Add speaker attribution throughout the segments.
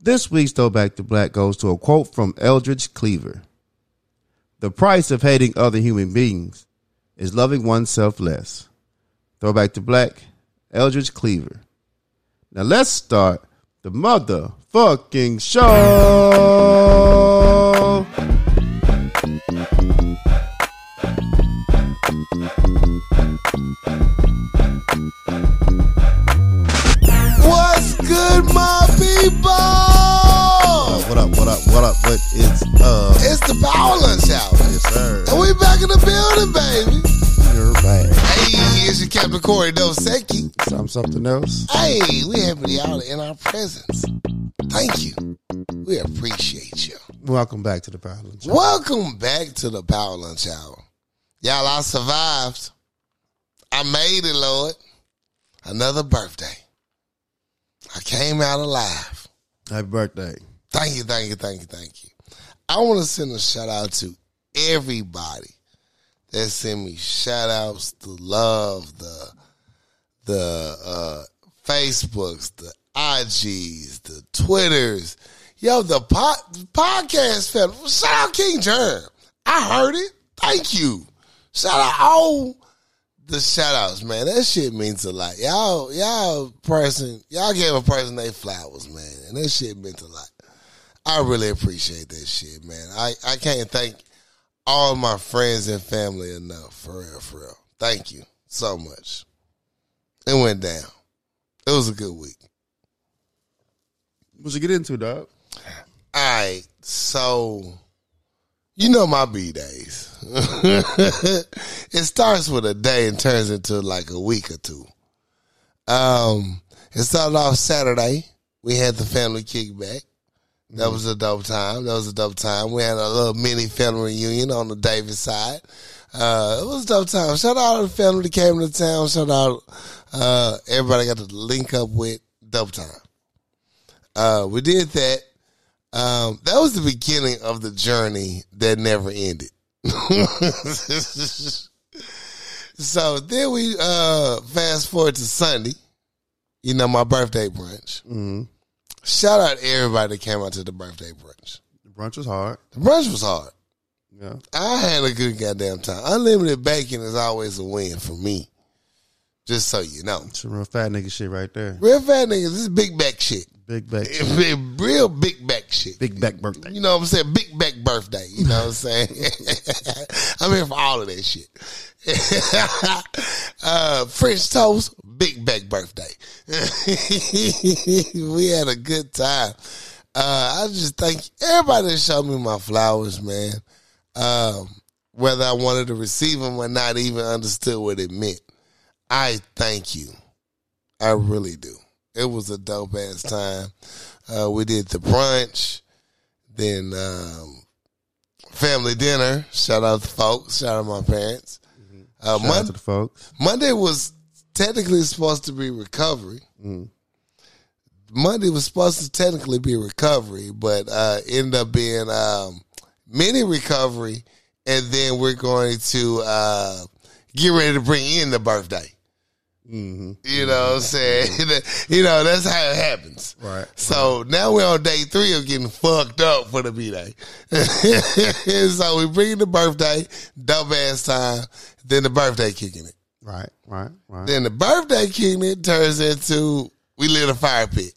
Speaker 1: This week's Throwback to Black goes to a quote from Eldridge Cleaver The price of hating other human beings is loving oneself less. Throwback to Black, Eldridge Cleaver. Now let's start the motherfucking show. What's good, my people?
Speaker 2: What up, what up, what up? What is up?
Speaker 1: It's the Power Lunch Hour.
Speaker 2: Yes, sir.
Speaker 1: And we back in the building, baby.
Speaker 2: You're back.
Speaker 1: Hey, it's your Captain Corey Dosecki.
Speaker 2: Some something else.
Speaker 1: Hey, we happy to y'all in our presence. Thank you. We appreciate you.
Speaker 2: Welcome back to the Power Lunch. Hour.
Speaker 1: Welcome back to the Power Lunch Hour. Y'all, I survived. I made it, Lord. Another birthday. I came out alive.
Speaker 2: Happy birthday.
Speaker 1: Thank you, thank you, thank you, thank you. I want to send a shout out to everybody that sent me shout outs, the love, the the uh, Facebooks, the IGs, the Twitters. Yo, the po- podcast festival. Shout out King Germ. I heard it. Thank you. Shout out all the shout outs, man. That shit means a lot. Y'all, y'all person, y'all gave a person they flowers, man. And that shit meant a lot. I really appreciate that shit, man. I, I can't thank all my friends and family enough. For real, for real. Thank you so much. It went down. It was a good week.
Speaker 2: What you get into, dog?
Speaker 1: All right, so you know my B days. it starts with a day and turns into like a week or two. Um, it started off Saturday. We had the family kickback. That was a dope time. That was a dope time. We had a little mini family reunion on the Davis side. Uh, it was a dope time. Shout out to the family that came to town. Shout out uh, everybody I got to link up with. Dope time. Uh, we did that. Um, that was the beginning of the journey that never ended. so then we uh, fast forward to Sunday. You know my birthday brunch.
Speaker 2: Mm-hmm.
Speaker 1: Shout out everybody that came out to the birthday brunch.
Speaker 2: The brunch was hard.
Speaker 1: The brunch was hard.
Speaker 2: Yeah.
Speaker 1: I had a good goddamn time. Unlimited bacon is always a win for me. Just so you know,
Speaker 2: Some real fat nigga shit right there.
Speaker 1: real fat niggas, this is big back shit.
Speaker 2: Big back.
Speaker 1: Real big back shit.
Speaker 2: Big back birthday.
Speaker 1: You know what I'm saying? Big back birthday. You know what I'm saying? I'm here for all of that shit. uh, French toast, big back birthday. we had a good time. Uh, I just thank everybody that showed me my flowers, man. Um, whether I wanted to receive them or not, even understood what it meant. I thank you. I really do. It was a dope ass time. Uh, we did the brunch, then um, family dinner. Shout out to folks. Shout out to my parents. Uh,
Speaker 2: Shout out
Speaker 1: Mon-
Speaker 2: to the folks.
Speaker 1: Monday was technically supposed to be recovery.
Speaker 2: Mm.
Speaker 1: Monday was supposed to technically be recovery, but uh, ended up being um, mini recovery, and then we're going to uh, get ready to bring in the birthday.
Speaker 2: hmm
Speaker 1: You know what I'm saying? you know, that's how it happens.
Speaker 2: Right.
Speaker 1: So now we're on day three of getting fucked up for the B day. so we bring the birthday, dumb ass time, then the birthday kicking it.
Speaker 2: Right. Right. Right.
Speaker 1: Then the birthday kicking it turns into we lit a fire pit.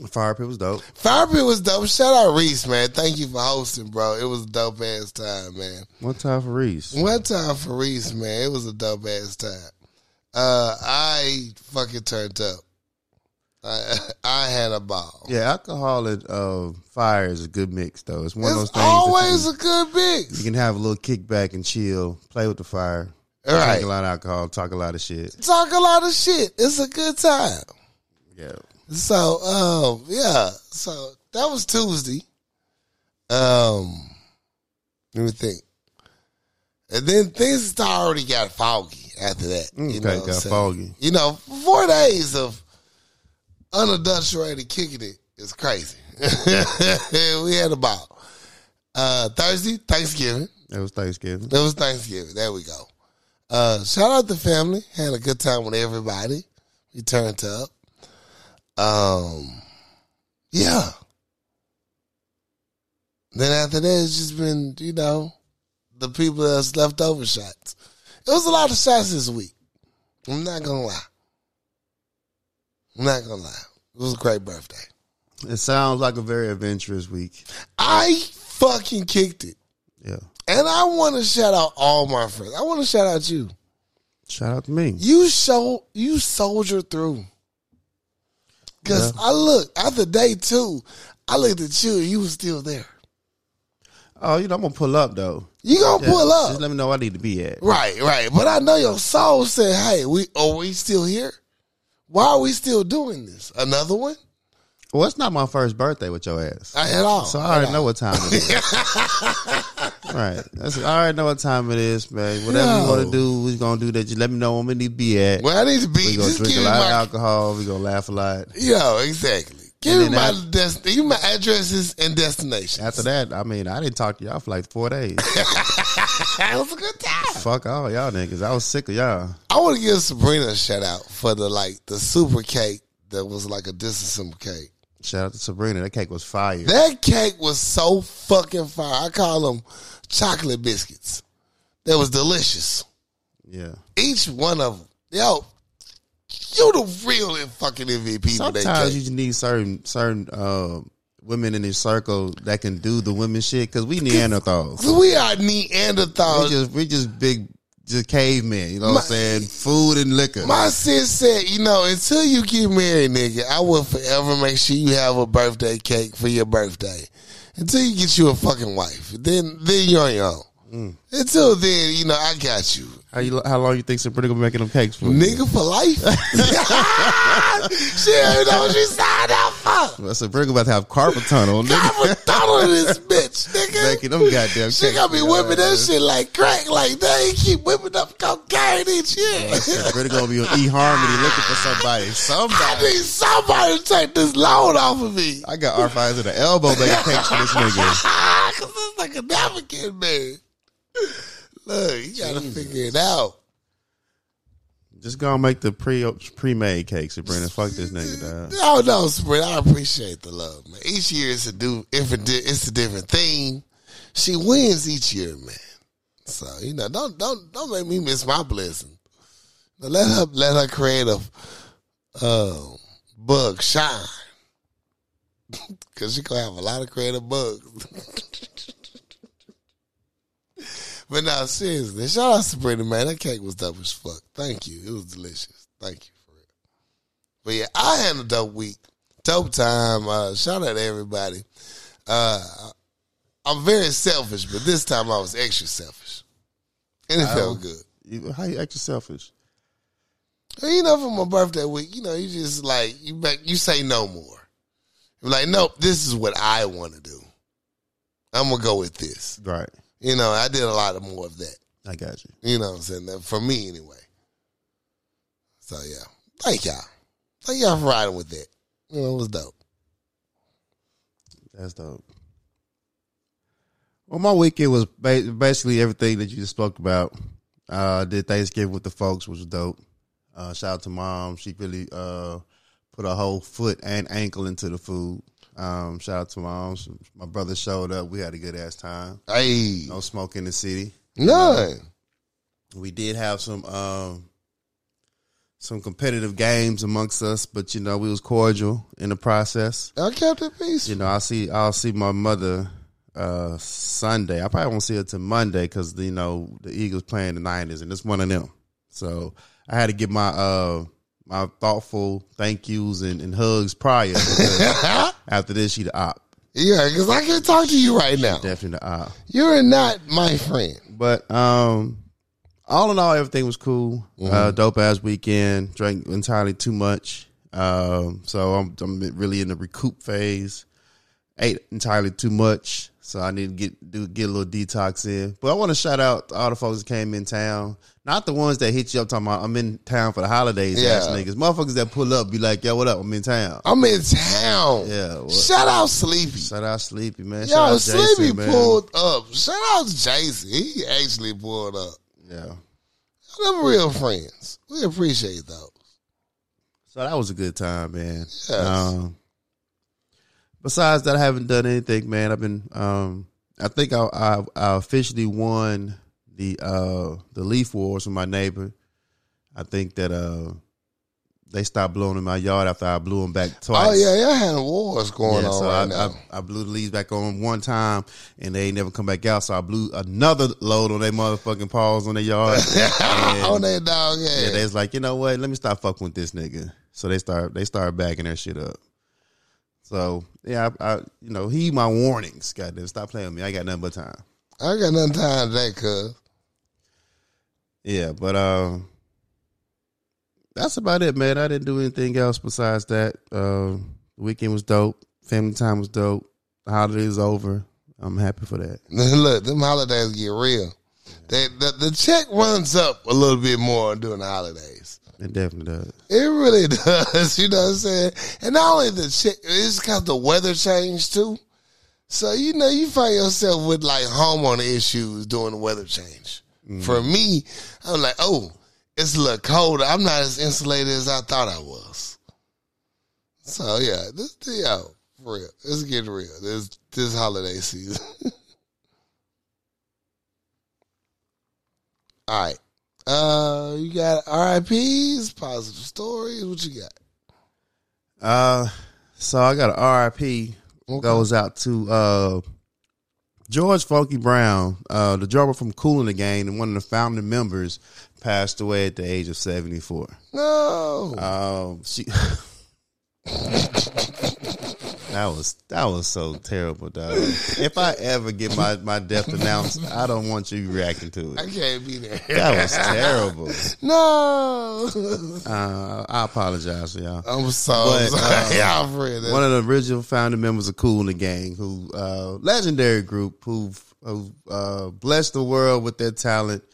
Speaker 2: The fire pit was dope.
Speaker 1: Fire pit was dope. Shout out Reese, man. Thank you for hosting, bro. It was a dope ass time, man.
Speaker 2: One time for Reese.
Speaker 1: One time for Reese, man. It was a dope ass time. Uh, I fucking turned up. I I had a ball.
Speaker 2: Yeah, alcohol and uh, fire is a good mix, though. It's one of those
Speaker 1: It's
Speaker 2: things. that
Speaker 1: always
Speaker 2: you,
Speaker 1: a good mix.
Speaker 2: you can have a little kickback and chill, play with the fire,
Speaker 1: All right.
Speaker 2: drink a lot of alcohol, talk a lot of shit.
Speaker 1: Talk a lot of shit. It's a good time.
Speaker 2: Yeah.
Speaker 1: So, um, yeah. So that was Tuesday. Um, let me think. And then things already got foggy after that.
Speaker 2: Mm, Okay,
Speaker 1: what I'm
Speaker 2: got
Speaker 1: saying?
Speaker 2: foggy.
Speaker 1: You know, four days of unadulterated kicking it is crazy. we had a ball. Uh, Thursday, Thanksgiving.
Speaker 2: It was Thanksgiving.
Speaker 1: That was Thanksgiving. There we go. Uh, shout out the family. Had a good time with everybody. We turned up. Um, yeah, Then after that, it's just been you know the people that's leftover shots. It was a lot of shots this week. I'm not gonna lie. I'm not gonna lie. It was a great birthday.
Speaker 2: It sounds like a very adventurous week.
Speaker 1: I fucking kicked it,
Speaker 2: Yeah.
Speaker 1: and I want to shout out all my friends. I want to shout out you.
Speaker 2: Shout out to me.
Speaker 1: You show you soldier through. Cause I look after day two, I looked at you and you was still there.
Speaker 2: Oh, you know, I'm gonna pull up though.
Speaker 1: You gonna
Speaker 2: Yeah,
Speaker 1: pull
Speaker 2: Just
Speaker 1: up.
Speaker 2: let me know where I need to be at.
Speaker 1: right, right. But I know your soul said, Hey, we are we still here? Why are we still doing this? Another one?
Speaker 2: Well, it's not my first birthday with your ass.
Speaker 1: I at all.
Speaker 2: So I already know what time it is. right. That's, I already know what time it is, man. Whatever you want
Speaker 1: No.
Speaker 2: to do, we're going to do that. Just let me know when we need to be at.
Speaker 1: Well, I need to be
Speaker 2: We're going
Speaker 1: just
Speaker 2: to drink
Speaker 1: give
Speaker 2: a lot
Speaker 1: me
Speaker 2: of
Speaker 1: my
Speaker 2: alcohol. We're going to laugh a lot.
Speaker 1: Yo, exactly. Give me
Speaker 2: then
Speaker 1: my
Speaker 2: after-
Speaker 1: des- give me my addresses and destinations.
Speaker 2: After that, I mean, I didn't talk to y'all for like four days.
Speaker 1: that was a good time.
Speaker 2: Fuck all y'all niggas. I was sick of y'all.
Speaker 1: I want to give Sabrina a shout out for the like the super cake that was like a disassemble cake.
Speaker 2: Shout out to Sabrina. That cake was fire.
Speaker 1: That cake was so fucking fire. I call them chocolate biscuits. That was delicious.
Speaker 2: Yeah.
Speaker 1: Each one of them. Yo, you the real and fucking MVP for that
Speaker 2: Sometimes you
Speaker 1: cake.
Speaker 2: just need certain certain uh, women in this circle that can do the women shit because we Neanderthals.
Speaker 1: So we are
Speaker 2: We
Speaker 1: Neanderthals.
Speaker 2: just we just big just cavemen, you know
Speaker 1: My-
Speaker 2: what I'm saying? Food and liquor.
Speaker 1: My sis said, you know, until you get married, nigga, I will forever make sure you have a birthday cake for your birthday. Until you get you a fucking wife. Then then you're on your own.
Speaker 2: Mm.
Speaker 1: Until then, you know, I got you.
Speaker 2: how you how long you think Sabrina gonna be making them cakes for?
Speaker 1: Nigga for life. she already know what she signed up for.
Speaker 2: Well, Sabrina about to have carpal tunnel. nigga.
Speaker 1: I'm a thought of this bitch, nigga.
Speaker 2: making them goddamn
Speaker 1: She
Speaker 2: cakes.
Speaker 1: gonna be
Speaker 2: for y'all
Speaker 1: whipping that
Speaker 2: ass.
Speaker 1: shit like crack, like they keep whipping up cocaine each year.
Speaker 2: Sabrina gonna be on eHarmony looking for somebody.
Speaker 1: I
Speaker 2: Somebody.
Speaker 1: need somebody to take this load off of me.
Speaker 2: I got R fives at the elbow making cakes for this nigga.
Speaker 1: Cause it's like a never get married. Look, you gotta figure it out.
Speaker 2: Just gonna make the pre pre made cakes, Sabrina. Fuck this nigga, dog.
Speaker 1: Oh no, Spring, I appreciate the love, man. Each year it's a do if it di- it's a different thing. She wins each year, man. So you know, don't don't don't make me miss my blessing. But let her let her creative um, bug shine, cause she gonna have a lot of creative bugs. but no, seriously, shout out Sabrina, man. That cake was dope as fuck. Thank you, it was delicious. Thank you for real. But yeah, I had a dope week, dope time. Uh, shout out to everybody. Uh, I'm very selfish, but this time I was extra selfish, and it felt good.
Speaker 2: You- How you act selfish?
Speaker 1: Well, you know, for my birthday week, you know, you just like you make you say no more. You're like, nope, this is what I want to do. I'm gonna go with this.
Speaker 2: Right.
Speaker 1: You know, I did a lot of more of that.
Speaker 2: I got you.
Speaker 1: You know what I'm saying? That- For me, anyway. So, yeah. Thank y'all. Thank y'all for riding with that. You know, it was dope.
Speaker 2: That's dope. Well, my weekend was ba- basically everything that you just spoke about. Uh, I did Thanksgiving with the folks, which was dope. Uh, shout out to mom; she really uh, put her whole foot and ankle into the food. Um, shout out to mom. My brother showed up. We had a good ass time.
Speaker 1: Hey.
Speaker 2: No smoke in the city.
Speaker 1: None.
Speaker 2: We did have some um, some competitive games amongst us, but you know we was cordial in the process.
Speaker 1: I kept it peace.
Speaker 2: you know, I see I'll see my mother uh Sunday. I probably won't see her till Monday because you know the Eagles playing the Niners, and it's one of them. So I had to get my uh my thoughtful thank yous and, and hugs prior. because
Speaker 1: yeah,
Speaker 2: after this, she the op,
Speaker 1: because I can't talk to you right now.
Speaker 2: definitely the op.
Speaker 1: You're not my friend.
Speaker 2: But um, all in all, everything was cool.
Speaker 1: Mm-hmm.
Speaker 2: Uh, dope ass weekend. Drank entirely too much. Um, so I'm I'm really in the recoup phase. Ate entirely too much, so I need to get do get a little detox in. But I want to shout out to all the folks that came in town. Not the ones that hit you up talking about I'm in town for the holidays,
Speaker 1: Yeah.
Speaker 2: ass niggas. Motherfuckers that pull up be like, yo, what up? I'm in town.
Speaker 1: I'm in town.
Speaker 2: Yeah, well-
Speaker 1: Shout out Sleepy.
Speaker 2: Shout out Sleepy man. Shout
Speaker 1: Yo,
Speaker 2: out Jason,
Speaker 1: Sleepy
Speaker 2: man.
Speaker 1: pulled up. Shout out to Jason. He actually pulled up.
Speaker 2: Yeah.
Speaker 1: Them real friends. We appreciate those. Oh,
Speaker 2: So that was a good time, man.
Speaker 1: Yes.
Speaker 2: Um, besides that, I haven't done anything, man. I've been, um, I think I, I, I officially won the uh, the leaf wars with my neighbor. I think that uh, they stopped blowing in my yard after I blew them back twice.
Speaker 1: Oh yeah, y'all had wars going
Speaker 2: Yeah,
Speaker 1: on
Speaker 2: so
Speaker 1: right
Speaker 2: I,
Speaker 1: now.
Speaker 2: I, I blew the leaves back on one time, and they ain't never come back out. So I blew another load on their motherfucking paws on their yard. and-
Speaker 1: on that dog
Speaker 2: yeah,
Speaker 1: head.
Speaker 2: they was like, you know what? Let me stop fucking with this nigga. So they start they start backing their shit up. So yeah, I, I you know he my warnings. Goddamn, stop playing with me. I got nothing but time.
Speaker 1: I ain't got nothing time today, cuz.
Speaker 2: Yeah, but um, that's about it, man. I didn't do anything else besides that. Um, the weekend was dope. Family time was dope. The holidays over. I'm happy for that.
Speaker 1: Look, them holidays get real. They, the, the check runs up a little bit more during the holidays.
Speaker 2: It definitely does.
Speaker 1: It really does. You know what I'm saying? And not only the check, it's because the weather changed too. So, you know, you find yourself with like homeowner issues during the weather change. For me, I'm like, oh, it's a little colder. I'm not as insulated as I thought I was. So, yeah, this, yeah, for real. It's getting real. This, this holiday season. All right. Uh, you got RIPS, positive stories. What you got?
Speaker 2: Uh, so I got an RIP goes out to uh George Funky Brown, uh, the drummer from Cool in the Gang and one of the founding members, passed away at the age of seventy four.
Speaker 1: No.
Speaker 2: Um, she. That was that was so terrible, dog. If I ever get my, my death announced, I don't want you reacting to
Speaker 1: I
Speaker 2: it.
Speaker 1: can't be there.
Speaker 2: That was terrible.
Speaker 1: No.
Speaker 2: Uh, I apologize for y'all.
Speaker 1: I'm so
Speaker 2: But, uh,
Speaker 1: sorry, Alfred.
Speaker 2: one of the original founding members of Cool and the Gang, who uh, legendary group who who uh, blessed the world with their talent,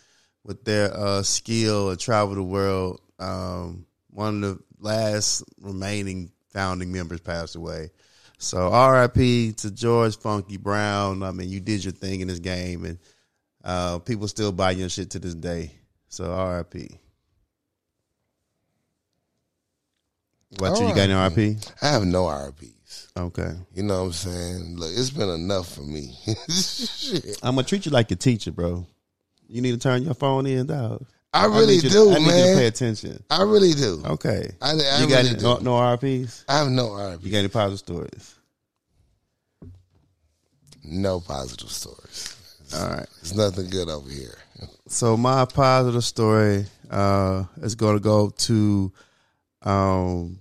Speaker 2: with their uh, skill, and traveled the world. Um, one of the last remaining founding members passed away. So R.I.P. to George Funky Brown. I mean, you did your thing in this game, and uh, people still buy your shit to this day. So R.I.P. What you, you got any R.I.P.?
Speaker 1: I have no RIPS.
Speaker 2: Okay.
Speaker 1: You know what I'm saying? Look, it's been enough for me. Shit.
Speaker 2: I'm gonna treat you like your teacher, bro. You need to turn your phone in, dog.
Speaker 1: I really
Speaker 2: need you-
Speaker 1: do,
Speaker 2: I need you to pay
Speaker 1: man.
Speaker 2: attention.
Speaker 1: I really do.
Speaker 2: Okay.
Speaker 1: I, I
Speaker 2: you got Oh.
Speaker 1: really
Speaker 2: any,
Speaker 1: do.
Speaker 2: no, no RPs?
Speaker 1: I have no RIPS.
Speaker 2: You got any positive stories?
Speaker 1: No positive stories.
Speaker 2: All right.
Speaker 1: There's nothing good over here.
Speaker 2: So my positive story uh, is going to go to um,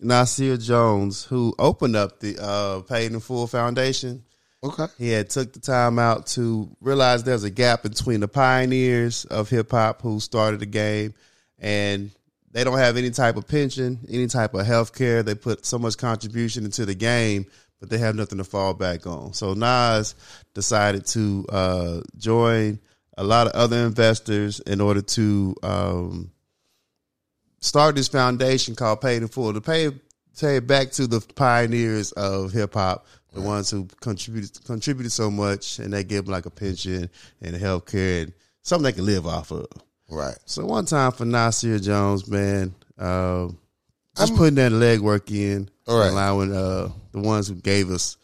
Speaker 2: Nasir Jones, who opened up the uh, Paid in Full Foundation.
Speaker 1: Okay.
Speaker 2: He had took the time out to realize there's a gap between the pioneers of hip hop who started the game and they don't have any type of pension, any type of health care. They put so much contribution into the game, but they have nothing to fall back on. So Nas decided to uh, join a lot of other investors in order to um, start this foundation called Paid in Full to pay pay it back to the pioneers of hip hop, the ones who contributed contributed so much, and they give them like a pension and health care and something they can live off of.
Speaker 1: Right.
Speaker 2: So one time for Nasir Jones, man, uh, just putting that legwork in,
Speaker 1: All right.
Speaker 2: allowing uh, the ones who gave us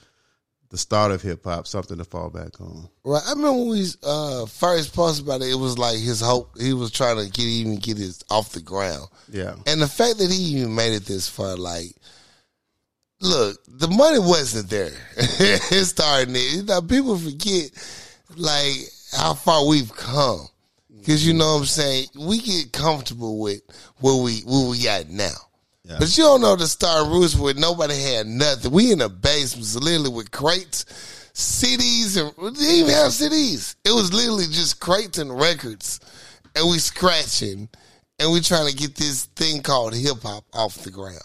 Speaker 2: the start of hip hop something to fall back on.
Speaker 1: Right. I remember when we uh, first posted about it, it was like his hope. He was trying to get even get his off the ground.
Speaker 2: Yeah,
Speaker 1: And the fact that he even made it this far, like, look, the money wasn't there. it's starting it. You know, people forget, like, how far we've come. Because you know what I'm saying? We get comfortable with what we, what we got now.
Speaker 2: yeah,
Speaker 1: But you don't know the star roots where nobody had nothing. We in the basements, literally with crates, CDs, and we didn't even have CDs. It was literally just crates and records, and we scratching, and we trying to get this thing called hip hop off the ground.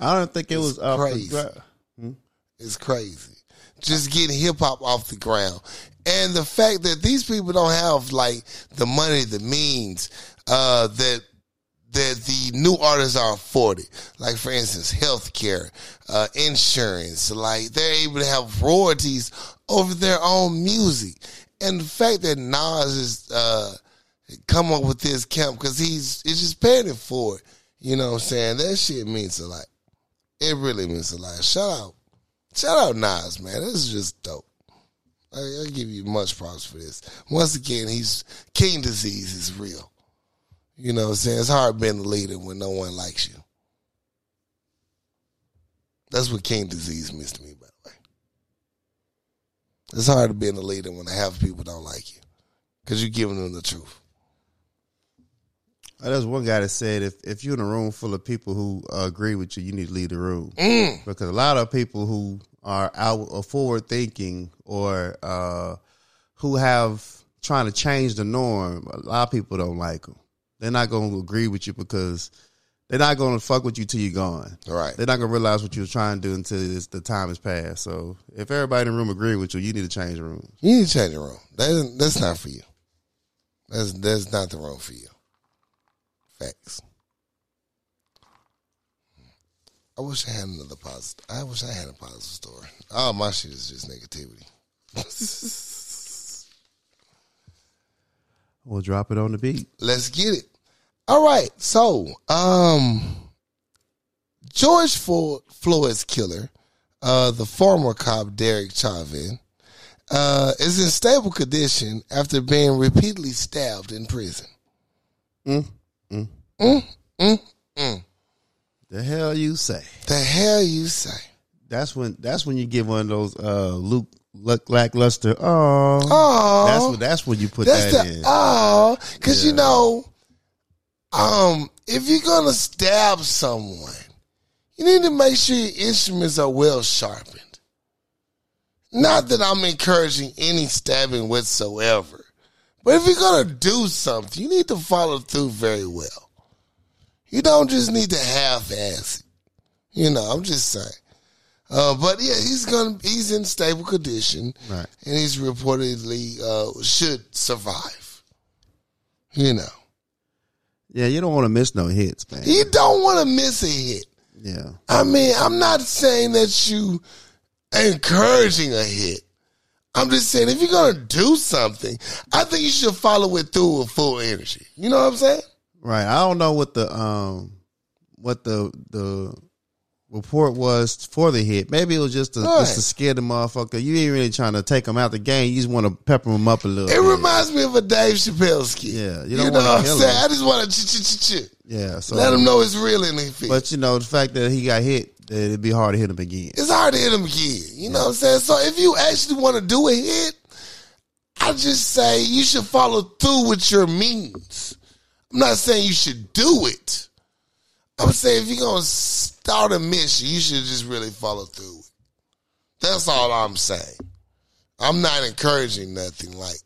Speaker 2: I don't think it was uh,
Speaker 1: crazy. It's crazy. Just getting hip hop off the ground. And the fact that these people don't have like the money, the means, uh, that that the new artists are afforded. Like for instance, healthcare, uh, insurance, like they're able to have royalties over their own music. And the fact that Nas is uh come up with this camp because he's it's just paying it forward. You know what I'm saying? That shit means a lot. It really means a lot. Shout out Shout out Nas, man. This is just dope. I, I give you much props for this. Once again, he's king disease is real. You know what I'm saying? It's hard being the leader when no one likes you. That's what king disease means to me, by the way. It's hard to be in the leader when half people don't like you because you're giving them the truth.
Speaker 2: Uh, There's one guy that said if, if you're in a room full of people who uh, agree with you, you need to leave the room
Speaker 1: Mm.
Speaker 2: because a lot of people who are out or forward thinking or uh, who have trying to change the norm, a lot of people don't like them. They're not going to agree with you because they're not going to fuck with you till you're gone.
Speaker 1: All right.
Speaker 2: They're not going to realize what you were trying to do until it's, the time has passed. So if everybody in the room agree with you, you need to change the room.
Speaker 1: You need to change the room. That isn't, that's not for you. That's that's not the room for you. Facts. I wish I had another positive. I wish I had a positive story. Oh, my shit is just negativity.
Speaker 2: We'll drop it on the beat.
Speaker 1: Let's get it. All right. So, um, George Fo- Floyd's killer, uh, the former cop Derek Chauvin, uh, is in stable condition after being repeatedly stabbed in prison.
Speaker 2: The hell you say?
Speaker 1: The hell you say?
Speaker 2: That's when that's when you get one of those uh Luke luck, lackluster. Oh,
Speaker 1: Oh,
Speaker 2: that's when that's when you put
Speaker 1: That's
Speaker 2: that
Speaker 1: the
Speaker 2: in.
Speaker 1: oh, because you know, um, if you're gonna stab someone, you need to make sure your instruments are well sharpened. Not that I'm encouraging any stabbing whatsoever, but if you're gonna do something, you need to follow through very well. You don't just need to half-ass it. You know, I'm just saying. Uh, but yeah, he's gonna he's in stable condition
Speaker 2: right.
Speaker 1: and he's reportedly uh, should survive. You know,
Speaker 2: Yeah, you don't want to miss no hits, man.
Speaker 1: you don't want to miss a hit.
Speaker 2: Yeah.
Speaker 1: I mean, I'm not saying that you encouraging a hit. I'm just saying if you're gonna do something, I think you should follow it through with full energy. You know what I'm saying?
Speaker 2: Right. I don't know what the um what the the report was for the hit. Maybe it was just to,
Speaker 1: Right.
Speaker 2: just to scare the motherfucker. You ain't really trying to take him out the game. You just want to pepper him up a little.
Speaker 1: It
Speaker 2: bit.
Speaker 1: reminds me of a Dave Chappelle skit.
Speaker 2: Yeah, you
Speaker 1: you,
Speaker 2: don't
Speaker 1: know
Speaker 2: wanna
Speaker 1: what I'm
Speaker 2: kill
Speaker 1: saying.
Speaker 2: him.
Speaker 1: I just want to
Speaker 2: yeah. So
Speaker 1: let him know it's real in the field.
Speaker 2: But you know the fact that he got hit, that it'd be hard to hit him again.
Speaker 1: it's hard to hit him again. You know what I'm saying? So if you actually want to do a hit, I just say you should follow through with your means. I'm not saying you should do it. I'm saying if you're gonna start a mission, you should just really follow through. with it. That's all I'm saying. I'm not encouraging nothing like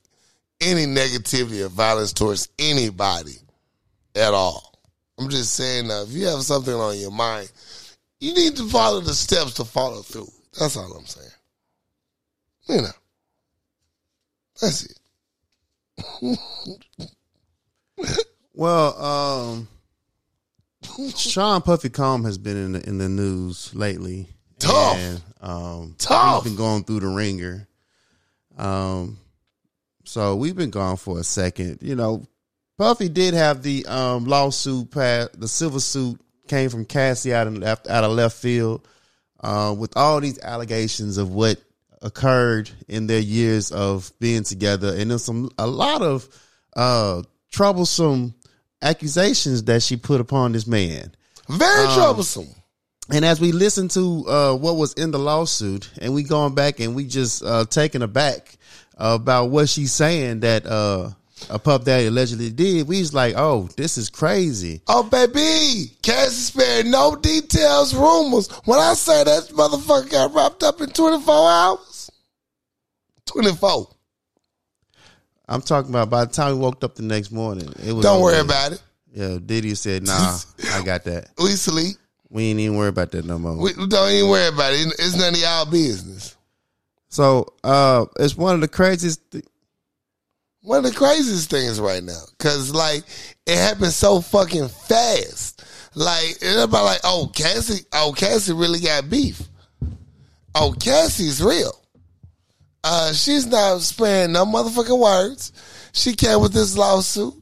Speaker 1: any negativity or violence towards anybody at all. I'm just saying uh, if you have something on your mind, you need to follow the steps to follow through. That's all I'm saying. You know, that's it.
Speaker 2: Well, um, Sean Puffy Combs has been in the, in the news lately.
Speaker 1: Tough.
Speaker 2: and, um,
Speaker 1: Tough.
Speaker 2: He's been going through the ringer. Um, so we've been gone for a second. You know, Puffy did have the um lawsuit pass. The civil suit came from Cassie out of left, out of left field. Uh, with all these allegations of what occurred in their years of being together, and there's some a lot of uh troublesome accusations that she put upon this man.
Speaker 1: Very troublesome.
Speaker 2: And as we listen to uh, what was in the lawsuit, and we going back and we just uh, taken aback about what she's saying that uh, a pup daddy allegedly did, we was like, oh, this is crazy.
Speaker 1: Oh, baby. Cassie spared no details, rumors. When I say that motherfucker got wrapped up in 24 hours, 24.
Speaker 2: I'm talking about by the time we woke up the next morning, it was.
Speaker 1: Don't worry
Speaker 2: over.
Speaker 1: about it.
Speaker 2: Yeah, Diddy said, nah, I got that.
Speaker 1: We sleep.
Speaker 2: We ain't even worry about that no more.
Speaker 1: We we don't even worry about it. It's none of y'all business.
Speaker 2: so uh, it's one of the craziest. Th-
Speaker 1: one of the craziest things right now. Cause like it happened so fucking fast. Like everybody like, oh Cassie, oh Cassie really got beef. Oh Cassie's real. Uh, she's not sparing no motherfucking words. She came with this lawsuit,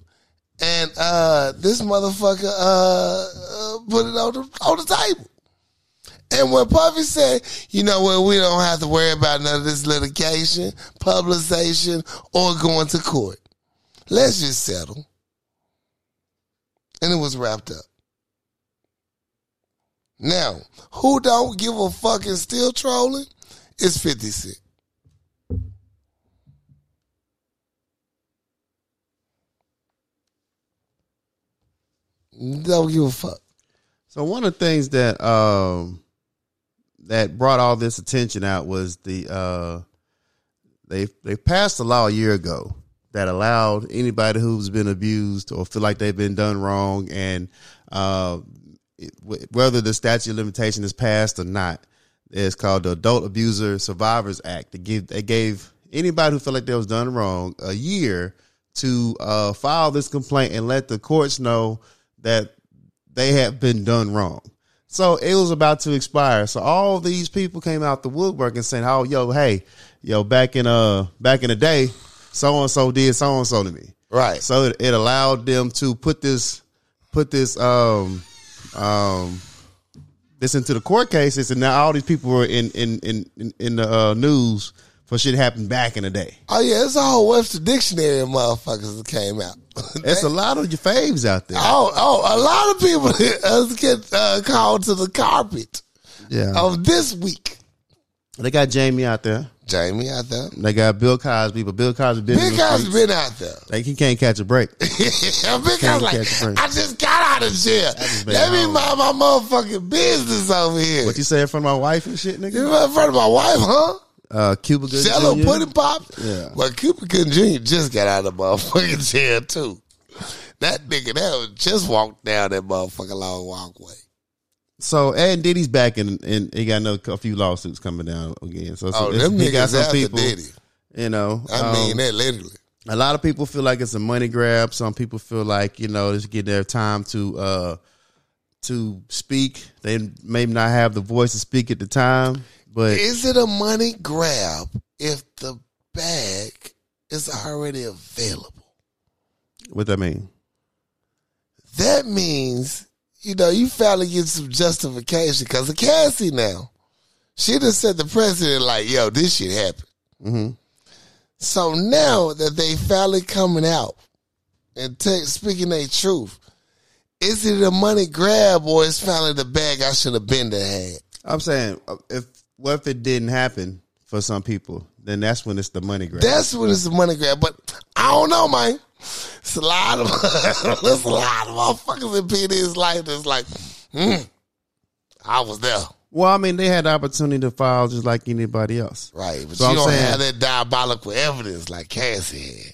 Speaker 1: and uh, this motherfucker uh, uh, put it on the on the table. And when Puffy said, you know what, we don't have to worry about none of this litigation, publication, or going to court. Let's just settle. And it was wrapped up. Now, who don't give a fuck and still trolling is 50 Cent. Don't give a fuck.
Speaker 2: So one of the things that um that brought all this attention out was the uh they they passed a law a year ago that allowed anybody who's been abused or feel like they've been done wrong and uh it- wh- whether the statute of limitation is passed or not it's called the Adult Abuser Survivors Act. They give they gave anybody who felt like they was done wrong a year to uh, file this complaint and let the courts know that they have been done wrong. So it was about to expire. So all these people came out the woodwork and saying, "Oh, yo, hey, yo, back in uh, back in the day, so and so did so and so to me."
Speaker 1: Right.
Speaker 2: So it, it allowed them to put this put this um um this into the court cases, and now all these people were in in in in, in the uh, news for shit happened back in the day.
Speaker 1: Oh, yeah, it's a whole Webster Dictionary of motherfuckers that came out.
Speaker 2: It's a lot of your faves out there.
Speaker 1: Oh, oh, a lot of people us get uh, called to the carpet
Speaker 2: Yeah,
Speaker 1: of this week.
Speaker 2: they got Jamie out there.
Speaker 1: Jamie out there.
Speaker 2: They got Bill Cosby, but Bill Cosby been in
Speaker 1: Big
Speaker 2: the
Speaker 1: has
Speaker 2: streets.
Speaker 1: been out there.
Speaker 2: like he can't catch a break.
Speaker 1: Big
Speaker 2: Can't
Speaker 1: House like,
Speaker 2: catch a break.
Speaker 1: I just got out of jail.
Speaker 2: been
Speaker 1: Let me
Speaker 2: home.
Speaker 1: mind my motherfucking business over here.
Speaker 2: What you say in front of my wife and shit,
Speaker 1: You
Speaker 2: nigga?
Speaker 1: in front of my wife, huh?
Speaker 2: Uh, Cuba Gooding
Speaker 1: Jello
Speaker 2: Jr.?
Speaker 1: pudding pop.
Speaker 2: Yeah.
Speaker 1: But Cooper Gooding Jr. just got out of the motherfucking jail too. That nigga that was just walked down that motherfucking long walkway.
Speaker 2: So and Diddy's back and and he got another a few lawsuits coming down again. So, so
Speaker 1: Oh,
Speaker 2: it's-
Speaker 1: them
Speaker 2: he got
Speaker 1: niggas
Speaker 2: some
Speaker 1: after
Speaker 2: people,
Speaker 1: Diddy.
Speaker 2: you know.
Speaker 1: I
Speaker 2: um,
Speaker 1: mean that literally.
Speaker 2: a lot of people feel like it's a money grab. Some people feel like you know it's getting their time to uh to speak. They may not have the voice to speak at the time, but
Speaker 1: Is it a money grab if the bag is already available?
Speaker 2: what I mean,
Speaker 1: that means you know you finally get some justification because of Cassie now. She done said the president like, "Yo, this shit happened."
Speaker 2: Mhm.
Speaker 1: So now that they finally coming out and te- speaking their truth, is it a money grab or is finally the bag I should have been to had?
Speaker 2: I'm saying uh, if what if it didn't happen for some people, then that's when it's the money grab.
Speaker 1: That's when it's a money grab. But I don't know, man. It's a lot of there's a lot of motherfuckers in PD's life that's like, mm, I was there.
Speaker 2: well, I mean, they had the opportunity to file just like anybody else.
Speaker 1: Right, but
Speaker 2: So
Speaker 1: you
Speaker 2: I'm
Speaker 1: don't
Speaker 2: saying-
Speaker 1: have that diabolical evidence like Cassie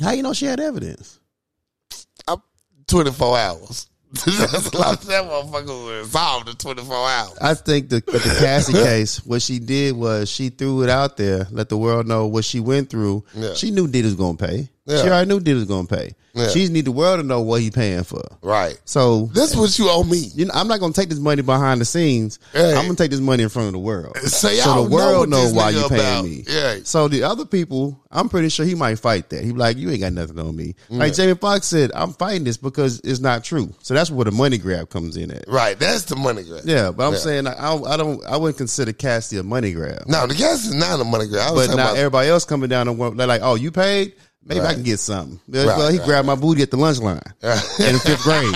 Speaker 2: How you know she had evidence?
Speaker 1: had. I'm 24 hours. That's a lot. That motherfucker was resolved in 24 hours.
Speaker 2: I think the, the Cassie case, what she did was she threw it out there, let the world know what she went through.
Speaker 1: Yeah.
Speaker 2: She knew Diddy was going to pay.
Speaker 1: Yeah.
Speaker 2: She already knew Diddy was going to pay.
Speaker 1: Yeah.
Speaker 2: She just need the world to know what he paying for.
Speaker 1: Right.
Speaker 2: So
Speaker 1: This what you owe me.
Speaker 2: you know, I'm not going to take this money behind the scenes.
Speaker 1: Hey.
Speaker 2: I'm going to take this money in front of the world.
Speaker 1: So y'all
Speaker 2: so the world
Speaker 1: know,
Speaker 2: know,
Speaker 1: what
Speaker 2: why you
Speaker 1: this nigga
Speaker 2: paying
Speaker 1: about.
Speaker 2: me.
Speaker 1: Yeah.
Speaker 2: So the other people, I'm pretty sure he might fight that. He be like, you ain't got nothing on me. Like Jamie Foxx said, I'm fighting this because it's not true. So that's where the money grab comes in at.
Speaker 1: Right. That's the money grab.
Speaker 2: Yeah, but I'm
Speaker 1: Yeah.
Speaker 2: saying I, I don't. I wouldn't consider Cassie a money grab.
Speaker 1: No, the gas is not a money grab. I was
Speaker 2: But now
Speaker 1: talking about
Speaker 2: everybody else coming down and want- they're like, "Oh, you paid? Maybe I can get something." They're like, well, he grabbed my booty at the lunch line in the fifth grade,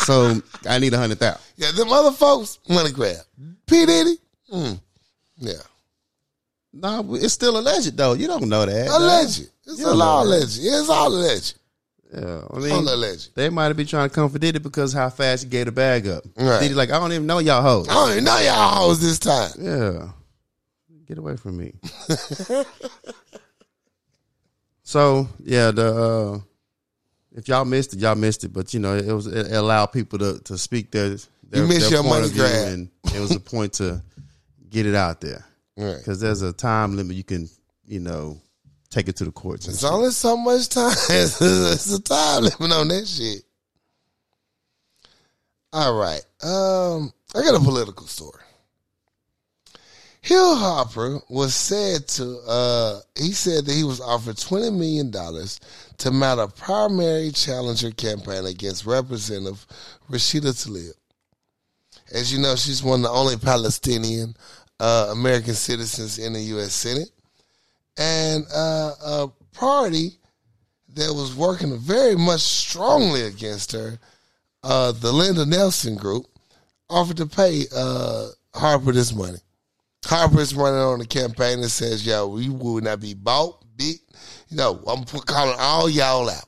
Speaker 2: so I need a hundred thousand.
Speaker 1: yeah, them other folks money grab. P Diddy. Mm. Yeah.
Speaker 2: No, it's still alleged though. You don't know that.
Speaker 1: Alleged. It's
Speaker 2: You
Speaker 1: all
Speaker 2: know that.
Speaker 1: alleged. It's all alleged.
Speaker 2: Yeah, I
Speaker 1: All
Speaker 2: mean,
Speaker 1: alleged.
Speaker 2: they might have been trying to come for Diddy because how fast he gave the bag up.
Speaker 1: Right.
Speaker 2: Diddy like, I don't even know y'all hoes.
Speaker 1: I don't even know y'all hoes this time.
Speaker 2: Yeah. Get away from me. so yeah, the uh, if y'all missed it, y'all missed it. But you know, it was it allowed people to to speak their, their
Speaker 1: You missed
Speaker 2: their
Speaker 1: your
Speaker 2: point
Speaker 1: money
Speaker 2: of view,
Speaker 1: grab.
Speaker 2: and it was a point to get it out there
Speaker 1: Right.
Speaker 2: because there's a time limit you can you know take it to the courts. and
Speaker 1: It's
Speaker 2: shit.
Speaker 1: only so much time. It's, it's a time limit on that shit. All right. Um, I got a political story. Hill Hopper was said to uh he said that he was offered twenty million dollars to mount a primary challenger campaign against Representative Rashida Tlaib. As you know, she's one of the only Palestinian uh, American citizens in the U.S. Senate, and uh, a party that was working very much strongly against her, uh, the Linda Nelson Group, offered to pay uh, Harper this money. Harper's running on a campaign that says, "Yo, we will not be bought, beat. You know, I'm p- calling all y'all out."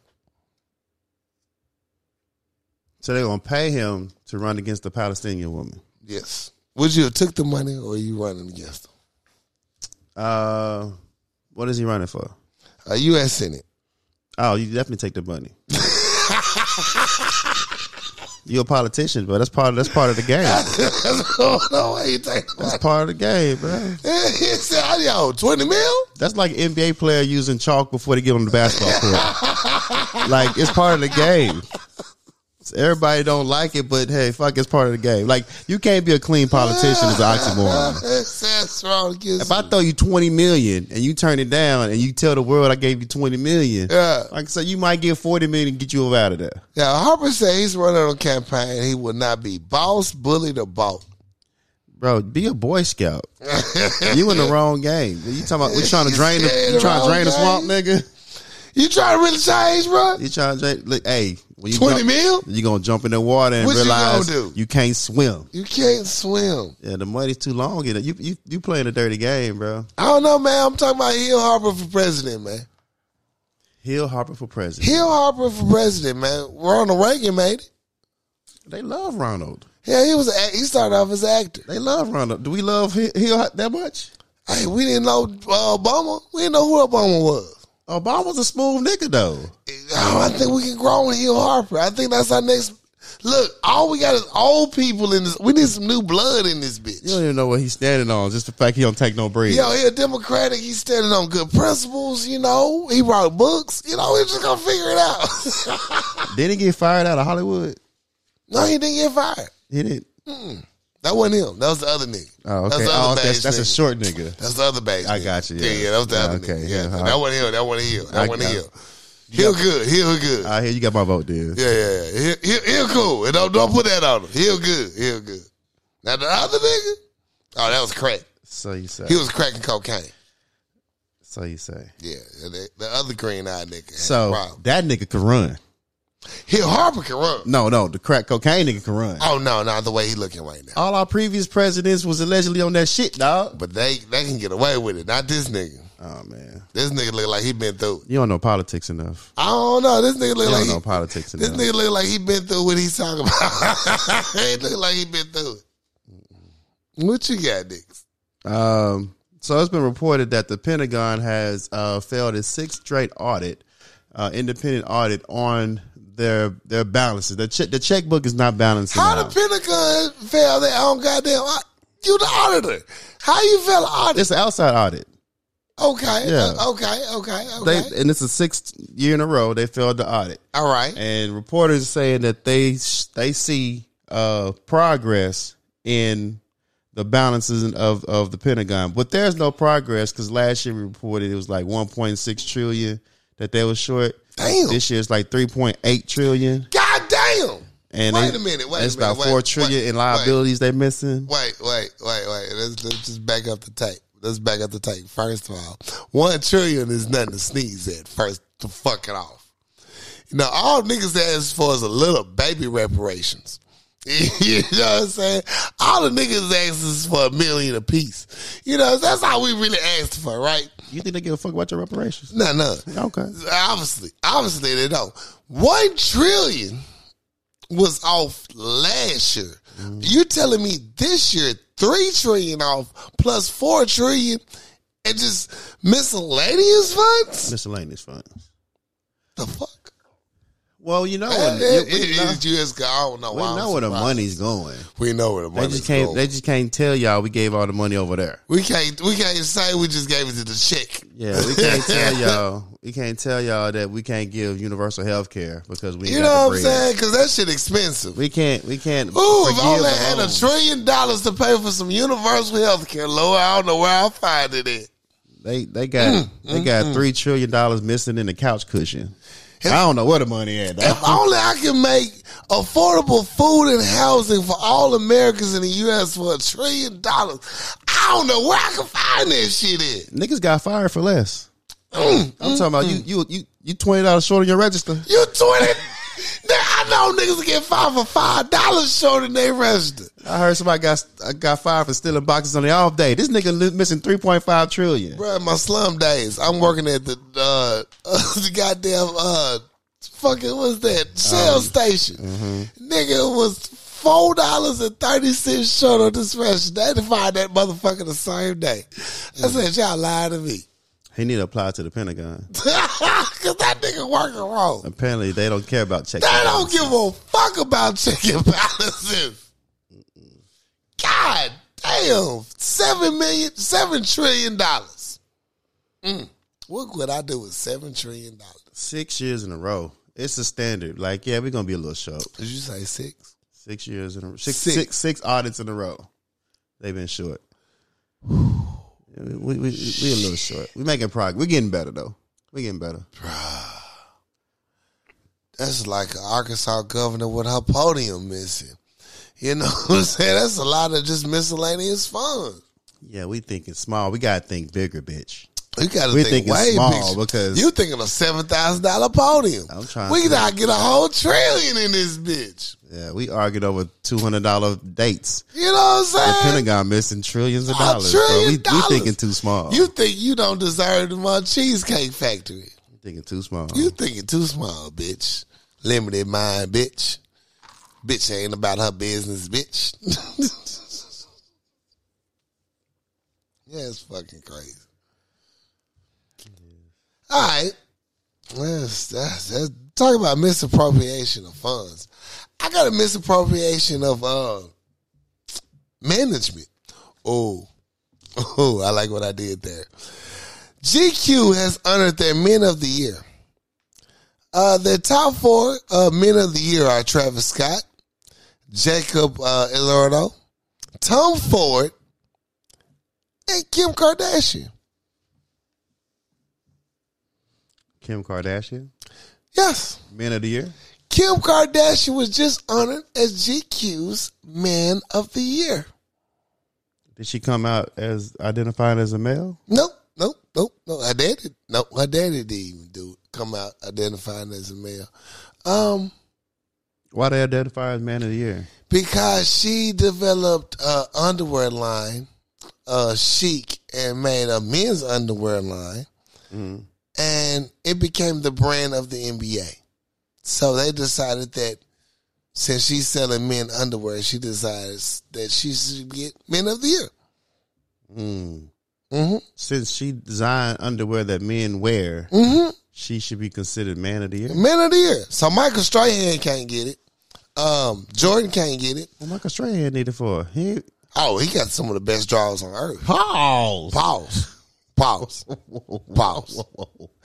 Speaker 2: So they're gonna pay him to run against the Palestinian woman.
Speaker 1: Yes. Would you have took the money or you running against them?
Speaker 2: Uh, what is he running for?
Speaker 1: A U.S. Uh, Senate.
Speaker 2: Oh, you definitely take the money. You're a politician, but that's part. That's part of the game.
Speaker 1: That's what I ain't thinking about.
Speaker 2: That's part of the game, bro.
Speaker 1: He said, "I yo, 20 mil?
Speaker 2: That's like NBA player using chalk before they give him the basketball court. like it's part of the game. Everybody don't like it, but hey, fuck, it's part of the game. Like you can't be a clean politician is an oxymoron.
Speaker 1: It says wrong.
Speaker 2: If I throw you twenty million and you turn it down and you tell the world I gave you twenty million,
Speaker 1: Yeah.
Speaker 2: like so you might get forty million and get you out of there.
Speaker 1: Now, Harper said he's running on a campaign. He will not be boss, bullied, or bought.
Speaker 2: Bro, be a Boy Scout. you in the wrong game. You talking about we trying to drain the
Speaker 1: Yeah,
Speaker 2: you trying to
Speaker 1: the
Speaker 2: drain the
Speaker 1: wrong
Speaker 2: swamp, nigga?
Speaker 1: You trying to really change, bro?
Speaker 2: You trying to drain look, hey, when you
Speaker 1: 20
Speaker 2: jump-
Speaker 1: mil?
Speaker 2: you gonna jump in the water and
Speaker 1: What you
Speaker 2: realize you,
Speaker 1: gonna do?
Speaker 2: can't swim.
Speaker 1: You can't swim.
Speaker 2: Yeah, the money's too long. In it. You you you playing a dirty game, bro.
Speaker 1: I don't know, man. I'm talking about Hill Harper for president, man.
Speaker 2: Hill Harper for president.
Speaker 1: Hill Harper for president, man. Ronald Reagan made it.
Speaker 2: They love Ronald.
Speaker 1: Yeah, he was. A, act- he started off as an actor.
Speaker 2: They love Ronald. Do we love Hi- Hill that much?
Speaker 1: Hey, we didn't know uh, Obama. We didn't know who Obama was.
Speaker 2: Obama's a smooth nigga though.
Speaker 1: Oh, I think we can grow on Hill Harper. I think that's our next. Look, all we got is old people in this. We need some new blood in this
Speaker 2: You
Speaker 1: bitch.
Speaker 2: don't even know what he's standing on. Just the fact he don't take no bread.
Speaker 1: Yo, he a Democratic. He's standing on good principles. You know, he wrote books. You know, we just gonna figure it out.
Speaker 2: Didn't he get fired out of Hollywood?
Speaker 1: no, he didn't get fired.
Speaker 2: He didn't.
Speaker 1: That wasn't him. That was the other nigga.
Speaker 2: Oh,
Speaker 1: That's
Speaker 2: okay.
Speaker 1: the
Speaker 2: Oh,
Speaker 1: other
Speaker 2: that's,
Speaker 1: beige
Speaker 2: that's a
Speaker 1: nigga.
Speaker 2: short nigga.
Speaker 1: That's the other base.
Speaker 2: I got you,
Speaker 1: Yeah,
Speaker 2: yeah.
Speaker 1: yeah, that was the
Speaker 2: Yeah,
Speaker 1: other
Speaker 2: okay,
Speaker 1: nigga.
Speaker 2: yeah,
Speaker 1: Yeah,
Speaker 2: all
Speaker 1: that
Speaker 2: right.
Speaker 1: wasn't him. That wasn't him. That
Speaker 2: I
Speaker 1: wasn't
Speaker 2: got- Uh,
Speaker 1: him. He'll good. He'll good.
Speaker 2: I hear you got my vote, dude.
Speaker 1: Yeah, yeah, yeah. He, he, he'll cool. And don't, don't put that on him. He'll good. He'll good. Now the other nigga, oh, that was crack.
Speaker 2: So you say.
Speaker 1: He was cracking cocaine.
Speaker 2: So you say.
Speaker 1: Yeah, and the, the other green eyed nigga. had a
Speaker 2: So
Speaker 1: problem.
Speaker 2: that nigga can run.
Speaker 1: Hill Harper can run.
Speaker 2: No, no, the crack cocaine nigga can run.
Speaker 1: Oh no, not the way he looking right now.
Speaker 2: All our previous presidents was allegedly on that shit, dog.
Speaker 1: But they they can get away with it. Not this nigga.
Speaker 2: Oh man,
Speaker 1: This nigga look like he been through. It.
Speaker 2: you don't know politics enough.
Speaker 1: I don't know. This nigga look
Speaker 2: You
Speaker 1: like
Speaker 2: don't
Speaker 1: he,
Speaker 2: know politics
Speaker 1: this
Speaker 2: enough.
Speaker 1: nigga look like he been through what he's talking about. he look like he been through it. What you got, niggas?
Speaker 2: Um, so it's been reported that the Pentagon has uh, failed its sixth straight audit, uh, independent audit on their their balances. The che- the checkbook is not balancing.
Speaker 1: How
Speaker 2: out.
Speaker 1: the Pentagon fail their own goddamn au- You the auditor. How you fail an audit?
Speaker 2: it's an outside audit.
Speaker 1: Okay.
Speaker 2: Yeah.
Speaker 1: uh, Okay. Okay.
Speaker 2: They
Speaker 1: Okay.
Speaker 2: and it's the sixth year in a row they failed the audit.
Speaker 1: All right.
Speaker 2: and reporters saying that they they see uh, progress in the balances of of the Pentagon, but there's no progress because last year we reported it was like 1.6 trillion that they were short.
Speaker 1: Damn.
Speaker 2: This year it's like 3.8 trillion,
Speaker 1: God damn.
Speaker 2: and
Speaker 1: Wait
Speaker 2: they-
Speaker 1: a minute, wait a
Speaker 2: it's
Speaker 1: minute,
Speaker 2: about
Speaker 1: wait,
Speaker 2: four trillion
Speaker 1: wait,
Speaker 2: in
Speaker 1: wait.
Speaker 2: liabilities they missing.
Speaker 1: Wait, wait, wait, wait. Let's, let's just back up the tape. Let's back up the tape. First of all, one trillion is nothing to sneeze at. First, to fuck it off. You know, all niggas ask for is a little baby reparations. you know what I'm saying? All the niggas ask is for a million apiece. You know, that's all we really asked for, right?
Speaker 2: You think they give a fuck about your reparations?
Speaker 1: No, no.
Speaker 2: Okay,
Speaker 1: Obviously, obviously they don't. One trillion was off last year.
Speaker 2: Mm-hmm.
Speaker 1: You telling me this year three trillion off plus four trillion and just miscellaneous funds?
Speaker 2: miscellaneous funds.
Speaker 1: The fuck?
Speaker 2: Well, you know,
Speaker 1: Man,
Speaker 2: when,
Speaker 1: it-
Speaker 2: we
Speaker 1: it-
Speaker 2: know,
Speaker 1: it's US guy. I don't know.
Speaker 2: we
Speaker 1: why I'm
Speaker 2: know where the
Speaker 1: surprised.
Speaker 2: money's going.
Speaker 1: We know where the
Speaker 2: They
Speaker 1: money.
Speaker 2: just can't. They just can't tell y'all we gave all the money over there.
Speaker 1: we can't. We can't say we just gave it to the chick.
Speaker 2: Yeah, we can't tell y'all. We can't tell y'all that we can't give universal health care because we. ain't
Speaker 1: You
Speaker 2: got
Speaker 1: know
Speaker 2: the
Speaker 1: what
Speaker 2: bread.
Speaker 1: I'm saying? Because that shit expensive.
Speaker 2: We can't. We can't.
Speaker 1: Ooh, if
Speaker 2: forgive
Speaker 1: only I
Speaker 2: the
Speaker 1: had a
Speaker 2: loans.
Speaker 1: trillion dollars to pay for some universal health care, Lord, I don't know where I'll find it at.
Speaker 2: Mm, They they got they got three trillion dollars missing in the couch cushion. I don't know where the money at. Though.
Speaker 1: If only I can make affordable food and housing for all Americans in the U.S. for a trillion dollars, I don't know where I can find that shit at. Mm.
Speaker 2: Niggas got fired for less. I'm talking about you. You you you twenty dollars short on your register.
Speaker 1: You twenty? I know niggas get fired for five dollars short in their register.
Speaker 2: I heard somebody got uh, got fired for stealing boxes on the off day. This nigga li- missing three point five trillion.
Speaker 1: Bruh, my slum days. I'm working at the uh, the goddamn uh fucking what's that Shell station. Nigga it was four dollars and thirty cents short on this fresh. They had to find that motherfucker the same day. I said y'all lied to me
Speaker 2: He need to apply to the Pentagon.
Speaker 1: because that nigga working wrong.
Speaker 2: Apparently, they don't care about checking.
Speaker 1: They don't give a fuck about chicken balances. God damn. Seven million, seven trillion dollars. Mm. What could I do with seven trillion dollars?
Speaker 2: six years in a row. It's a standard. Like, yeah, we're gonna be a little short.
Speaker 1: Did you say six?
Speaker 2: Six years in a row. Six,
Speaker 1: Six.
Speaker 2: six. six, audits in a row. They've been short. we, we, we, we a little short. We're making progress. We're getting better though. We're getting better.
Speaker 1: That's like an Arkansas governor with her podium missing. You know what I'm saying? That's a lot of just miscellaneous funds.
Speaker 2: Yeah, we thinking small. We gotta think bigger, bitch.
Speaker 1: You gotta
Speaker 2: We
Speaker 1: think
Speaker 2: thinking
Speaker 1: way
Speaker 2: small
Speaker 1: big.
Speaker 2: because
Speaker 1: You thinking of seven thousand dollar podium?
Speaker 2: I'm trying
Speaker 1: We
Speaker 2: to-
Speaker 1: gotta get a whole trillion in this bitch.
Speaker 2: yeah, we argued over two hundred dollar dates.
Speaker 1: You know what I'm
Speaker 2: The
Speaker 1: saying?
Speaker 2: Pentagon missing trillions of dollars. bro.
Speaker 1: trillion
Speaker 2: We,
Speaker 1: dollars.
Speaker 2: we thinking too small.
Speaker 1: You think you don't deserve the Mount Cheesecake Factory.
Speaker 2: We thinking too small.
Speaker 1: You thinking too small, bitch. Limited mind, bitch. Bitch ain't about her business, bitch. yeah, it's fucking crazy. All right. That's, that's, that's, talk about misappropriation of funds. I got a misappropriation of uh, management. Oh, oh, I like what I did there. GQ has honored their Men of the Year. Uh, their top four uh, Men of the Year are Travis Scott, Jacob uh, Elordo, Tom Ford, and Kim Kardashian.
Speaker 2: Kim Kardashian,
Speaker 1: Yes,
Speaker 2: man of the year.
Speaker 1: Kim Kardashian was just honored as GQ's Man of the Year.
Speaker 2: Did she come out as identified as a male?
Speaker 1: Nope, nope, nope, no. Her daddy, nope, her daddy didn't even do come out identifying as a male. Um,
Speaker 2: Why they identify as man of the year?
Speaker 1: Because she developed a underwear line, uh, chic, and made a men's underwear line,
Speaker 2: Mm.
Speaker 1: and it became the brand of the NBA. So they decided that since she's selling men underwear, she decides that she should get Men of the Year.
Speaker 2: Mm.
Speaker 1: Mm-hmm.
Speaker 2: Since she designed underwear that men wear,
Speaker 1: Mm-hmm.
Speaker 2: she should be considered man of the year.
Speaker 1: Men of the Year. So Michael Strahan can't get it. Um, Jordan can't get it.
Speaker 2: What Michael Strahan needed for? He
Speaker 1: Oh, he got some of the best draws on earth.
Speaker 2: pause.
Speaker 1: Pause. Pause. Pause.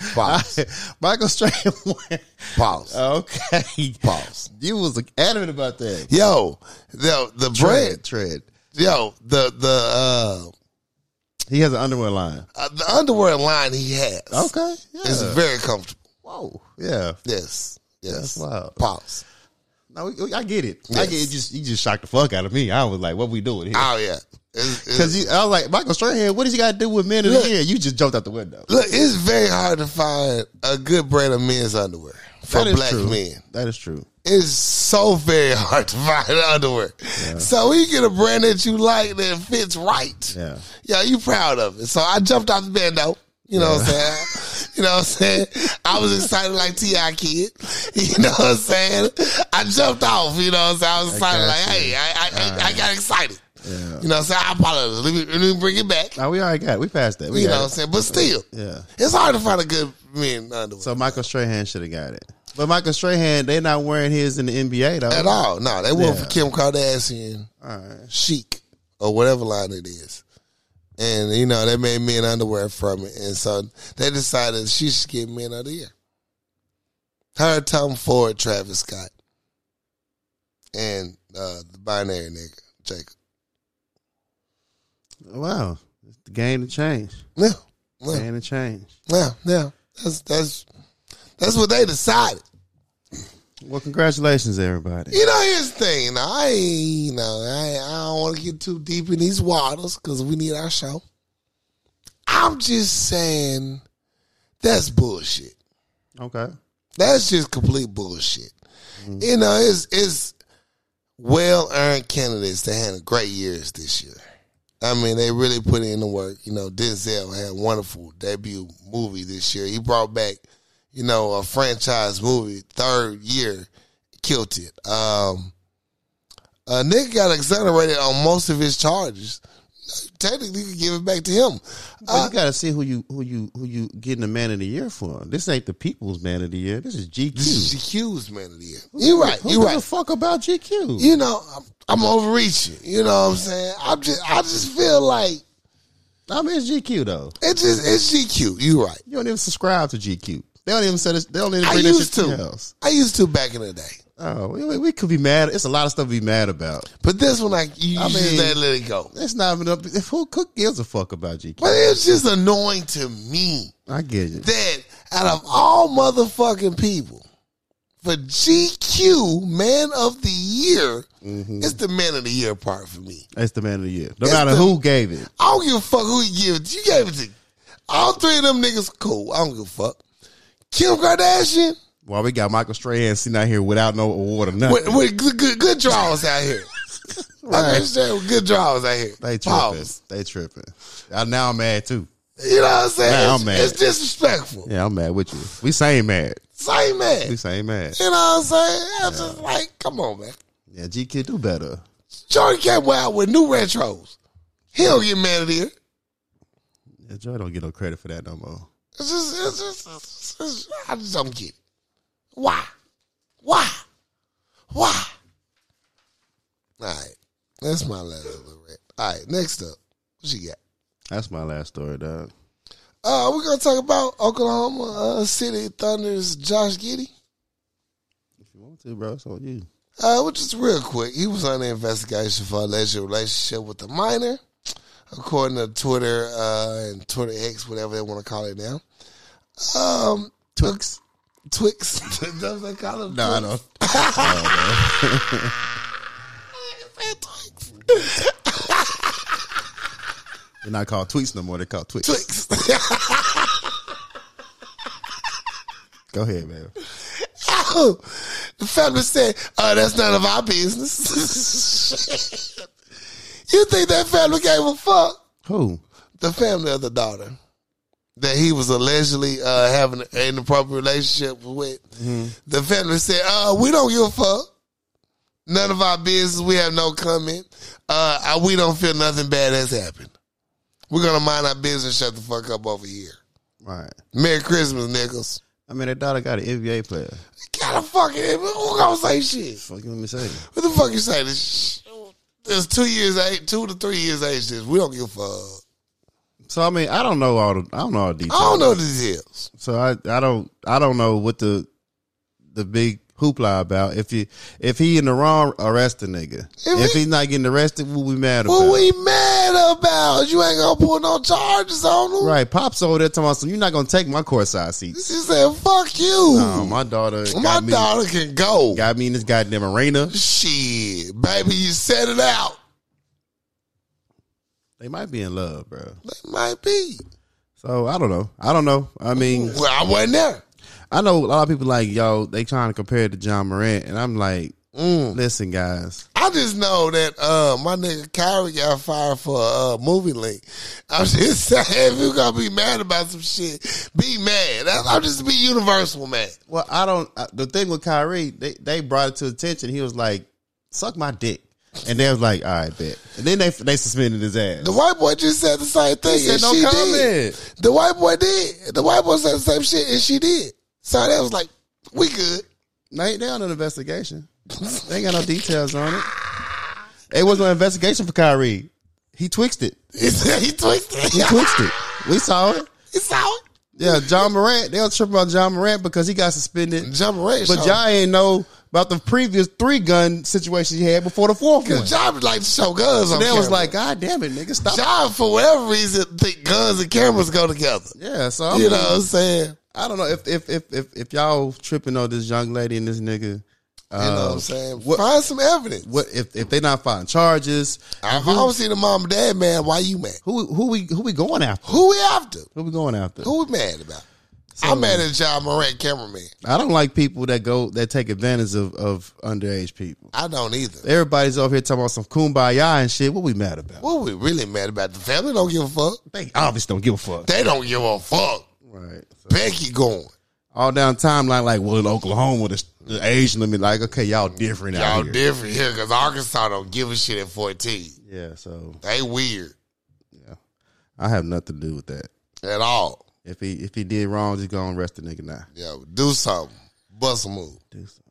Speaker 1: Pause.
Speaker 2: Michael Strahan. went- Uh,
Speaker 1: Pause.
Speaker 2: okay.
Speaker 1: Pause.
Speaker 2: You was adamant about that.
Speaker 1: Yo, the the brand.
Speaker 2: tread.
Speaker 1: Yo, the the
Speaker 2: He has an underwear line.
Speaker 1: uh, uh, the underwear line he has
Speaker 2: Okay. Yeah.
Speaker 1: is very comfortable.
Speaker 2: Whoa. Yeah.
Speaker 1: Yes, yes.
Speaker 2: That's wild.
Speaker 1: Pause.
Speaker 2: No, we- I get it. I
Speaker 1: Yes.
Speaker 2: get it. Just you just shocked the fuck out of me. I was like, what we doing here?
Speaker 1: Oh yeah. It's, it's-
Speaker 2: Because I was like, Michael Strahan, what does he got to do with men in
Speaker 1: Look.
Speaker 2: the year? You just jumped out the window.
Speaker 1: look, it's very hard to find a good brand of men's underwear for
Speaker 2: That is
Speaker 1: black
Speaker 2: true.
Speaker 1: men.
Speaker 2: That is true.
Speaker 1: It's so very hard to find underwear. So when you get a brand that you like that fits right.
Speaker 2: Yeah.
Speaker 1: Yeah, you proud of it. So I jumped out the bando. You know what I'm saying? You know what I'm saying? I was excited like T.I. Kid. You know what I'm saying? I jumped off. You know what I'm saying? I was excited
Speaker 2: got
Speaker 1: like,
Speaker 2: you.
Speaker 1: hey, I, I, I, I got excited.
Speaker 2: Yeah.
Speaker 1: You know what I'm saying? I apologize. Let me, let me bring it back.
Speaker 2: Now we already got it. We passed that. We
Speaker 1: You know
Speaker 2: got
Speaker 1: what I'm
Speaker 2: it.
Speaker 1: saying? But still,
Speaker 2: Yeah.
Speaker 1: it's hard to find a good man underwear.
Speaker 2: So Michael Strahan should have got it. But Michael Strahan, they're not wearing his in the NBA, though.
Speaker 1: At all. No, they went for
Speaker 2: Yeah.
Speaker 1: Kim Kardashian,
Speaker 2: All right.
Speaker 1: Chic, or whatever line it is. And, you know, they made men underwear from it. And so they decided she should get men of the year. Her, Tom Ford, Travis Scott, and uh, the binary nigga, Jacob.
Speaker 2: Wow. It's the game to change.
Speaker 1: Yeah, yeah,
Speaker 2: Game to change.
Speaker 1: yeah, yeah. That's, that's, That's what they decided.
Speaker 2: Well, congratulations, everybody.
Speaker 1: You know, here's the thing. Now, I ain't, you know, I, I don't want to get too deep in these waters because we need our show. I'm just saying that's bullshit.
Speaker 2: Okay.
Speaker 1: That's just complete bullshit. You know, it's it's well earned candidates that had great years this year. I mean, they really put in the work. You know, Denzel had a wonderful debut movie this year. He brought back, you know, a franchise movie third year, killed it. Um, a nigga got exonerated on most of his charges. Technically, you can give it back to him. Uh,
Speaker 2: Well, you gotta see who you who you who you getting the man of the year for. This ain't the people's man of the year. This is GQ.
Speaker 1: This is GQ's man of the year. You're right.
Speaker 2: Who
Speaker 1: You're
Speaker 2: gives
Speaker 1: right.
Speaker 2: a fuck about GQ?
Speaker 1: you know, I'm, I'm overreaching. You know what I'm saying? I'm just, I just feel like
Speaker 2: I mean, it's GQ though.
Speaker 1: it's just, it's GQ. You right?
Speaker 2: You don't even subscribe to GQ. They don't even say this. They don't even
Speaker 1: I
Speaker 2: bring this
Speaker 1: used
Speaker 2: shit to your
Speaker 1: to.
Speaker 2: house.
Speaker 1: I used to back in the day,
Speaker 2: Oh, we, we- we could be mad. It's a lot of stuff to be mad about.
Speaker 1: but this one, I you
Speaker 2: I
Speaker 1: I just
Speaker 2: mean-
Speaker 1: let, let it go.
Speaker 2: It's not even up. Who cook gives a fuck about GQ?
Speaker 1: But it's just annoying to me
Speaker 2: I get it.
Speaker 1: that out of all motherfucking people, for GQ Man of the Year, it's the Man of the Year part for me.
Speaker 2: That's the man of the year. No
Speaker 1: It's
Speaker 2: matter
Speaker 1: the-
Speaker 2: who gave it.
Speaker 1: I don't give a fuck who you give it to. You gave it to all three of them niggas. Cool. I don't give a fuck. Kim Kardashian.
Speaker 2: While we got Michael Strahan sitting out here without no award or nothing.
Speaker 1: with, with good, good, good draws out here. I
Speaker 2: Right.
Speaker 1: understand with good draws out here.
Speaker 2: They tripping.
Speaker 1: Pause.
Speaker 2: They tripping. I, now I'm mad too.
Speaker 1: You know what I'm saying?
Speaker 2: Man, I'm
Speaker 1: it's,
Speaker 2: mad.
Speaker 1: it's disrespectful.
Speaker 2: Yeah, I'm mad with you. We same mad.
Speaker 1: Same man.
Speaker 2: We same mad.
Speaker 1: You know what I'm saying? I'm just like, come on, man.
Speaker 2: Yeah, GQ do better.
Speaker 1: Jordan came out with new retros. He don't get mad at here.
Speaker 2: Yeah, Joy don't get no credit for that no more.
Speaker 1: It's just, it's just, it's just- I just don't get it. Why? Why? Why? All right. That's my last little rant. All right. Next up, what you got?
Speaker 2: That's my last story, dog.
Speaker 1: Uh, we're gonna talk about Oklahoma uh, City Thunder's Josh Giddy,
Speaker 2: If you want to, bro, it's on you.
Speaker 1: uh, which is real quick. He was under investigation for alleged relationship with a minor, according to Twitter uh, and Twitter X, whatever they want to call it now. Um,
Speaker 2: Twix.
Speaker 1: Twix, that's what they call them.
Speaker 2: No, I don't.
Speaker 1: Twix.
Speaker 2: They're not called Tweets no more. They're called Twix.
Speaker 1: Twix.
Speaker 2: Go ahead, man.
Speaker 1: Ow. The feminist said, "Oh, that's none of our business." you think that family gave a fuck?
Speaker 2: Who?
Speaker 1: the family of the daughter that he was allegedly uh, having an inappropriate relationship with. The family said, uh, "We don't give a fuck. None of our business. We have no comment. Uh, I- we don't feel nothing bad has happened. We're gonna mind our business. Shut the fuck up over here.
Speaker 2: Right.
Speaker 1: Merry Christmas, niggas.
Speaker 2: I mean, their daughter got an NBA player.
Speaker 1: Gotta fucking who gonna say shit?
Speaker 2: Fuck you, let me say.
Speaker 1: What the fuck you say? This sh- It's two years age, two to three years age. This we don't give a fuck.
Speaker 2: So I mean, I don't know all the. I don't know all the
Speaker 1: I
Speaker 2: details.
Speaker 1: don't know what this is.
Speaker 2: So I, I don't I don't know what the the big hoopla about. If you if he in the wrong, arrest the nigga. If,
Speaker 1: If he-
Speaker 2: he's not getting arrested, what we mad about?
Speaker 1: What we mad about? You ain't gonna put no charges on them.
Speaker 2: right, pops over there talking about some. You're not gonna take my courtside seat.
Speaker 1: She said, "Fuck you."
Speaker 2: No, Uh, my daughter
Speaker 1: my
Speaker 2: got me
Speaker 1: daughter can go.
Speaker 2: got me in this goddamn arena.
Speaker 1: Shit, baby, you set it out.
Speaker 2: They might be in love, bro.
Speaker 1: They might be.
Speaker 2: So I don't know. I don't know. I mean,
Speaker 1: Well, I wasn't there.
Speaker 2: I know a lot of people like yo. They trying to compare it to John Morant, and I'm like,
Speaker 1: Mm.
Speaker 2: listen, guys.
Speaker 1: I just know that uh, my nigga Kyrie got fired for a uh, movie link. I'm just saying, if you gonna be mad about some shit, be mad. That's, I'm just be universal mad.
Speaker 2: Well, I don't. I, the thing with Kyrie, they, they brought it to attention. He was like, "Suck my dick," and they was like, "All right, bet." And then they they suspended his ass.
Speaker 1: The white boy just said the same thing.
Speaker 2: He said
Speaker 1: and
Speaker 2: no
Speaker 1: she
Speaker 2: comment.
Speaker 1: Did. The white boy did. The white boy said the same shit, and she did. So that was like, we good.
Speaker 2: They they on an investigation. they ain't got no details on it. It was no investigation for Kyrie. He twixed it.
Speaker 1: He said he twisted.
Speaker 2: He twixed it. We saw it.
Speaker 1: he saw it.
Speaker 2: Yeah, John Morant. They don't trip about John Morant because he got suspended.
Speaker 1: John Morant.
Speaker 2: But John ain't know about the previous three gun situation he had before the fourth one.
Speaker 1: John would like to show guns on
Speaker 2: And they
Speaker 1: camera.
Speaker 2: was like, God damn it, nigga, stop.
Speaker 1: John, for whatever reason, think guns and cameras go together.
Speaker 2: Yeah, so I'm
Speaker 1: You know what I'm saying?
Speaker 2: I don't know if if if if, if y'all tripping on this young lady and this nigga.
Speaker 1: You know what
Speaker 2: uh,
Speaker 1: I'm saying?
Speaker 2: what-
Speaker 1: Find some evidence.
Speaker 2: What if if they not filing charges?
Speaker 1: if I don't see the mom and dad mad, why you mad?
Speaker 2: Who who we who we going after?
Speaker 1: Who we after?
Speaker 2: Who we going after?
Speaker 1: Who we mad about? I'm mad at John Morant, cameraman.
Speaker 2: I don't like people that go that take advantage of of underage people.
Speaker 1: I don't either.
Speaker 2: Everybody's over here talking about some kumbaya and shit. What we mad about?
Speaker 1: What we really mad about? The family don't give a fuck.
Speaker 2: They obviously don't give a fuck.
Speaker 1: They don't give a fuck.
Speaker 2: Right.
Speaker 1: Becky going.
Speaker 2: All down timeline, like, well, in Oklahoma, the, the age limit, like, okay, y'all different out
Speaker 1: Y'all
Speaker 2: here.
Speaker 1: different here because Arkansas don't give a shit at 14.
Speaker 2: yeah, so
Speaker 1: They weird
Speaker 2: I have nothing to do with that.
Speaker 1: at all.
Speaker 2: If he if he did wrong, just go and arrest the nigga now.
Speaker 1: Yo, do something. Bust a move.
Speaker 2: Do something.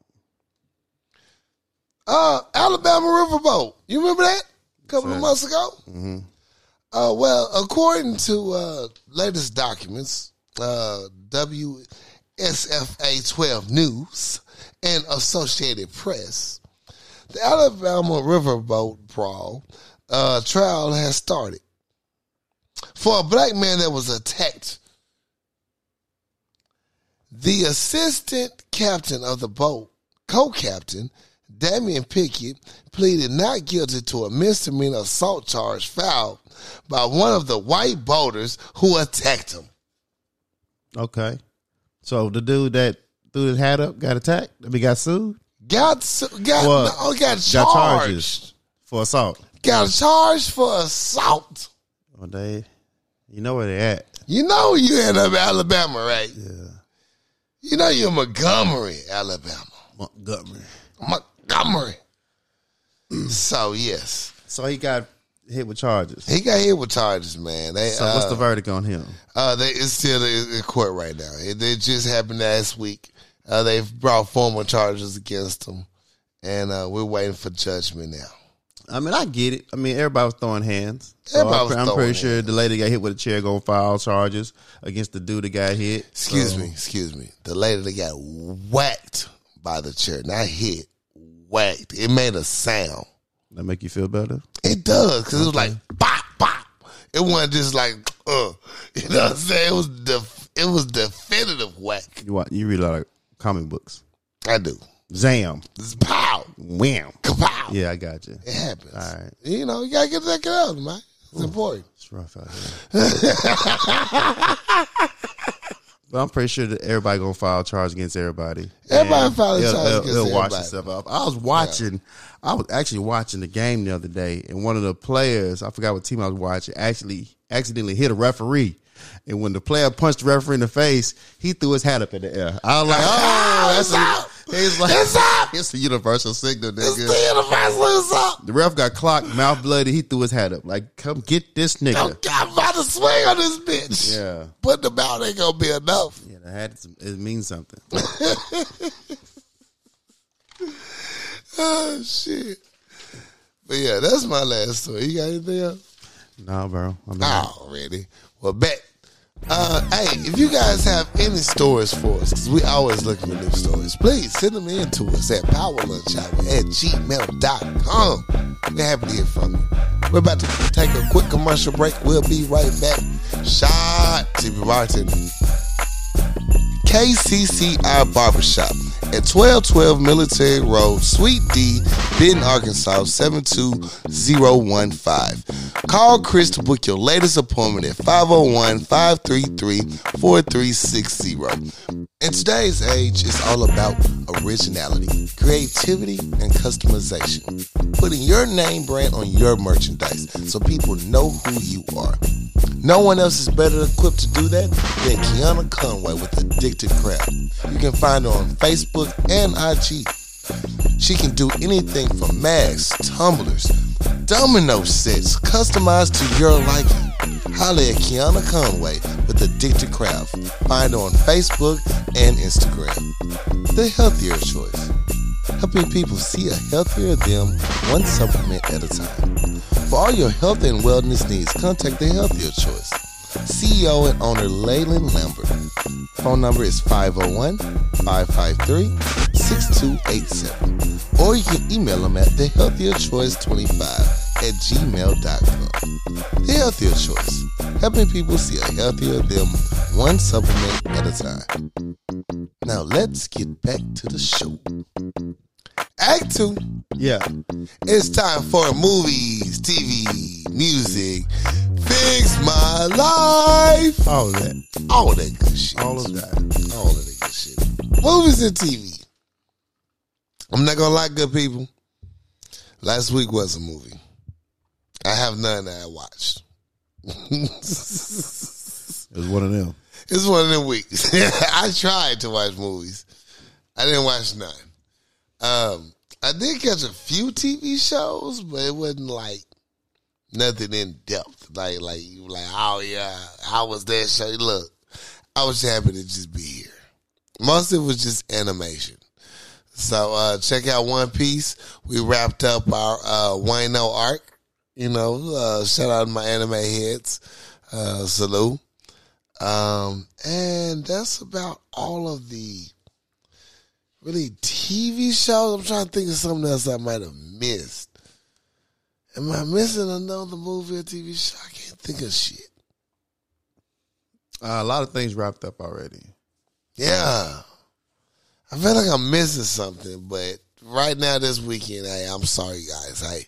Speaker 1: Uh, Alabama Riverboat. You remember that? A couple of months ago? Mm-hmm. Uh, well, according to uh, latest documents, uh, WSFA 12 News and Associated Press, the Alabama Riverboat Brawl uh, trial has started for a black man that was attacked. The assistant captain of the boat, co captain, Damian Pickett, pleaded not guilty to a misdemeanor assault charge filed by one of the white boaters who attacked him.
Speaker 2: Okay. So the dude that threw his hat up got attacked. I mean, got sued.
Speaker 1: Got s- got
Speaker 2: Well,
Speaker 1: no, got charged.
Speaker 2: Got
Speaker 1: Got,
Speaker 2: charges for assault.
Speaker 1: charged for assault.
Speaker 2: Oh, they, you know where they at?
Speaker 1: You know you end up in Alabama, right?
Speaker 2: Yeah,
Speaker 1: You know you're Montgomery, Alabama.
Speaker 2: Montgomery.
Speaker 1: Montgomery. so yes.
Speaker 2: So he got hit with charges.
Speaker 1: He got hit with charges, man. They,
Speaker 2: So what's
Speaker 1: uh,
Speaker 2: the verdict on him?
Speaker 1: Uh, they it's still in in court right now. It, it just happened last week. Uh, they've brought formal charges against him, and uh, we're waiting for judgment now.
Speaker 2: I mean, I get it. I mean, everybody was throwing hands. So
Speaker 1: Everybody
Speaker 2: I'm,
Speaker 1: was
Speaker 2: I'm
Speaker 1: throwing
Speaker 2: pretty sure the lady got hit with a chair, going to file charges against the dude that got hit.
Speaker 1: Excuse me, excuse me. The lady that got whacked by the chair, not hit, whacked. It made a sound.
Speaker 2: That make you feel better?
Speaker 1: It does because it was like bop bop. It wasn't just like uh, you know what I'm saying. It was def- it was definitive whack.
Speaker 2: You watch, you read a lot of comic books.
Speaker 1: I do.
Speaker 2: Zam,
Speaker 1: It's pow,
Speaker 2: wham.
Speaker 1: kapow.
Speaker 2: Yeah, I got you.
Speaker 1: It happens.
Speaker 2: Alright.
Speaker 1: You know, you gotta get that out, man. It's important.
Speaker 2: It's rough out here. but I'm pretty sure that everybody gonna file charge against everybody.
Speaker 1: Everybody
Speaker 2: And
Speaker 1: file a
Speaker 2: it'll-
Speaker 1: charge
Speaker 2: it'll-
Speaker 1: against
Speaker 2: it'll wash
Speaker 1: everybody.
Speaker 2: itself up. I was watching. I was actually watching the game the other day, and one of the players, I forgot what team I was watching, actually accidentally hit a referee. And when the player punched the referee in the face, he threw his hat up in the air. I was like, "Oh,
Speaker 1: it's
Speaker 2: that's
Speaker 1: up.
Speaker 2: a, it's like
Speaker 1: It's up.
Speaker 2: it's a universal signal,
Speaker 1: It's
Speaker 2: nigga."
Speaker 1: the universal is up.
Speaker 2: The ref got clocked, mouth bloody. He threw his hat up. Like, come get this
Speaker 1: I'm,
Speaker 2: nigga.
Speaker 1: I'm about to swing on this bitch.
Speaker 2: Yeah.
Speaker 1: Putting them out ain't gonna be enough.
Speaker 2: Yeah, the hat is- it means something.
Speaker 1: Oh shit. But yeah, that's my last story. You got anything else?
Speaker 2: nah, bro. I mean,
Speaker 1: Ah. Already. Oh, Well bet. Uh, hey, if you guys have any stories for us, because we always looking for new stories, please send them in to us at powerlunchhour at gmail.com. We're happy to hear from you. We're about to take a quick commercial break. We'll be right back. Shot TV Martin. KCCI Barbershop at 1212 Military Road, Suite D, Benton, Arkansas 72015. Call Chris to book your latest appointment at 501 533 4360. In today's age, it's all about originality, creativity, and customization. Putting your name brand on your merchandise so people know who you are. No one else is better equipped to do that than Kiana Conway with Addicted Craft. You can find her on Facebook and IG. She can do anything from masks, tumblers, domino sets, customized to your liking. Holla at Kiana Conway with Addicted Craft. Find her on Facebook and Instagram. The healthier choice helping people see a healthier them one supplement at a time. For all your health and wellness needs, contact the Healthier Choice. CEO and owner Leyland Lambert. Phone number is 501 553 6287. Or you can email them at thehealthierchoice25 at gmail.com. The Healthier Choice, helping people see a healthier them one supplement at a time. Now let's get back to the show. Act two.
Speaker 2: Yeah.
Speaker 1: It's time for movies, TV, music, fix my life,
Speaker 2: All of that.
Speaker 1: all that good shit.
Speaker 2: All of that.
Speaker 1: All of that good shit. Movies and TV. I'm not gonna lie, good people. Last week was a movie. I have none that I watched.
Speaker 2: It was one of them.
Speaker 1: It's one of them weeks. I tried to watch movies. I didn't watch none. Um, I did catch a few TV shows, but it wasn't like nothing in depth. Like like you were like, oh yeah, how was that show? Look, I was happy to just be here. Most of it was just animation. So uh, check out One Piece. We wrapped up our uh, Wino arc. You know, uh, shout out to my anime heads. Uh, salute. Um, and that's about all of the really TV shows. I'm trying to think of something else I might have missed. Am I missing another movie or TV show? I can't think of shit.
Speaker 2: Uh, a lot of things wrapped up already.
Speaker 1: Yeah. I feel like I'm missing something, but right now this weekend, hey, I'm sorry guys. Hey,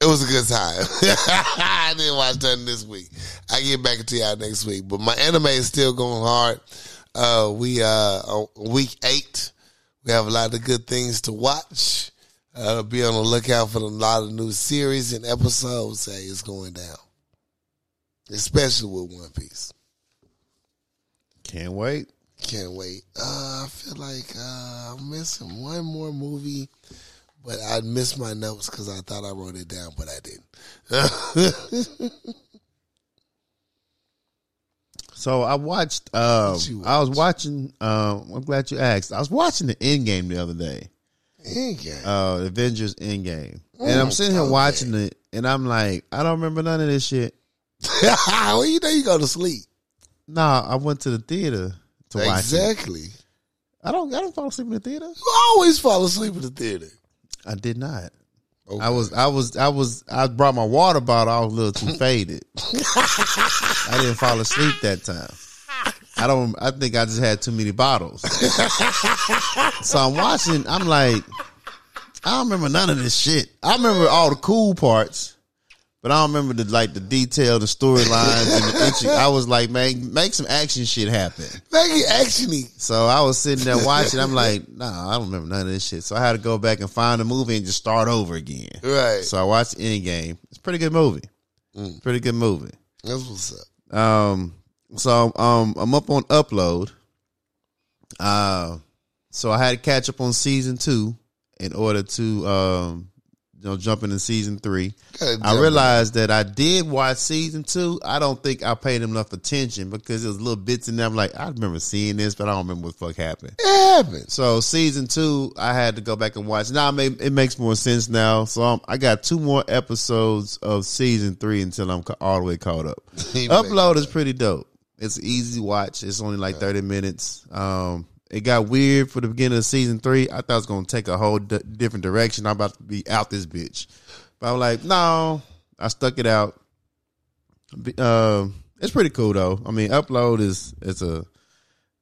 Speaker 1: it was a good time. I didn't watch nothing this week. I get back to y'all next week. But my anime is still going hard. Uh we uh on week eight. We have a lot of good things to watch. Uh be on the lookout for a lot of new series and episodes. Hey, it's going down. Especially with One Piece.
Speaker 2: Can't wait.
Speaker 1: Can't wait. Uh, I feel like uh, I'm missing one more movie, but I missed my notes because I thought I wrote it down, but I didn't.
Speaker 2: So I watched. Um,
Speaker 1: you
Speaker 2: I was watching. Um, I'm glad you asked. I was watching the Endgame the other day.
Speaker 1: Endgame.
Speaker 2: Uh, Avengers Endgame, and I'm
Speaker 1: Mm,
Speaker 2: sitting here
Speaker 1: okay.
Speaker 2: watching it, and I'm like, I don't remember none of this shit. Uh,
Speaker 1: well, you know you go to sleep.
Speaker 2: Nah, I went to the theater to watch it.
Speaker 1: Exactly.
Speaker 2: I don't. I don't fall asleep in the theater.
Speaker 1: You always fall asleep in the theater.
Speaker 2: I did not.
Speaker 1: Okay.
Speaker 2: I was. I was. I was. I brought my water bottle. I was a little too faded. I didn't fall asleep that time. I don't. I think I just had too many bottles. so I'm watching. I'm like, I don't remember none of this shit. I remember all the cool parts, but I don't remember the like the detail, the storylines, and the intrigue. I was like, man, make some action shit happen.
Speaker 1: Make it actiony.
Speaker 2: So I was sitting there watching. I'm like, nah, I don't remember none of this shit. So I had to go back and find the movie and just start over again.
Speaker 1: Right.
Speaker 2: So I watched Endgame. It's a pretty good movie.
Speaker 1: Mm.
Speaker 2: Pretty good movie.
Speaker 1: That's what's up.
Speaker 2: Um, so um, I'm up on upload. Uh, so I had to catch up on season two in order to um, you know, jump into season three.
Speaker 1: Gotta
Speaker 2: I
Speaker 1: jump
Speaker 2: realized that I did watch season two. I don't think I paid enough attention because it was little bits in there. I'm like, I remember seeing this, but I don't remember what the fuck happened.
Speaker 1: in. It happens.
Speaker 2: So season two, I had to go back and watch. Now it ma- it makes more sense now. So I'm, I got two more episodes of season three until I'm ca- all the way caught up.
Speaker 1: He
Speaker 2: Upload is pretty dope. It's an easy watch. It's only like thirty minutes. Um, it got weird for the beginning of season three. I thought it was gonna take a whole d- different direction. I'm about to be out this bitch, but I'm like, no. I stuck it out. Be- Um, it's pretty cool though. I mean, upload is it's a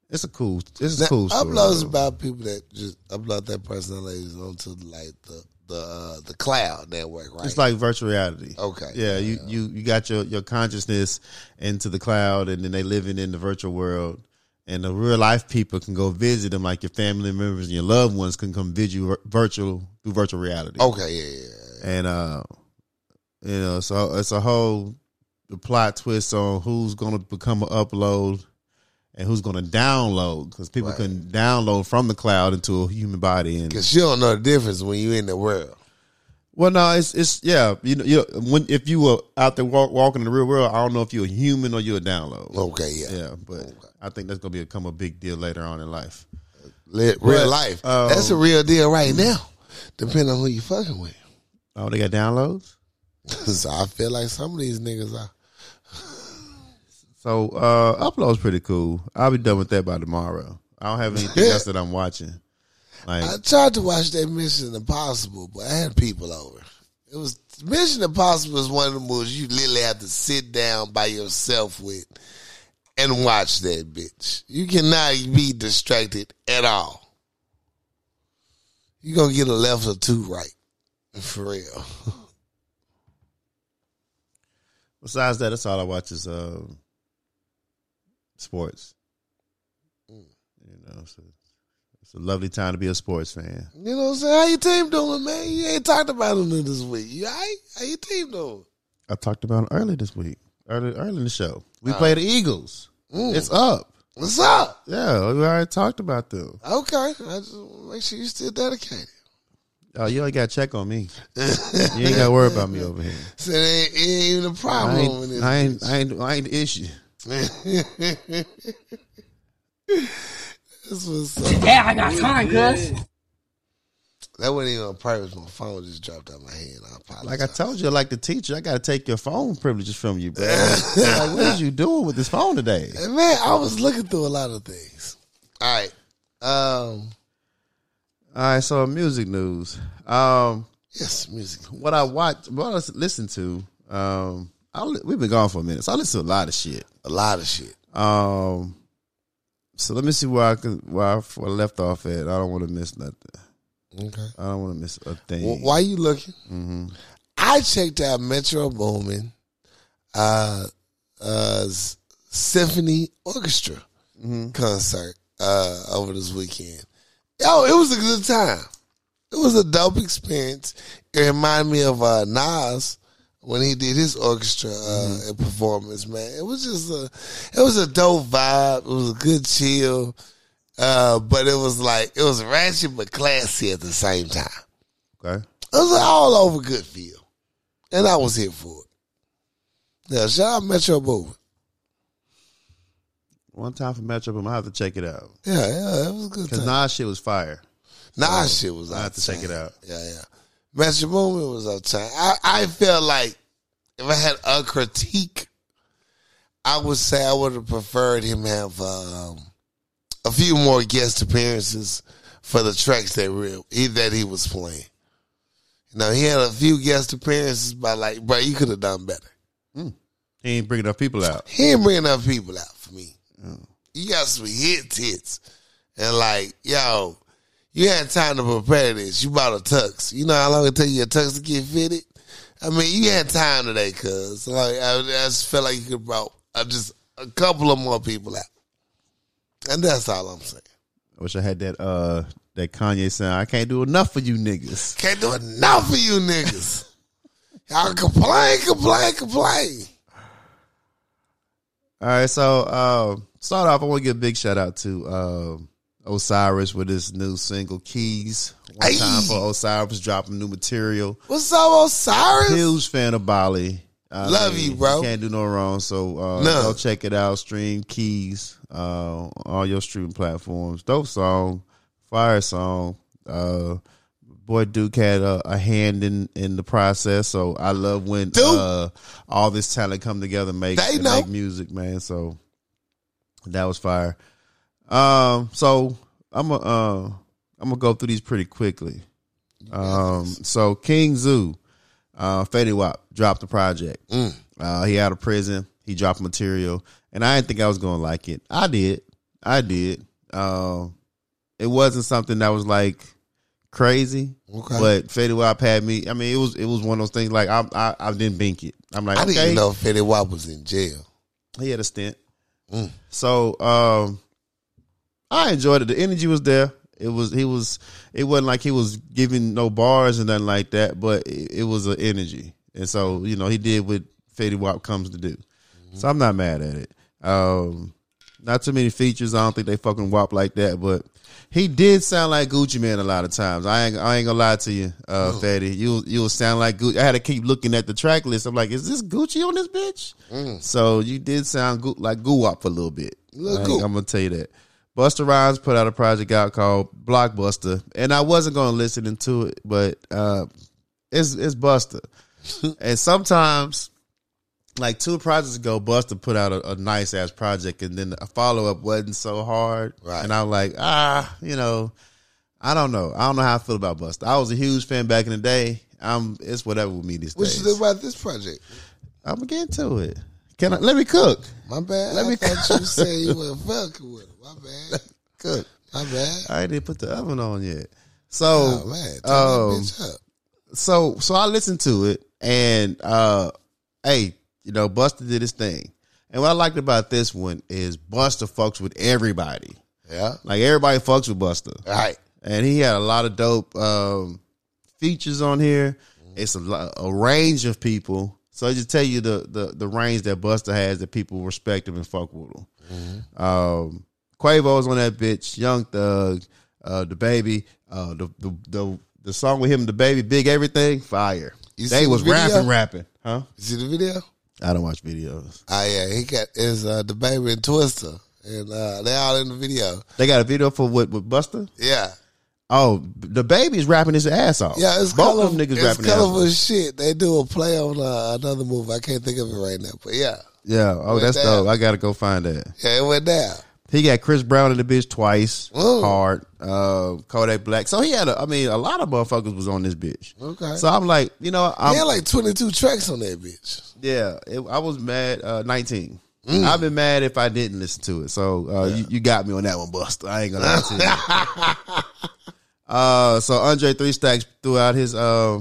Speaker 2: it's a cool it's a
Speaker 1: Now,
Speaker 2: cool story,
Speaker 1: uploads
Speaker 2: though.
Speaker 1: about people that just upload their personalities onto like the the uh, the cloud network, right?
Speaker 2: It's like virtual reality.
Speaker 1: okay.
Speaker 2: Yeah, you, you you got your your consciousness into the cloud, and then they living in the virtual world, and the real life people can go visit them, like your family members and your loved ones can come visit you vir- virtual through virtual reality.
Speaker 1: Okay. Yeah. yeah, yeah.
Speaker 2: and uh, you know, so it's a whole plot twist on who's gonna become an upload. And who's going to download? Because people
Speaker 1: Right.
Speaker 2: can download from the cloud into a human body, and
Speaker 1: Cause you don't know the difference when you in the world.
Speaker 2: Well, no, it's it's yeah. You know, you know, when if you were out there walk, walking in the real world, I don't know if you're a human or you're a download.
Speaker 1: Okay, yeah.
Speaker 2: Yeah, but I think that's gonna become a big deal later on in life.
Speaker 1: Li- real
Speaker 2: But,
Speaker 1: life.
Speaker 2: um,
Speaker 1: That's a real deal right now. Depending on who you fucking with.
Speaker 2: Oh, they got downloads.
Speaker 1: so I feel like some of these niggas are
Speaker 2: So uh upload's pretty cool. I'll be done with that by tomorrow. I don't have anything else that I'm watching. Like
Speaker 1: I tried to watch that Mission Impossible, but I had people over. It was Mission Impossible is one of the movies you literally have to sit down by yourself with and watch that bitch. You cannot be distracted at all. You're going to get a left or two right. For real.
Speaker 2: Besides that, that's all I watch is uh, sports.
Speaker 1: Mm.
Speaker 2: You know, so it's a lovely time to be a sports fan.
Speaker 1: You know what I'm saying? How your team doing, man? You ain't talked about them this week. You all right? How your team doing?
Speaker 2: I talked about it earlier this week, early, early in the show. We play the Eagles. It's up.
Speaker 1: Mm. What's up?
Speaker 2: Yeah, we already talked about them.
Speaker 1: Okay. I just wanna make sure you still dedicated.
Speaker 2: Oh, you ain't got to check on me. you ain't got to worry about me over here.
Speaker 1: So it ain't, it ain't even a
Speaker 2: I
Speaker 1: problem
Speaker 2: ain't,
Speaker 1: with this.
Speaker 2: I ain't, I ain't, I ain't the issue.
Speaker 1: This was uh,
Speaker 3: Yeah, I got time, cuz.
Speaker 1: that wasn't even on purpose. My phone just dropped out of my hand. I apologize.
Speaker 2: Like I told you, like the teacher, I got to take your phone privileges from you, bro. like, what is you doing with this phone today?
Speaker 1: And man, I was looking through a lot of things. All right. Um.
Speaker 2: All right, so music news. Um,
Speaker 1: Yes, music.
Speaker 2: what I watch, what I listen to. Um, I, li- we've been gone for a minute, so I listen to a lot of shit.
Speaker 1: A lot of shit.
Speaker 2: Um, so let me see where I can where I, where I left off at. I don't want to miss nothing.
Speaker 1: Okay.
Speaker 2: I don't want to miss a thing.
Speaker 1: Well, why you looking? I checked out Metro Boomin, uh, uh, s- symphony orchestra concert uh, over this weekend. Yo, it was a good time. It was a dope experience. It reminded me of uh, Nas when he did his orchestra uh, performance. Man, it was just a, it was a dope vibe. It was a good chill, uh, but it was like it was ratchet but classy at the same time.
Speaker 2: Okay.
Speaker 1: It was an all over good feel. And I was here for it. Yeah, shout out Metro Boomin.
Speaker 2: One time for matchup, I'm gonna have to check it out
Speaker 1: Yeah, yeah, it was a good
Speaker 2: because
Speaker 1: time.
Speaker 2: Nas shit was fire.
Speaker 1: Nah, shit was
Speaker 2: I have to check
Speaker 1: outside.
Speaker 2: it out.
Speaker 1: Yeah, yeah. Metro Boomin was outside. I, I felt like if I had a critique, I would say I would have preferred him have um, a few more guest appearances for the tracks that real he, that he was playing. Now he had a few guest appearances, but like, bro, you could have done better.
Speaker 2: He ain't bringing enough people out.
Speaker 1: He ain't bringing enough people out for me. You got some hits, hits, and like yo, you had time to prepare this. You bought a tux. You know how long it take you a tux to get fitted? I mean, you had time today, cuz like I, I just felt like you could brought uh, just a couple of more people out, and that's all I'm saying.
Speaker 2: I wish I had that uh that Kanye sound. I can't do enough for you niggas.
Speaker 1: Can't do enough for you niggas. Y'all complain, complain, complain.
Speaker 2: All right, so uh, start off. I want to give a big shout out to uh, Osiris with his new single "Keys." One
Speaker 1: Hey.
Speaker 2: time for Osiris dropping new material.
Speaker 1: What's up, Osiris?
Speaker 2: Huge fan of Bali. I
Speaker 1: Love you, bro.
Speaker 2: Can't do no wrong. So uh,
Speaker 1: No.
Speaker 2: go check it out. Stream keys, uh, all your streaming platforms. Dope song, fire song. Uh, boy Duke had a, a hand in in the process. So I love when
Speaker 1: Duke.
Speaker 2: uh, all this talent come together, and make
Speaker 1: They
Speaker 2: and
Speaker 1: know.
Speaker 2: make music, man. So that was fire. Um, so I'm a, uh, I'm gonna go through these pretty quickly. Um, so King Zoo, uh, Fetty Wap dropped the project.
Speaker 1: Mm.
Speaker 2: Uh, he out of prison. He dropped material, and I didn't think I was gonna like it. I did. I did. Um, it wasn't something that was like crazy,
Speaker 1: Okay.
Speaker 2: but Fetty Wap had me. I mean, it was it was one of those things like I I, I didn't bink it. I'm like
Speaker 1: I didn't
Speaker 2: okay,
Speaker 1: even know Fetty Wap was in jail.
Speaker 2: he had a stint. So um I enjoyed it. The energy was there. It was he was it wasn't like he was giving no bars and nothing like that, but it, it was an energy. And so, you know, he did what Fetty Wap comes to do. So I'm not mad at it. Um not too many features. I don't think they fucking wop like that, but he did sound like Gucci Man a lot of times. I ain't, I ain't gonna lie to you, uh, Fatty. You you'll sound like Gucci. I had to keep looking at the track list. I'm like, is this Gucci on this bitch? So you did sound goo- like Goo Wop for a little bit.
Speaker 1: Mm. Little
Speaker 2: I
Speaker 1: Goo.
Speaker 2: I'm gonna tell you that. Buster Rhymes put out a project out called Blockbuster, and I wasn't gonna listen into it, but uh, it's it's Buster, and sometimes like two projects ago, Buster put out a, a nice ass project, and then a follow up wasn't so hard.
Speaker 1: Right.
Speaker 2: And I'm like, ah, you know, I don't know. I don't know how I feel about Buster. I was a huge fan back in the day. I'm it's whatever with me these
Speaker 1: What you
Speaker 2: days.
Speaker 1: think about this project?
Speaker 2: I'm gonna get into it Can I let me cook?
Speaker 1: My bad. Let me thought you said you were fucking with him. My bad.
Speaker 2: Cook.
Speaker 1: My bad.
Speaker 2: I didn't put the oven on yet. So
Speaker 1: Oh man, turn
Speaker 2: um,
Speaker 1: that bitch up.
Speaker 2: so so I listened to it and uh hey, you know, Buster did his thing. And what I liked about this one is Buster fucks with everybody.
Speaker 1: Yeah.
Speaker 2: Like everybody fucks with Buster.
Speaker 1: All right.
Speaker 2: And he had a lot of dope um features on here. It's a, lo- a range of people. So I just tell you the, the the range that Buster has that people respect him and fuck with him. Um, Quavo's on that bitch. Young Thug, uh, the baby, uh, the, the the the song with him, the baby, big everything, fire.
Speaker 1: You see
Speaker 2: they
Speaker 1: the
Speaker 2: was
Speaker 1: video?
Speaker 2: rapping, rapping, huh?
Speaker 1: You see the video?
Speaker 2: I don't watch videos.
Speaker 1: Ah, yeah. He got his uh, the baby and Twister, and uh, they all in the video.
Speaker 2: They got a video for what with Buster.
Speaker 1: Yeah.
Speaker 2: Oh, the baby's rapping his ass off.
Speaker 1: Yeah, it's
Speaker 2: both
Speaker 1: colorful.
Speaker 2: of them niggas
Speaker 1: it's
Speaker 2: rapping. their ass off.
Speaker 1: colorful as shit. They do a play on uh, another movie. I can't think of it right now, but yeah,
Speaker 2: Yeah. Oh,
Speaker 1: Went
Speaker 2: that's
Speaker 1: down.
Speaker 2: dope. I gotta go find that.
Speaker 1: yeah, it went down.
Speaker 2: He got Chris Brown in the bitch twice.
Speaker 1: Ooh.
Speaker 2: Hard. Uh, Kodak Black. So he had a. I mean, a lot of motherfuckers was on this bitch.
Speaker 1: Okay.
Speaker 2: So I'm like, you know, I'm,
Speaker 1: they had like twenty two tracks on that bitch.
Speaker 2: yeah, it, I was mad. Uh, Nineteen. I've been mad if I didn't listen to it. So uh, you, you got me on that one, Buster. I ain't gonna lie to you. uh, so Andre Three Stacks threw out his uh,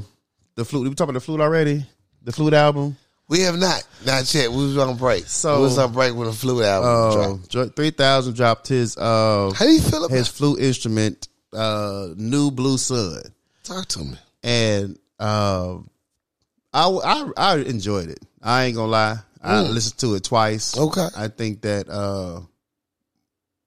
Speaker 2: the flute. We talking about the flute already. The flute album.
Speaker 1: We have not, not yet. We was on break.
Speaker 2: So-
Speaker 1: So um, we was on break when the fluid album
Speaker 2: Uh,
Speaker 1: dropped.
Speaker 2: Three Thousand dropped his uh,
Speaker 1: How do you feel about?
Speaker 2: his flute instrument, uh, New Blue Sun.
Speaker 1: Talk to me.
Speaker 2: and um, I, I I enjoyed it. I ain't gonna lie. I listened to it twice.
Speaker 1: Okay.
Speaker 2: I think that uh,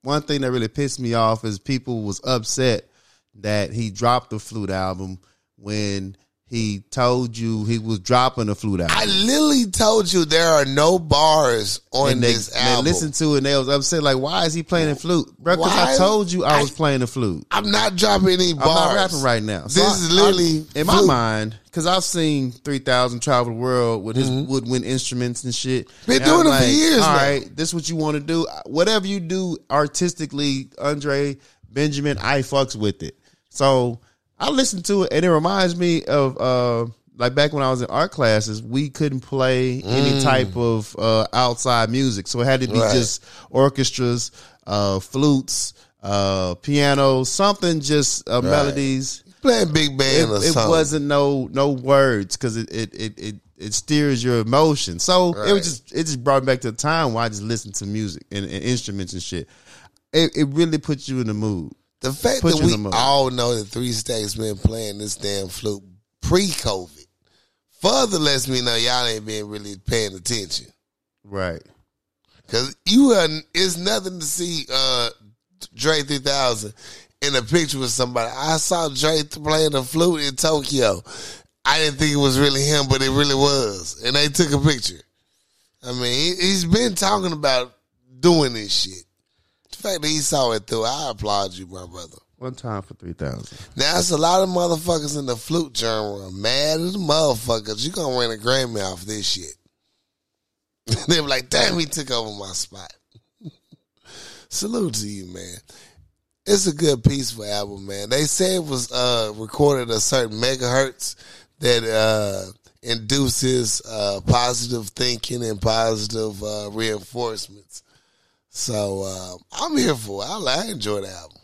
Speaker 2: one thing that really pissed me off is people was upset that he dropped the flute album when he told you he was dropping the flute album.
Speaker 1: I literally told you there are no bars on
Speaker 2: and they,
Speaker 1: this
Speaker 2: they
Speaker 1: album.
Speaker 2: listened to it and they was upset like, why is he playing the flute? Bro, because I
Speaker 1: Why-
Speaker 2: told you I was playing the flute.
Speaker 1: I'm not dropping any
Speaker 2: I'm
Speaker 1: bars.
Speaker 2: not rapping right now.
Speaker 1: This is literally
Speaker 2: in my
Speaker 1: flute.
Speaker 2: mind because I've seen three thousand travel the world with his woodwind instruments and shit.
Speaker 1: Been
Speaker 2: And
Speaker 1: Mm-hmm. doing
Speaker 2: I'm
Speaker 1: it for years
Speaker 2: All
Speaker 1: now."
Speaker 2: right, this what you want to do. Whatever you do artistically, Andre Benjamin, I fucks with it. So I listened to it, and it reminds me of uh, like back when I was in art classes, we couldn't play any type of uh, outside music, so it had to be
Speaker 1: Right.
Speaker 2: just orchestras, uh, flutes. Uh, piano, something just uh, melodies
Speaker 1: Playing big band or
Speaker 2: it, it
Speaker 1: something.
Speaker 2: wasn't no no words because it it, it it it steers your emotion. So it
Speaker 1: Right.
Speaker 2: was just it just brought me back to a time where I just listened to music and, and instruments and shit. It it really puts you in the mood.
Speaker 1: the fact
Speaker 2: put
Speaker 1: that
Speaker 2: you in
Speaker 1: we
Speaker 2: the mood.
Speaker 1: all know that Three Stacks been playing this damn flute pre-COVID further lets me know y'all ain't been really paying attention.
Speaker 2: Right.
Speaker 1: Cause you are, it's nothing to see uh, Dre 3000 in a picture with somebody. I saw Dre playing the flute in Tokyo. I didn't think it was really him, but it really was, and they took a picture. I mean, he, he's been talking about doing this shit. The fact that he saw it through, I applaud you, my brother.
Speaker 2: One time for three thousand.
Speaker 1: Now it's a lot of motherfuckers in the flute genre mad as motherfuckers. You gonna win a Grammy off this shit? they were like, "Damn, he took over my spot." Salute to you, man. It's a good peaceful album, man. They say it was uh, recorded at a certain megahertz that uh, induces uh, positive thinking and positive uh, reinforcements. So uh, I'm here for it. I, I enjoy the album.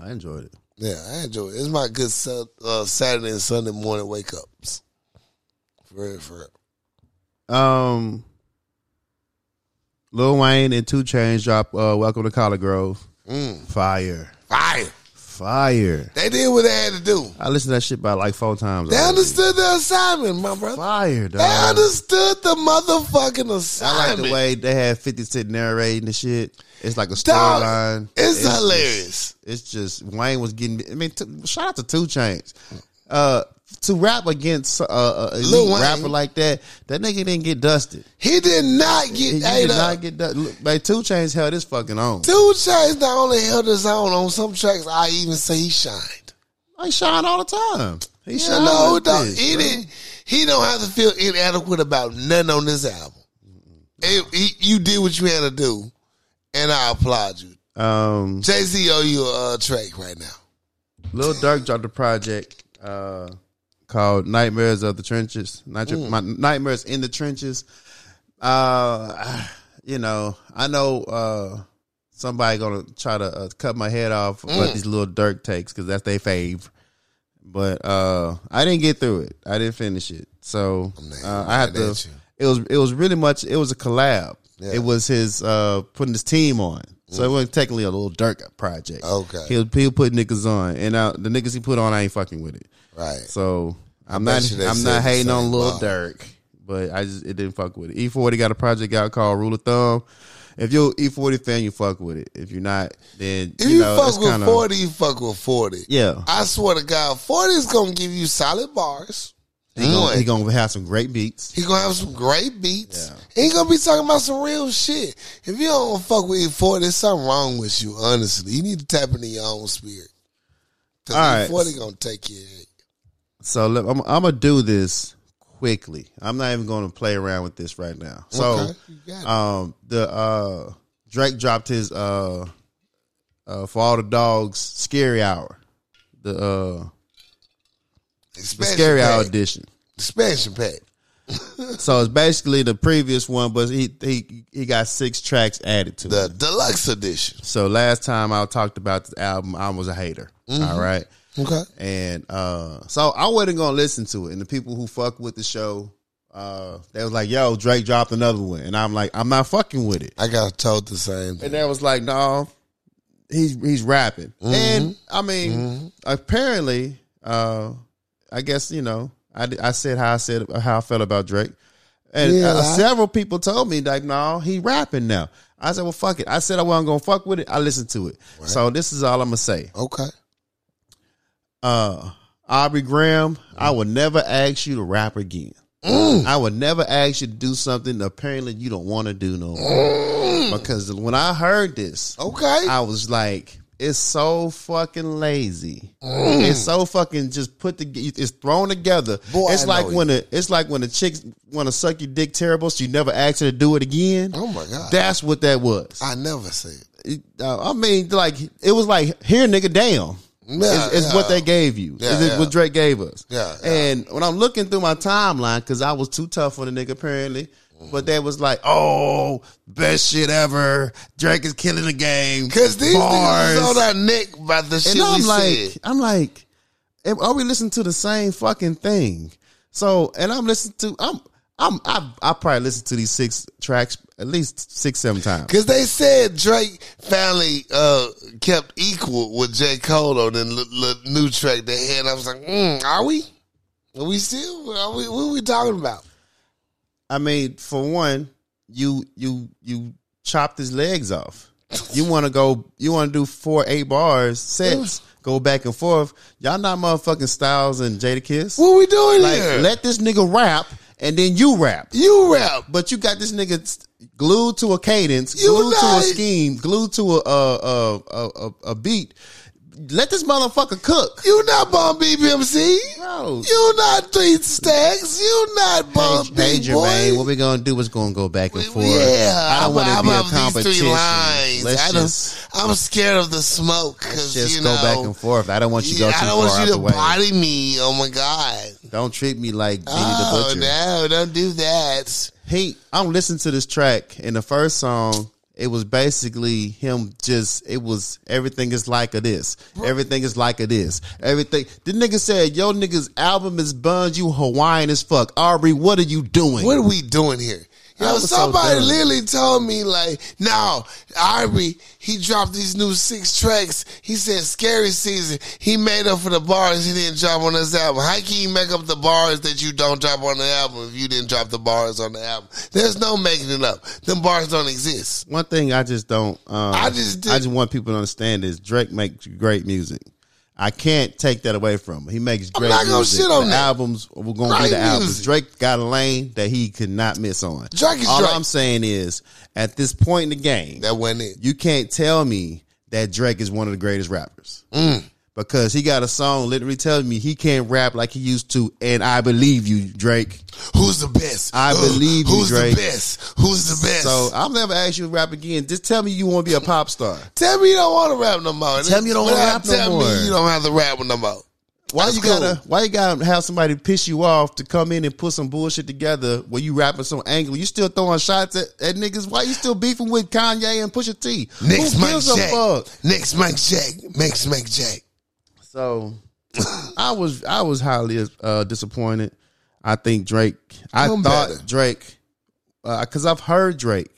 Speaker 2: I enjoyed it.
Speaker 1: Yeah, I enjoy it. It's my good Sa- uh, Saturday and Sunday morning wake ups. For real, for real.
Speaker 2: Um, Lil Wayne and Two Chainz drop uh, "Welcome to Collar Grove."
Speaker 1: Mm.
Speaker 2: Fire,
Speaker 1: Fire.
Speaker 2: fire.
Speaker 1: They did what they had to do.
Speaker 2: I listened to that shit about like four times.
Speaker 1: They
Speaker 2: already.
Speaker 1: understood the assignment, my brother.
Speaker 2: Fire, dog.
Speaker 1: They understood the motherfucking
Speaker 2: I like
Speaker 1: assignment.
Speaker 2: the way they had 50 Cent narrating the shit. It's like a
Speaker 1: Dog,
Speaker 2: storyline.
Speaker 1: it's,
Speaker 2: just-
Speaker 1: hilarious.
Speaker 2: it's just Wayne was getting. I mean, t- shout out to Two Chains. Uh, to rap against uh, a elite
Speaker 1: Lil Wayne.
Speaker 2: rapper like that, that nigga didn't get dusted.
Speaker 1: He did not
Speaker 2: He,
Speaker 1: get
Speaker 2: he
Speaker 1: ate
Speaker 2: did
Speaker 1: up.
Speaker 2: not get dusted. Look, Like Two Chains held his fucking own.
Speaker 1: Two Chains not only held his own on some tracks, I even say he shined.
Speaker 2: He shine all the time. He
Speaker 1: Yeah,
Speaker 2: shine.
Speaker 1: no,
Speaker 2: with
Speaker 1: dog,
Speaker 2: this,
Speaker 1: he
Speaker 2: bro.
Speaker 1: didn't. He don't have to feel inadequate about nothing on this album. It- he- you did what you had to do, and I applaud you.
Speaker 2: Um,
Speaker 1: Jay Z owe you a uh, track right now.
Speaker 2: Lil Durk dropped a project uh,
Speaker 1: Mm.
Speaker 2: called Nightmares of the Trenches. Nightmare, my Nightmares in the Trenches. Uh, you know, I know uh, somebody gonna try to uh, cut my head off
Speaker 1: Mm.
Speaker 2: about these little Dirk takes because that's their fave. But uh, I didn't get through it. I didn't finish it, so
Speaker 1: Oh, Man,
Speaker 2: uh, I had
Speaker 1: mad
Speaker 2: to.
Speaker 1: at you.
Speaker 2: It was it was really much. It was a collab.
Speaker 1: Yeah. Mm.
Speaker 2: It was his uh, putting his team on, so it wasn't technically a little Dirk project.
Speaker 1: Okay.
Speaker 2: he was he would put niggas on, and uh the niggas he put on, I ain't fucking with it.
Speaker 1: Right.
Speaker 2: So I'm
Speaker 1: bet
Speaker 2: not
Speaker 1: you they
Speaker 2: I'm
Speaker 1: said
Speaker 2: not
Speaker 1: the
Speaker 2: hating on
Speaker 1: same
Speaker 2: Lil
Speaker 1: bar.
Speaker 2: Durk, but I just it didn't fuck with it. E40 got a project out called Rule of Thumb. If you're an E40 fan, you fuck with it. If you're not, then
Speaker 1: If
Speaker 2: you
Speaker 1: you
Speaker 2: know
Speaker 1: fuck
Speaker 2: it's
Speaker 1: with
Speaker 2: kind of
Speaker 1: forty, you fuck with forty.
Speaker 2: yeah.
Speaker 1: I swear to God, 40 is gonna give you solid bars.
Speaker 2: He gonna,
Speaker 1: One.
Speaker 2: he gonna have some great beats.
Speaker 1: He gonna have some great beats. He gonna be talking about some real shit. If you don't fuck with E40, there's something wrong with you. Honestly, you need to tap into your own spirit. Cause
Speaker 2: All right.
Speaker 1: E40 gonna take you.
Speaker 2: So look, I'm, I'm gonna do this quickly. I'm not even gonna play around with this right now. So
Speaker 1: Okay, you got it.
Speaker 2: um the uh Drake dropped his uh uh for all the dogs scary hour. The uh the
Speaker 1: Expansion
Speaker 2: scary hour
Speaker 1: pack.
Speaker 2: edition.
Speaker 1: Expansion pack.
Speaker 2: So it's basically the previous one, but he he he got six tracks added to it.
Speaker 1: The deluxe edition.
Speaker 2: So last time I talked about this album, I was a hater. all right,
Speaker 1: Okay.
Speaker 2: and uh, so I wasn't gonna listen to it. And the people who fuck with the show, uh, they was like, "Yo, Drake dropped another one," and I'm like, "I'm not fucking with it."
Speaker 1: I got told the same thing.
Speaker 2: And they was like, "No, he's he's rapping." And I mean, apparently, uh, I guess you know, I d- I said how I said how I felt about Drake. And
Speaker 1: Yeah,
Speaker 2: uh,
Speaker 1: I-
Speaker 2: several people told me like, no, he rapping now. I said, well, fuck it. I said I wasn't gonna fuck with it. I listened to it. So this is all I'm gonna say.
Speaker 1: Okay.
Speaker 2: Uh, Aubrey Graham, I would never ask you to rap again. I would never ask you to do something that apparently you don't want to do no more. Because when I heard this,
Speaker 1: Okay.
Speaker 2: I was like, it's so fucking lazy.
Speaker 1: Mm.
Speaker 2: It's so fucking just put the it's thrown together.
Speaker 1: Boy,
Speaker 2: it's
Speaker 1: I
Speaker 2: like
Speaker 1: know
Speaker 2: when a it's like when a chick want to suck your dick terrible, so you never ask her to do it again.
Speaker 1: oh my God.
Speaker 2: That's what that was.
Speaker 1: I never said. it.
Speaker 2: It- uh, I mean, like it was like here, nigga, damn.
Speaker 1: Yeah,
Speaker 2: It's, it's
Speaker 1: yeah.
Speaker 2: what they gave you.
Speaker 1: Yeah,
Speaker 2: it's
Speaker 1: yeah.
Speaker 2: what Drake gave us.
Speaker 1: Yeah, yeah.
Speaker 2: And when I'm looking through my timeline, because I was too tough on the nigga apparently, but they was like, "Oh, best shit ever! Drake is killing the game."
Speaker 1: Cause these
Speaker 2: Bars.
Speaker 1: niggas is on our neck by the shit
Speaker 2: And I'm
Speaker 1: we
Speaker 2: like,
Speaker 1: said.
Speaker 2: I'm like, am- are we listening to the same fucking thing? So, and I'm listening to, I'm, I'm, I, I probably listened to these six tracks at least six, seven times.
Speaker 1: Cause they said Drake finally uh, kept equal with J. Cole on the l- l- new track they had. I was like, mm, are we? Are we still? Are we, what are we talking about?
Speaker 2: I mean, for one, you, you, you chopped his legs off. You want to go, you want to do four, eight bars sets, go back and forth. Y'all not motherfucking Styles and Jada Kiss.
Speaker 1: What we doing
Speaker 2: Like,
Speaker 1: here?
Speaker 2: let this nigga rap and then you rap.
Speaker 1: you rap.
Speaker 2: But you got this nigga s- glued to a cadence,
Speaker 1: You
Speaker 2: glued to a
Speaker 1: lied.
Speaker 2: scheme, glued to a a, a a a beat. Let this motherfucker cook.
Speaker 1: You not bomb BBMC.
Speaker 2: Bro,
Speaker 1: You not three stacks. You not bomb Big
Speaker 2: Major
Speaker 1: Boy.
Speaker 2: man, what we gonna do is gonna go back and forth.
Speaker 1: Yeah,
Speaker 2: I don't want
Speaker 1: I'm-
Speaker 2: to be
Speaker 1: I'm
Speaker 2: a
Speaker 1: of
Speaker 2: competition.
Speaker 1: These three lines.
Speaker 2: Let's
Speaker 1: I
Speaker 2: just,
Speaker 1: don't, I'm scared of the smoke. Cause
Speaker 2: just
Speaker 1: you
Speaker 2: go
Speaker 1: know,
Speaker 2: back and forth. I don't want you to go
Speaker 1: yeah,
Speaker 2: too
Speaker 1: I
Speaker 2: far
Speaker 1: don't want you
Speaker 2: out
Speaker 1: to
Speaker 2: the way.
Speaker 1: body me. Oh my god.
Speaker 2: Don't treat me like Benny the
Speaker 1: Oh
Speaker 2: Butcher.
Speaker 1: no! Don't do that.
Speaker 2: he I'm listening to this track and the first song it was basically him just it was everything is like a this. Everything is like a this. Everything the nigga said, Yo nigga's album is buns, you Hawaiian as fuck. Aubrey, what are you doing?
Speaker 1: What are we doing here? You
Speaker 2: I
Speaker 1: know,
Speaker 2: was so
Speaker 1: somebody
Speaker 2: done.
Speaker 1: literally told me like, "No, Ivory, he dropped these new six tracks. He said Scary Season. He made up for the bars he didn't drop on this album. How can you make up the bars that you don't drop on the album if you didn't drop the bars on the album? There's no making it up. Them bars don't exist.
Speaker 2: One thing I just don't um,
Speaker 1: I just did-
Speaker 2: I just want people to understand is Drake makes great music. I can't take that away from him. He makes great
Speaker 1: not gonna
Speaker 2: music.
Speaker 1: shit on
Speaker 2: the
Speaker 1: that.
Speaker 2: albums were going to be
Speaker 1: Great
Speaker 2: the albums.
Speaker 1: music.
Speaker 2: Drake got a lane that he could not miss on.
Speaker 1: Drake is
Speaker 2: All
Speaker 1: Drake.
Speaker 2: I'm saying is, at this point in the game,
Speaker 1: That wasn't it.
Speaker 2: you can't tell me that Drake is one of the greatest rappers
Speaker 1: Mm.
Speaker 2: because he got a song literally telling me he can't rap like he used to, and I believe you, Drake.
Speaker 1: Who's the best?
Speaker 2: I
Speaker 1: Ugh,
Speaker 2: believe you,
Speaker 1: Who's
Speaker 2: Drake.
Speaker 1: the best? Who's the best?
Speaker 2: So I'll never ask you to rap again. Just tell me you want to be a pop star.
Speaker 1: Tell me you don't want to rap no more.
Speaker 2: Tell me you don't
Speaker 1: When
Speaker 2: wanna
Speaker 1: I
Speaker 2: rap no
Speaker 1: Tell
Speaker 2: more.
Speaker 1: me you don't have to rap no more. Why
Speaker 2: you
Speaker 1: you
Speaker 2: gotta
Speaker 1: gotta?
Speaker 2: why you gotta have somebody piss you off to come in and put some bullshit together where you rapping some angle? You still throwing shots at, at niggas? Why you still beefing with Kanye and Pusha T?
Speaker 1: Next
Speaker 2: Who
Speaker 1: Mike
Speaker 2: gives a
Speaker 1: Jack.
Speaker 2: fuck?
Speaker 1: Next Mike Jack. Next Mike Jack.
Speaker 2: So I was I was highly uh, disappointed. I think Drake. I
Speaker 1: Come
Speaker 2: thought
Speaker 1: better. Mm-hmm.
Speaker 2: Drake because I've heard Drake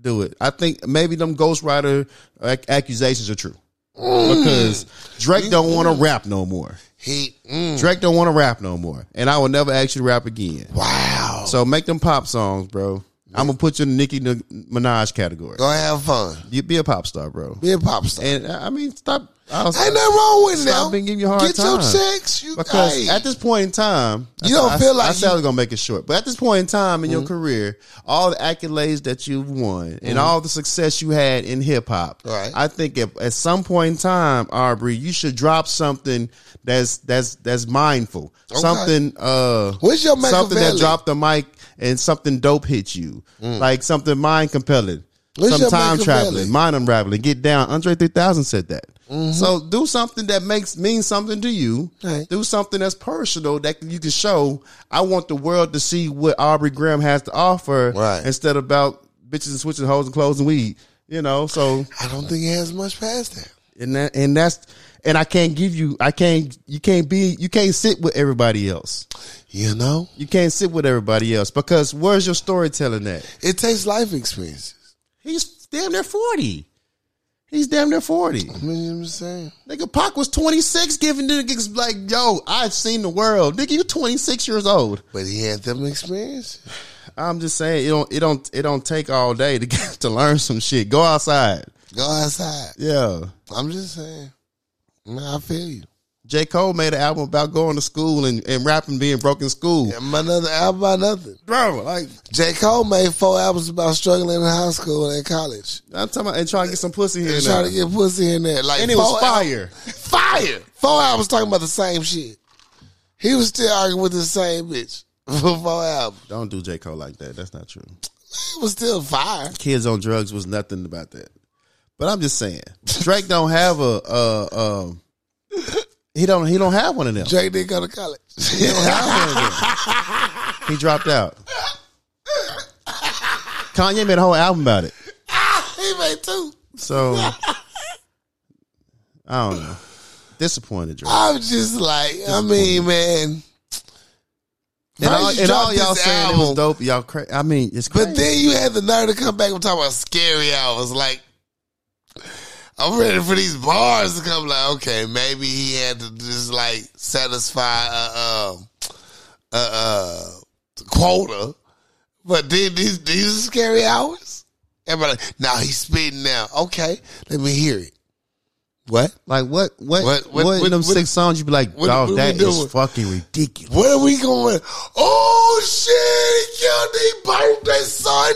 Speaker 2: do it. I think maybe them ghostwriter ac- accusations are true because Drake don't want to
Speaker 1: Mm-hmm.
Speaker 2: rap no more.
Speaker 1: Mm. He. Mm,
Speaker 2: Drake don't want to rap no more, and I will never ask you to rap again.
Speaker 1: wow.
Speaker 2: So make them pop songs, bro. I'm gonna put you in the Nicki Ni- Minaj category.
Speaker 1: Go have fun.
Speaker 2: You be a pop star, bro.
Speaker 1: Be a pop star.
Speaker 2: And I I mean, stop. I was,
Speaker 1: Ain't nothing wrong with it
Speaker 2: Stop
Speaker 1: now.
Speaker 2: being giving you a hard
Speaker 1: Get your
Speaker 2: time.
Speaker 1: checks. You
Speaker 2: because
Speaker 1: hey.
Speaker 2: at this point in time,
Speaker 1: You don't
Speaker 2: I,
Speaker 1: feel like
Speaker 2: I, said I
Speaker 1: you- Mm-hmm.
Speaker 2: was gonna make it short, but at this point in time in your career, all the accolades that you've won and all the success you had in hip hop,
Speaker 1: Right.
Speaker 2: I think if, at some point in time, Aubrey, you should drop something that's that's that's mindful, something uh,
Speaker 1: Where's your
Speaker 2: something that
Speaker 1: Machiavelli?
Speaker 2: dropped the mic and something dope hit you, like something mind compelling.
Speaker 1: Mm. Where's
Speaker 2: some
Speaker 1: your
Speaker 2: time
Speaker 1: Machiavelli?
Speaker 2: traveling, mind unraveling, get down. Andre 3000 said that. So do something that makes means something to you.
Speaker 1: Mm-hmm. Right.
Speaker 2: Do something that's personal that you can show. I want the world to see what Aubrey Graham has to offer
Speaker 1: Right.
Speaker 2: instead about bitches and switching hoes and clothes and weed. You know, so
Speaker 1: I don't think he has much past that.
Speaker 2: and that and that's and I can't give you I can't you can't be you can't sit with everybody else.
Speaker 1: You know,
Speaker 2: You can't sit with everybody else because where's your storytelling at?
Speaker 1: it takes life experiences.
Speaker 2: He's damn near forty. He's damn near forty.
Speaker 1: I mean, you know what I'm saying.
Speaker 2: Nigga, Pac was 26 giving niggas like, yo, I've seen the world. Nigga, you 26 years old.
Speaker 1: But he had them experiences.
Speaker 2: I'm just saying, it don't, it don't, it don't take all day to get, to learn some shit. Go outside.
Speaker 1: Go outside.
Speaker 2: Yeah.
Speaker 1: I'm just saying. Man, I feel you.
Speaker 2: J. Cole made an album about going to school and, and rapping being broke in school.
Speaker 1: And my another album about nothing.
Speaker 2: Bro, like,
Speaker 1: J. Cole made four albums about struggling in high school and in college.
Speaker 2: I'm talking about, and trying to get some pussy here
Speaker 1: And
Speaker 2: now.
Speaker 1: trying to get pussy in there. Like
Speaker 2: and it was
Speaker 1: four al-
Speaker 2: fire.
Speaker 1: fire. Four albums talking about the same shit. He was still arguing with the same bitch for four albums.
Speaker 2: Don't do J. Cole like that. That's not true.
Speaker 1: It was still fire.
Speaker 2: Kids on drugs was nothing about that. But I'm just saying, Drake don't have a, uh, um, he don't, he don't have one of them.
Speaker 1: Drake didn't go to college.
Speaker 2: He dropped out. Kanye made a whole album about it.
Speaker 1: he made two.
Speaker 2: So I don't know. Disappointed, Drake.
Speaker 1: I'm just like, I mean, man.
Speaker 2: And all,
Speaker 1: First you
Speaker 2: and all
Speaker 1: dropped
Speaker 2: y'all
Speaker 1: this
Speaker 2: saying it was
Speaker 1: album,
Speaker 2: dope. Y'all cra I mean, it's crazy.
Speaker 1: But then you had the nerve to come back and talk about scary hours. Like, I'm ready for these bars to come. Like, okay, maybe he had to just like satisfy a um a, uh quota, but then these these are scary hours. Everybody, like, now he's spitting now. Okay, let me hear it. What?
Speaker 2: like what? What? What?
Speaker 1: What- what-
Speaker 2: in them
Speaker 1: what-
Speaker 2: six songs? You be like,
Speaker 1: what-
Speaker 2: dog,
Speaker 1: what
Speaker 2: that
Speaker 1: we
Speaker 2: is
Speaker 1: doing?"
Speaker 2: fucking ridiculous.
Speaker 1: Where are we going? Oh shit! He killed. He burned that son.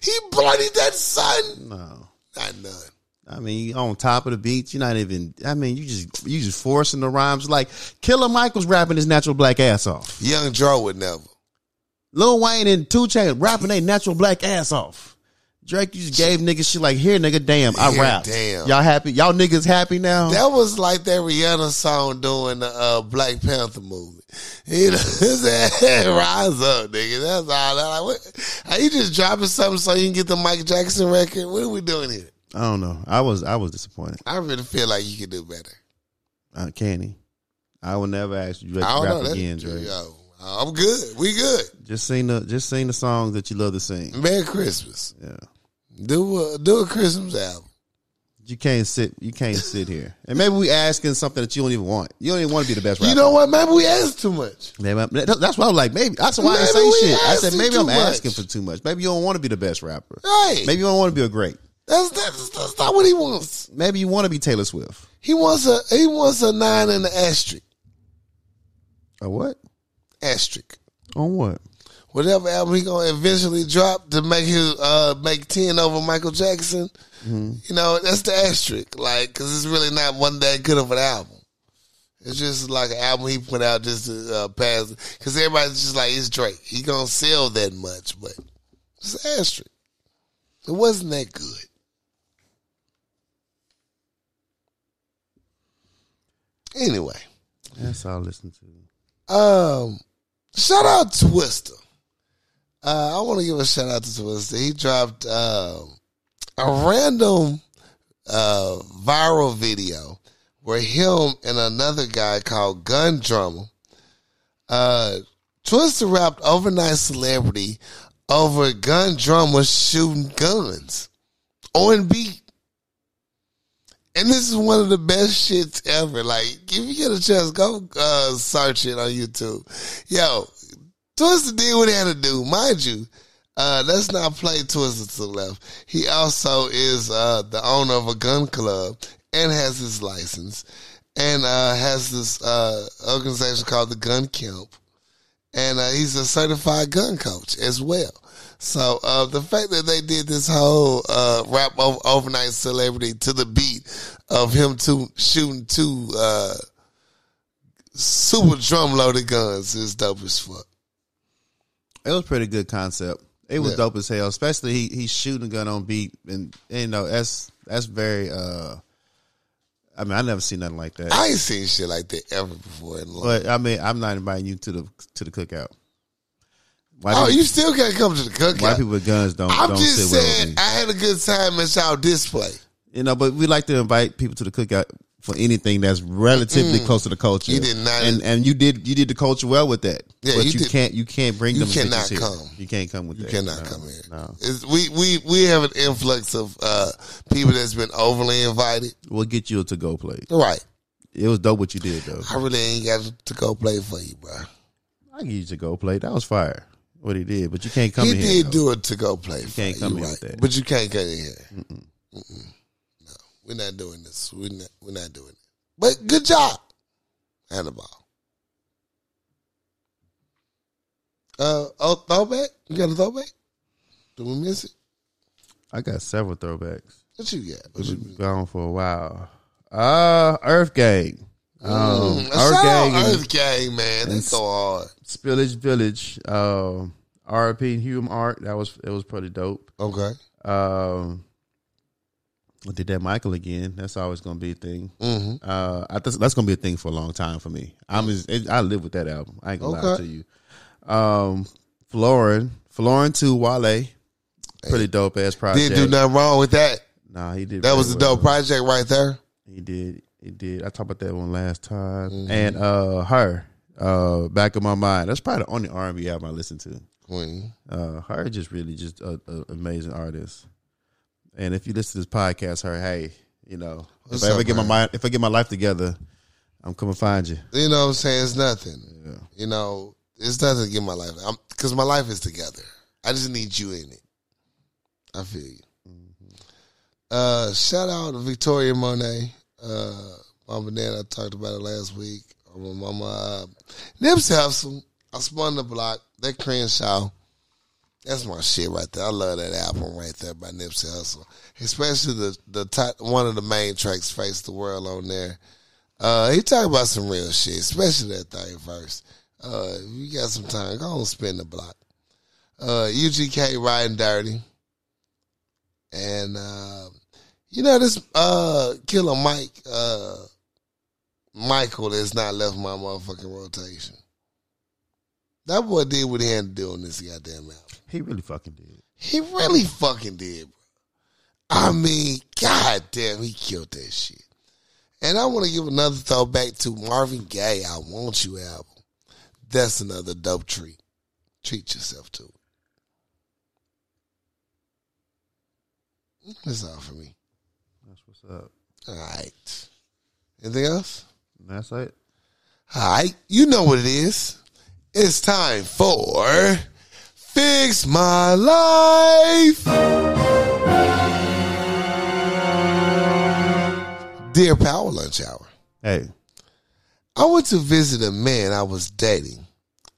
Speaker 1: He bloodied that son.
Speaker 2: No,
Speaker 1: Not none.
Speaker 2: I mean, you on top of the beat, you're not even. I mean, you just you just forcing the rhymes. Like Killer Michael's rapping his natural black ass off.
Speaker 1: Young Dro would never.
Speaker 2: Lil Wayne and Two Chainz rapping they natural black ass off. Drake, you just gave niggas shit like, here, nigga, damn, I
Speaker 1: Here,
Speaker 2: rap.
Speaker 1: damn.
Speaker 2: Y'all happy? Y'all niggas happy now?
Speaker 1: That was like that Rihanna song doing the uh, Black Panther movie. You know, said, rise up, nigga. That's all. That, like, what, are you just dropping something so you can get the Mike Jackson record? What are we doing here?
Speaker 2: I don't know. I was I was disappointed.
Speaker 1: I really feel like you could do better.
Speaker 2: Uh, Candy, I will never ask you to
Speaker 1: I don't
Speaker 2: rap
Speaker 1: know. That,
Speaker 2: again, Drake.
Speaker 1: Yo, I'm good. We good.
Speaker 2: Just sing the just sing the songs that you love to sing.
Speaker 1: Merry Christmas.
Speaker 2: Yeah,
Speaker 1: Do a do a Christmas album.
Speaker 2: you can't sit you can't sit here. And maybe we asking something that you don't even want. You don't even want to be the best rapper.
Speaker 1: You know what? Maybe we asked too much.
Speaker 2: Maybe I'm- that- that's why I was like, maybe that's why I didn't
Speaker 1: Maybe
Speaker 2: say
Speaker 1: we
Speaker 2: shit. I said
Speaker 1: asking
Speaker 2: maybe
Speaker 1: too
Speaker 2: I'm
Speaker 1: much.
Speaker 2: asking for too much. Maybe you don't want to be the best rapper.
Speaker 1: Hey,
Speaker 2: Maybe you don't want to be a great.
Speaker 1: that's, that's that's not what he wants.
Speaker 2: Maybe you want to be Taylor Swift.
Speaker 1: He wants a he wants a nine and an asterisk.
Speaker 2: Or what?
Speaker 1: Asterisk.
Speaker 2: On what?
Speaker 1: whatever album he gonna eventually drop to make his uh make ten over Michael Jackson, you know that's the asterisk, like because it's really not one that good of an album. It's just like an album he put out just to uh, pass because everybody's just like it's Drake. He gonna sell that much, but it's an asterisk. It wasn't that good. Anyway,
Speaker 2: That's all I listen to.
Speaker 1: Um, shout out Twister. Uh, I want to give a shout out to Twister. He dropped um a random uh, viral video where him and another guy called Gun Drummer. Uh, Twister rapped overnight celebrity over Gun Drummer shooting guns on beat. And this is one of the best shits ever. Like, if you get a chance, go uh, search it on YouTube. Yo, Twister did what he had to do. Mind you, uh, let's not play Twister to the left. He also is uh, the owner of a gun club and has his license and uh, has this uh, organization called the Gun Camp. And uh, he's a certified gun coach as well. So uh, the fact that they did this whole uh, rap over- overnight celebrity to the beat of him two shooting two uh, super drum loaded guns is dope as fuck.
Speaker 2: It was a pretty good concept. It was
Speaker 1: Yeah.
Speaker 2: dope as hell, especially he he's shooting a gun on beat, and you know that's that's very. uh I mean, I never seen nothing like that.
Speaker 1: I ain't seen shit like that ever before in life.
Speaker 2: but I mean, I'm not inviting you to the to the cookout. White,
Speaker 1: Oh,
Speaker 2: people,
Speaker 1: you still can't come to the
Speaker 2: white
Speaker 1: cookout.
Speaker 2: people with guns don't
Speaker 1: I'm
Speaker 2: don't
Speaker 1: just
Speaker 2: sit well with
Speaker 1: saying,
Speaker 2: me.
Speaker 1: I had a good time at y'all display.
Speaker 2: You know, but we like to invite people to the cookout for anything that's relatively close to the culture.
Speaker 1: You Mm. did not-
Speaker 2: and and you did you did the culture well with that.
Speaker 1: Yeah,
Speaker 2: but
Speaker 1: you
Speaker 2: you,
Speaker 1: did-
Speaker 2: can't you can't bring
Speaker 1: you
Speaker 2: them. bitches
Speaker 1: cannot
Speaker 2: here.
Speaker 1: come.
Speaker 2: You can't come with that.
Speaker 1: Cannot
Speaker 2: No,
Speaker 1: come here.
Speaker 2: No,
Speaker 1: It's- we we we have an influx of uh, people that's been overly invited.
Speaker 2: we'll get you a to go plate.
Speaker 1: Right.
Speaker 2: It was dope what you did though.
Speaker 1: I really ain't got to go play for you, bro.
Speaker 2: I give you to go plate. That was fire. What he did, but you can't come
Speaker 1: he
Speaker 2: in
Speaker 1: did
Speaker 2: here.
Speaker 1: do it to go play. You
Speaker 2: can't come in with that.
Speaker 1: But you can't get in here. Mm-mm. No, we're not doing this. We're not, we're not doing it. But good job, Hannibal. Uh, oh, throwback? You got a throwback? Do we miss it?
Speaker 2: I got several throwbacks.
Speaker 1: What you got? What
Speaker 2: It's
Speaker 1: you,
Speaker 2: been gone for a while. Uh Earth Gang. Um,
Speaker 1: Mm,
Speaker 2: Earth
Speaker 1: shout out
Speaker 2: Gang and
Speaker 1: Earth Gang, man. They
Speaker 2: and
Speaker 1: so hard.
Speaker 2: Spillage Village. Um RP Hume Art. That was it was pretty dope.
Speaker 1: Okay.
Speaker 2: Um I did that Michael again. That's always gonna be a thing.
Speaker 1: Mm-hmm.
Speaker 2: Uh I think that's gonna be a thing for a long time for me. I'm just, it, I live with that album. I ain't gonna lie
Speaker 1: Okay.
Speaker 2: to you. Um Florin. Florin to Wale. Pretty dope ass project.
Speaker 1: Didn't do nothing wrong with that.
Speaker 2: Nah, he did
Speaker 1: That was a
Speaker 2: very well.
Speaker 1: dope project right there.
Speaker 2: He did. He did. I talked about that one last time.
Speaker 1: Mm-hmm.
Speaker 2: And uh her, uh, back of my mind. That's probably the only R and B album I listen to.
Speaker 1: Queen.
Speaker 2: Uh her just really just a, a amazing artist. And if you listen to this podcast, her, hey, you know,
Speaker 1: What's
Speaker 2: if I ever
Speaker 1: up,
Speaker 2: get my
Speaker 1: Her?
Speaker 2: mind if I get my life together, I'm coming find you.
Speaker 1: You know what I'm saying? It's nothing.
Speaker 2: Yeah.
Speaker 1: You know, it's nothing to get my life. I'm because my life is together. I just need you in it. I feel you. Uh, shout out to Victoria Monet. Uh, Mama Dad, I talked about it last week. Uh, my Mama uh, Nips Hustle. I spun the block. That Crenshaw. That's my shit right there. I love that album right there by Nipsey Hussle, especially the the top, one of the main tracks, "Face the World" on there. Uh, he talk about some real shit, especially that third verse. Uh, if you got some time, go on spin the block. Uh, UGK riding dirty, and uh, you know this uh killer Mike uh Michael has not left my motherfucking rotation. That boy did what he had to do on this goddamn album.
Speaker 2: He really fucking did.
Speaker 1: He really fucking did, bro. I mean, god damn, he killed that shit. And I want to give another thought back to Marvin Gaye, I Want You album. That's another dope treat. Treat yourself to it. That's all for me.
Speaker 2: That's what's up.
Speaker 1: All right. Anything else?
Speaker 2: And that's it.
Speaker 1: All right. You know what it is. It's time for Fix My Life. Dear Power Lunch Hour,
Speaker 2: Hey.
Speaker 1: I went to visit a man I was dating,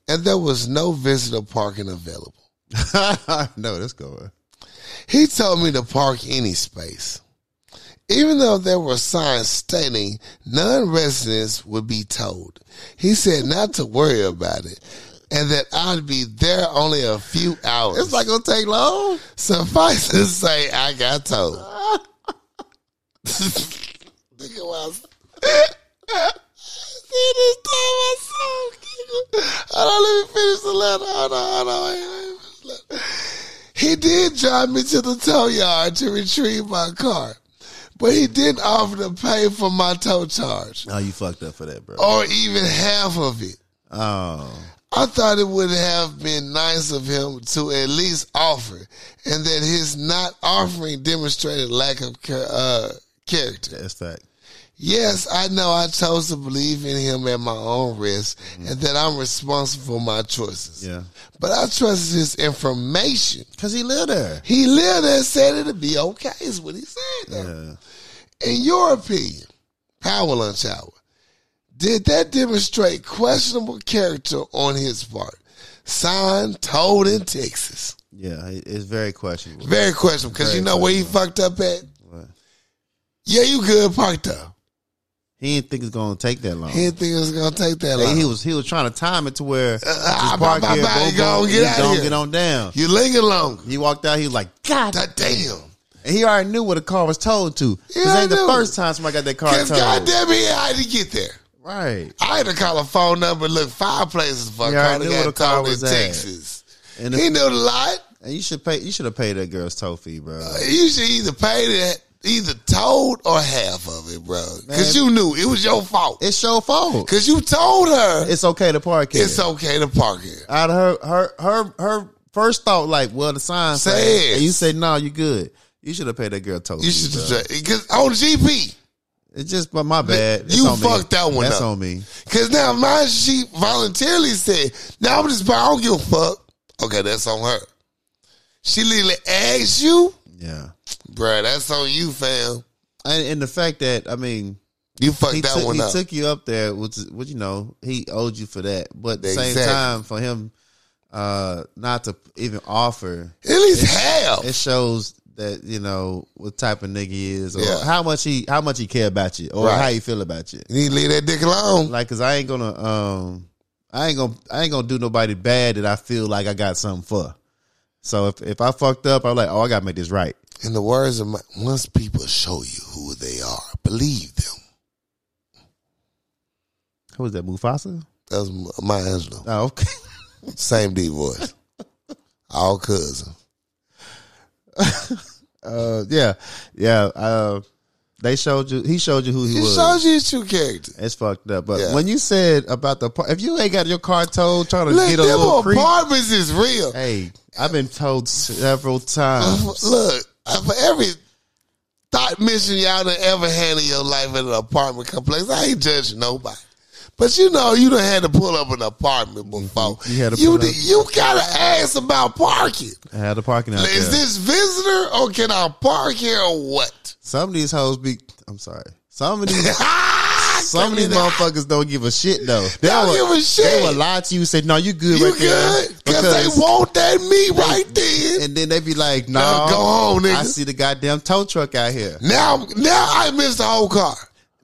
Speaker 1: and there was no visitor parking available.
Speaker 2: no, that's going.
Speaker 1: He told me to park any space, even though there were signs stating non residents would be told. He said not to worry about it and that I'd be there only a few hours.
Speaker 2: It's not gonna take long.
Speaker 1: Suffice to say, I got told. Look at what I was- this time I saw giggle. Hold on, let me finish the letter. Hold on, hold on. Wait, let me finish the letter. He did drive me to the tow yard to retrieve my car, but he didn't offer to pay for my tow charge
Speaker 2: Oh, you fucked up for that, bro.
Speaker 1: or even half of it.
Speaker 2: Oh.
Speaker 1: I thought it would have been nice of him to at least offer, and that his not offering demonstrated lack of char- uh, character.
Speaker 2: That's that.
Speaker 1: Yes, I know I chose to believe in him at my own risk and that I'm responsible for my choices.
Speaker 2: Yeah.
Speaker 1: But I trusted his information.
Speaker 2: Cause he lived there.
Speaker 1: He lived and said it'd be okay, is what he said. though.
Speaker 2: Yeah.
Speaker 1: In your opinion, Power Lunch Hour, did that demonstrate questionable character on his part? Signed, told in Texas.
Speaker 2: Yeah. it- It's very questionable.
Speaker 1: Very questionable because you know where he fucked up at? Yeah, you good parked up.
Speaker 2: He didn't think it's gonna take that long.
Speaker 1: He didn't think it was going to take that long.
Speaker 2: He was he was trying to time it to where
Speaker 1: ah,
Speaker 2: just park
Speaker 1: bye, bye,
Speaker 2: here,
Speaker 1: bye,
Speaker 2: boom,
Speaker 1: go,
Speaker 2: boom,
Speaker 1: get
Speaker 2: he
Speaker 1: out
Speaker 2: gonna
Speaker 1: here.
Speaker 2: get on down.
Speaker 1: You linger longer.
Speaker 2: He walked out. He was like, God,
Speaker 1: God damn.
Speaker 2: and he already knew what the car was told to. This
Speaker 1: Yeah, I
Speaker 2: ain't the
Speaker 1: knew.
Speaker 2: first time somebody got that car
Speaker 1: Because
Speaker 2: towed.
Speaker 1: goddamn it, I had to get there.
Speaker 2: right.
Speaker 1: I had to call a phone number and look five places for a
Speaker 2: Yeah, I
Speaker 1: car that
Speaker 2: knew where the
Speaker 1: got
Speaker 2: car
Speaker 1: towed in
Speaker 2: was at.
Speaker 1: Texas.
Speaker 2: And,
Speaker 1: He
Speaker 2: if,
Speaker 1: knew the lot.
Speaker 2: and you should pay. You should have paid that girl's tow fee, bro.
Speaker 1: You should either pay that, either told or half of it, bro. Because
Speaker 2: Man.
Speaker 1: you knew it was your fault.
Speaker 2: It's your fault.
Speaker 1: Because you told her
Speaker 2: It's okay to park here.
Speaker 1: it's okay to park here.
Speaker 2: out of her her her her first thought, like, well, the sign
Speaker 1: Says.
Speaker 2: and you say, no, you good. You should have paid that girl tow.
Speaker 1: You
Speaker 2: fee,
Speaker 1: should
Speaker 2: bro.
Speaker 1: just, because on GP.
Speaker 2: It's just, but my bad. It's
Speaker 1: You
Speaker 2: on me.
Speaker 1: fucked that one
Speaker 2: That's
Speaker 1: up.
Speaker 2: on me.
Speaker 1: Because now my she voluntarily said, now I'm just, I don't give a fuck. Okay, that's on her. She literally asked you,
Speaker 2: Yeah,
Speaker 1: bruh, that's on you, fam.
Speaker 2: and, and the fact that I mean,
Speaker 1: You fucked
Speaker 2: he,
Speaker 1: that
Speaker 2: took,
Speaker 1: one
Speaker 2: he
Speaker 1: up.
Speaker 2: took you up there, which, is- which you know, he owed you for that. But at the same
Speaker 1: Exactly.
Speaker 2: time, for him uh not to even offer,
Speaker 1: At least half.
Speaker 2: it shows that you know what type of nigga he is, or
Speaker 1: Yeah.
Speaker 2: how much he how much he care about you, or
Speaker 1: Right.
Speaker 2: how he feel about you.
Speaker 1: You need to leave that dick alone.
Speaker 2: Like, cause I ain't gonna, um, I ain't gonna, I ain't gonna do nobody bad that I feel like I got something for. So if if I fucked up, I'm like, oh, I gotta make this right.
Speaker 1: In the words of my, once people show you who they are, believe them.
Speaker 2: Who was that, Mufasa?
Speaker 1: That was my Angelo.
Speaker 2: Oh, okay.
Speaker 1: Same D voice. All cousin.
Speaker 2: Uh, yeah, yeah. Uh, they showed you. He showed you who he
Speaker 1: It
Speaker 2: was.
Speaker 1: shows you his true character.
Speaker 2: it's fucked up. But
Speaker 1: Yeah.
Speaker 2: when you said about the par- if you ain't got your car towed, trying to
Speaker 1: Look,
Speaker 2: get a
Speaker 1: them
Speaker 2: little creep.
Speaker 1: apartments is real. Uh,
Speaker 2: hey, I've been told several times.
Speaker 1: Look, for every thought mission y'all done ever had in your life in an apartment complex, I ain't judging nobody. But you know, you done had to pull up an apartment before.
Speaker 2: Mm-hmm. You had to
Speaker 1: you,
Speaker 2: pull
Speaker 1: did-
Speaker 2: up.
Speaker 1: you gotta ask about parking.
Speaker 2: I had a parking out
Speaker 1: Is
Speaker 2: there.
Speaker 1: this visitor or can I park here or what?
Speaker 2: some of these hoes be. I'm sorry. Some of these Some of these
Speaker 1: Coming out.
Speaker 2: motherfuckers don't give a shit though. They
Speaker 1: Don't
Speaker 2: will,
Speaker 1: give a shit.
Speaker 2: They will lie to you. Say no, you good.
Speaker 1: You
Speaker 2: right there,"
Speaker 1: good? Because they want that meat right then.
Speaker 2: and then they be like, no,
Speaker 1: Now go home, nigga.
Speaker 2: I see the goddamn tow truck out here.
Speaker 1: Now, now I missed the whole car.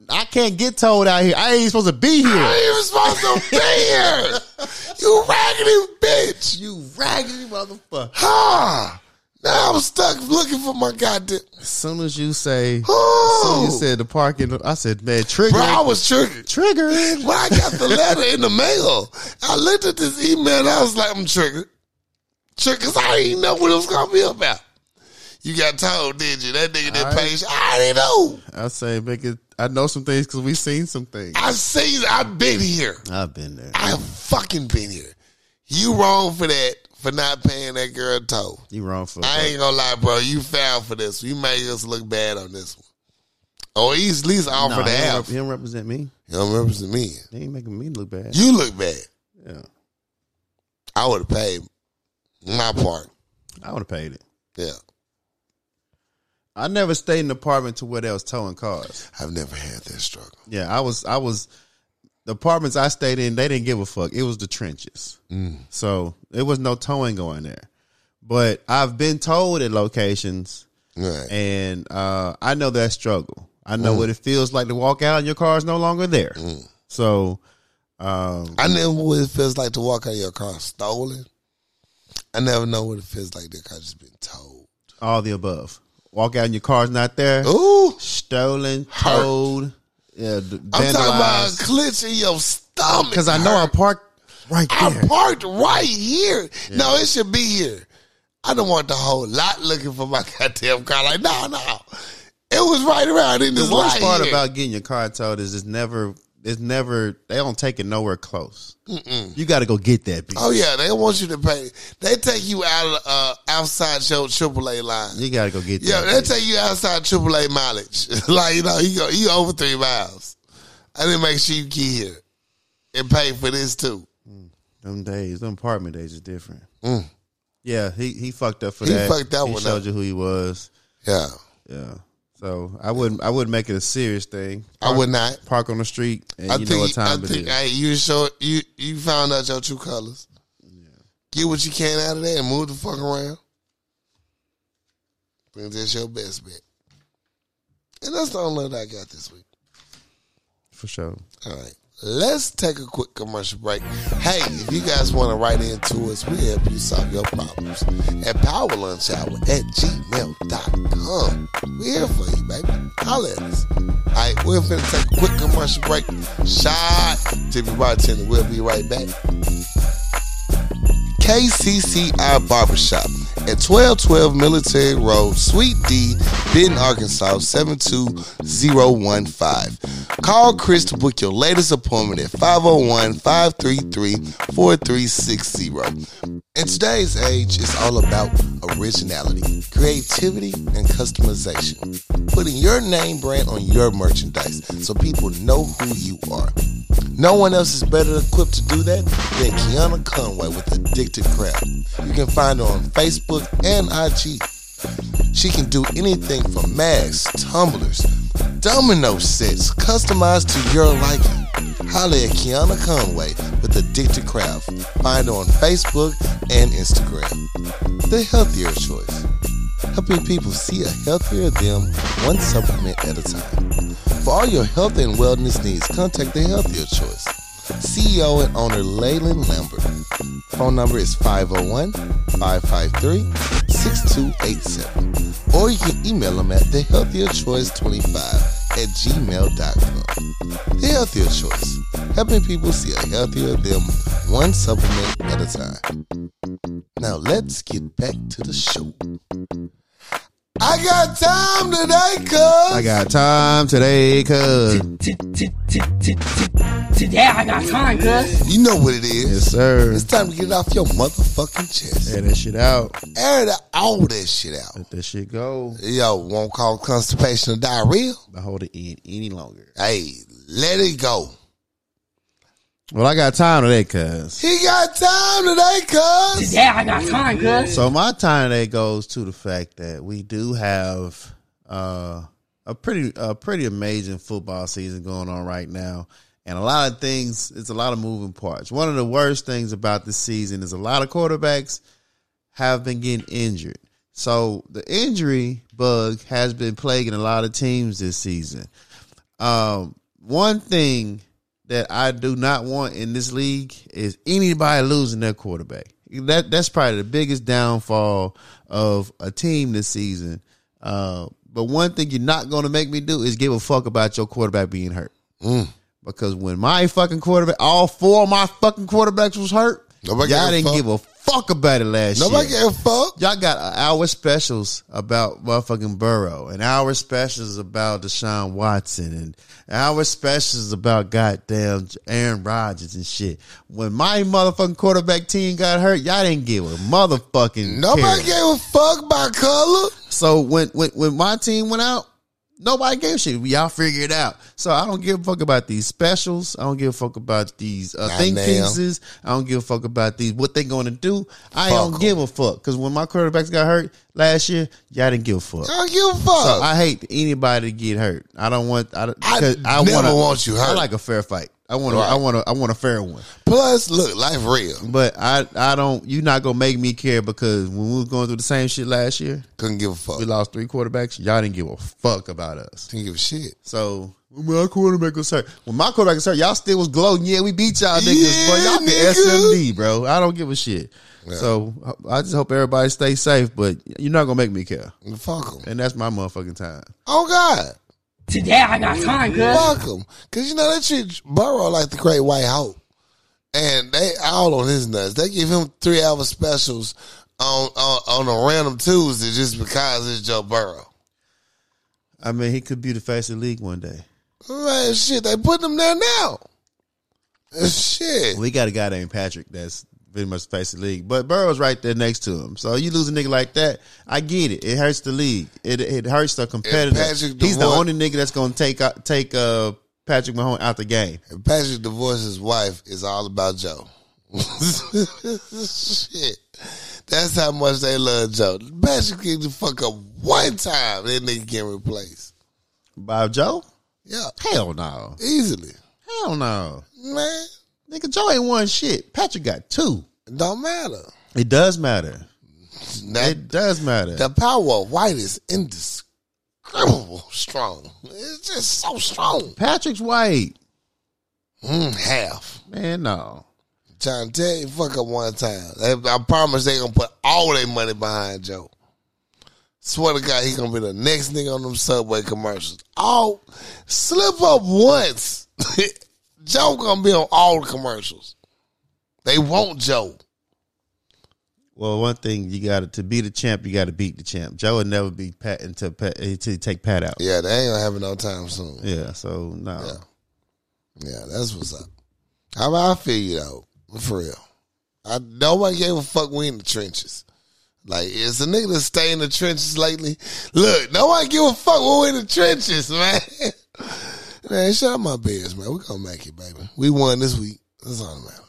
Speaker 2: I can't get towed out here. I ain't supposed to be
Speaker 1: I
Speaker 2: here.
Speaker 1: ain't even supposed to be here. You raggedy bitch.
Speaker 2: You raggedy motherfucker.
Speaker 1: Ha! Now I'm stuck looking for my goddamn.
Speaker 2: As soon as you say, as soon
Speaker 1: Oh,
Speaker 2: as you said the parking, I said, man, trigger,
Speaker 1: bro, I was triggered.
Speaker 2: triggered.
Speaker 1: When I got the letter in the mail, I looked at this email and I was like, I'm triggered. Triggered, 'cause I didn't know what it was going to be about. You got told, did you? That nigga didn't
Speaker 2: All right.
Speaker 1: pay shit. I didn't know.
Speaker 2: I say, make it. I know some things because we seen some things.
Speaker 1: I seen, I've been here.
Speaker 2: I've been there.
Speaker 1: I have fucking been here. You wrong for that, for not paying that girl toll.
Speaker 2: You wrong for
Speaker 1: I ain't gonna lie, bro. You foul for this. You made us look bad on this one. Or at least, at least
Speaker 2: Nah,
Speaker 1: offer the
Speaker 2: he don't
Speaker 1: half.
Speaker 2: rep- he don't represent me.
Speaker 1: You don't represent me.
Speaker 2: They ain't making me look bad.
Speaker 1: You look bad.
Speaker 2: Yeah,
Speaker 1: I would have paid my part.
Speaker 2: I would have paid it.
Speaker 1: Yeah.
Speaker 2: I never stayed in an apartment to where they was towing cars.
Speaker 1: I've never had that struggle.
Speaker 2: Yeah, I was I was the apartments I stayed in, they didn't give a fuck. It was the trenches. So there was no towing going there. But I've been told at locations
Speaker 1: Right.
Speaker 2: and uh, I know that struggle. I
Speaker 1: Mm.
Speaker 2: know what it feels like to walk out and your car's no longer there. So um,
Speaker 1: I never know what it feels like to walk out of your car stolen. I never know what it feels like that car just been told.
Speaker 2: all the above. Walk out and your car's not there.
Speaker 1: Ooh.
Speaker 2: Stolen, towed, Yeah, d-
Speaker 1: I'm talking about a
Speaker 2: vandalized.
Speaker 1: glitch in your stomach.
Speaker 2: Because I know I
Speaker 1: hurt.
Speaker 2: parked right
Speaker 1: I
Speaker 2: there.
Speaker 1: parked right here. No, it should be here. I don't want the whole lot looking for my goddamn car. Like, no, no. It was right around in this
Speaker 2: the worst
Speaker 1: lot
Speaker 2: part
Speaker 1: here.
Speaker 2: about getting your car towed is it's never, it's never, they don't take it nowhere close. You got to go get that bitch.
Speaker 1: Oh yeah, they want you to pay. They take you out of uh, outside your AAA line.
Speaker 2: You got to go get
Speaker 1: Yeah,
Speaker 2: that.
Speaker 1: they
Speaker 2: bitch.
Speaker 1: take you outside AAA mileage. like you know, you go, you over three miles. I didn't make sure you get here and pay for this too.
Speaker 2: Them days, them apartment days is different. Yeah, he he fucked up for
Speaker 1: Mm. He
Speaker 2: that.
Speaker 1: fucked that
Speaker 2: he
Speaker 1: one
Speaker 2: showed
Speaker 1: up.
Speaker 2: you who he was.
Speaker 1: Yeah,
Speaker 2: Yeah. So I wouldn't I wouldn't make it a serious thing.
Speaker 1: I would not.
Speaker 2: Park on the street and
Speaker 1: I
Speaker 2: you
Speaker 1: think
Speaker 2: know what time
Speaker 1: I
Speaker 2: it
Speaker 1: think
Speaker 2: is.
Speaker 1: hey, you show you you found out your true colors. Get what you can out of there and move the fuck around. I think that's your best bet. And that's the only that I got this week.
Speaker 2: for sure.
Speaker 1: All right. Let's take a quick commercial break. Hey, if you guys want to write into us, we help you solve your problems at powerlunchhour at gmail.com. We're here for you, baby. Holler at us. All right, we're finna take a quick commercial break. Shot to the bartender. We'll be right back. KCCI Barbershop at 1212 Military Road, Suite D, Benton, Arkansas, 72015. Call Chris to book your latest appointment at 501 533 4360. In today's age, it's all about originality, creativity, and customization. Putting your name brand on your merchandise so people know who you are. No one else is better equipped to do that than Kiana Conway with Addicted Craft. You can find her on Facebook and IG. She can do anything from masks, tumblers, domino sets, customized to your liking. Holla at Kiana Conway with Addicted Craft. Find her on Facebook and Instagram. The healthier choice helping people see a healthier them one supplement at a time. For all your health and wellness needs, contact the Healthier Choice. CEO and owner Leyland Lambert. Phone number is 501 553 6287. Or you can email them at thehealthierchoice25 at gmail.com. The Healthier Choice, helping people see a healthier them one supplement at a time. Now let's get back to the show. I got time today, cuz.
Speaker 2: I got time today, cuz
Speaker 3: Yeah, I got time, cuz.
Speaker 1: You know what it is.
Speaker 2: yes sir.
Speaker 1: It's time to get it off your motherfucking chest.
Speaker 2: Air that shit out.
Speaker 1: Air the, all that shit out.
Speaker 2: Let that shit go.
Speaker 1: Yo, won't cause constipation or diarrhea.
Speaker 2: I hold it in any longer.
Speaker 1: Hey, let it go.
Speaker 2: Well, I got time today, cuz.
Speaker 1: He got time today, cuz.
Speaker 3: Yeah, I got time, cuz.
Speaker 2: So my time today goes to the fact that we do have uh, a pretty a pretty amazing football season going on right now, and a lot of things. It's a lot of moving parts. One of the worst things about this season is a lot of quarterbacks have been getting injured. So the injury bug has been plaguing a lot of teams this season. Um, one thing that I do not want in this league is anybody losing their quarterback. That that's probably the biggest downfall of a team this season. Uh, but one thing you're not going to make me do is give a fuck about your quarterback being hurt.
Speaker 1: Mm.
Speaker 2: Because when my fucking quarterback, all four of my fucking quarterbacks was hurt,
Speaker 1: Nobody
Speaker 2: y'all
Speaker 1: gave a
Speaker 2: didn't
Speaker 1: fuck.
Speaker 2: give a fuck about it last year.
Speaker 1: Nobody gave a fuck.
Speaker 2: Y'all got an hour specials about motherfucking Burrow, an hour specials about Deshaun Watson, and an hour specials about goddamn Aaron Rodgers and shit. When my motherfucking quarterback team got hurt, y'all didn't give a motherfucking
Speaker 1: Nobody
Speaker 2: care.
Speaker 1: gave a fuck by color.
Speaker 2: So when, when when my team went out, nobody gave a shit. Y'all figure it out. So I don't give a fuck about these specials. I don't give a fuck about these uh,
Speaker 1: Not
Speaker 2: think
Speaker 1: now.
Speaker 2: pieces. I don't give a fuck about these what they going to do. I
Speaker 1: Fuck
Speaker 2: don't
Speaker 1: 'em.
Speaker 2: give a fuck because when my quarterbacks got hurt last year, y'all didn't give a fuck.
Speaker 1: I don't give a fuck.
Speaker 2: I hate anybody to get hurt. I don't want. I, don't-
Speaker 1: I
Speaker 2: 'cause
Speaker 1: never
Speaker 2: wanna-
Speaker 1: want you hurt.
Speaker 2: I like a fair fight. I want. to
Speaker 1: Right.
Speaker 2: I want. to I want a fair one.
Speaker 1: Plus, look, life real.
Speaker 2: But I. I don't. You're not gonna make me care because when we was going through the same shit last year,
Speaker 1: Couldn't give a fuck.
Speaker 2: we lost three quarterbacks. Y'all didn't give a fuck about us.
Speaker 1: Couldn't give a shit.
Speaker 2: So when my quarterback was hurt, when my quarterback was hurt, y'all still was gloating. Yeah, we beat y'all niggas,
Speaker 1: Yeah,
Speaker 2: but y'all
Speaker 1: nigga.
Speaker 2: the SMD, bro. I don't give a shit. So I just hope everybody stay safe. But you're not gonna make me care,
Speaker 1: Fuck 'em.
Speaker 2: and that's my motherfucking time.
Speaker 1: Oh, God.
Speaker 3: Today I got time, cuz.
Speaker 1: Fuck him. Cause you know that shit Burrow like the great white hope. And they all on his nuts. They give him three hour specials on on, on a random Tuesday just because it's Joe Burrow.
Speaker 2: I mean, he could be the fastest league one day.
Speaker 1: Man, shit, they putting him there now. Uh, Shit.
Speaker 2: We got a guy named Patrick that's pretty much the face of the league, but Burrow's right there next to him. So you lose a nigga like that, I get it. It hurts the league. It it hurts the competitor.
Speaker 1: Patrick
Speaker 2: He's the
Speaker 1: DeVoe-
Speaker 2: only nigga that's gonna take out- take uh Patrick Mahomes out the game.
Speaker 1: And Patrick DeVoice's wife is all about Joe. Shit. That's how much they love Joe. Patrick can the fuck up one time, that nigga can replace.
Speaker 2: Bob Joe?
Speaker 1: Yeah,
Speaker 2: Hell no.
Speaker 1: easily.
Speaker 2: Hell no.
Speaker 1: Man,
Speaker 2: Nigga Joe ain't won shit. Patrick got two.
Speaker 1: don't matter.
Speaker 2: It does matter.
Speaker 1: Now,
Speaker 2: It does matter.
Speaker 1: the power of white is indescribable strong. It's just so strong.
Speaker 2: Patrick's white.
Speaker 1: Mm, half.
Speaker 2: Man, no.
Speaker 1: Trying to tell you, fuck up one time. They- I promise they gonna put all their money behind Joe. Swear to God, he gonna be the next nigga on them subway commercials. All slip up once, Joe gonna be on all the commercials. They want Joe.
Speaker 2: Well, one thing you got to to be the champ, you got to beat the champ. Joe would never be Pat until Pat until he take Pat out. Yeah,
Speaker 1: Yeah, they ain't gonna have it no time soon.
Speaker 2: so no.
Speaker 1: Yeah. Yeah, that's what's up. How about I feel you though, for real. I nobody gave a fuck we in the trenches. Like it's a nigga that stay in the trenches lately. Look, nobody give a fuck when we in the trenches, man. man, shut up my beers, man. We gonna make it, baby. We won this week. That's all that matter.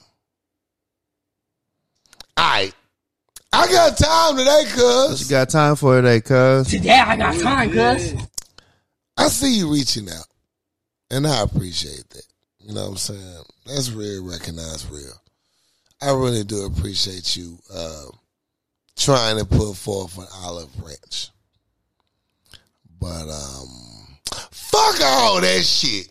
Speaker 1: Alright. I got time today,
Speaker 2: What you
Speaker 1: cuz.
Speaker 2: got time for today, cuz?
Speaker 3: Today I got time, cuz.
Speaker 1: I see you reaching out. And I appreciate that. You know what I'm saying? That's real, recognize real. I really do appreciate you uh, trying to put forth an olive branch. But um fuck all that shit.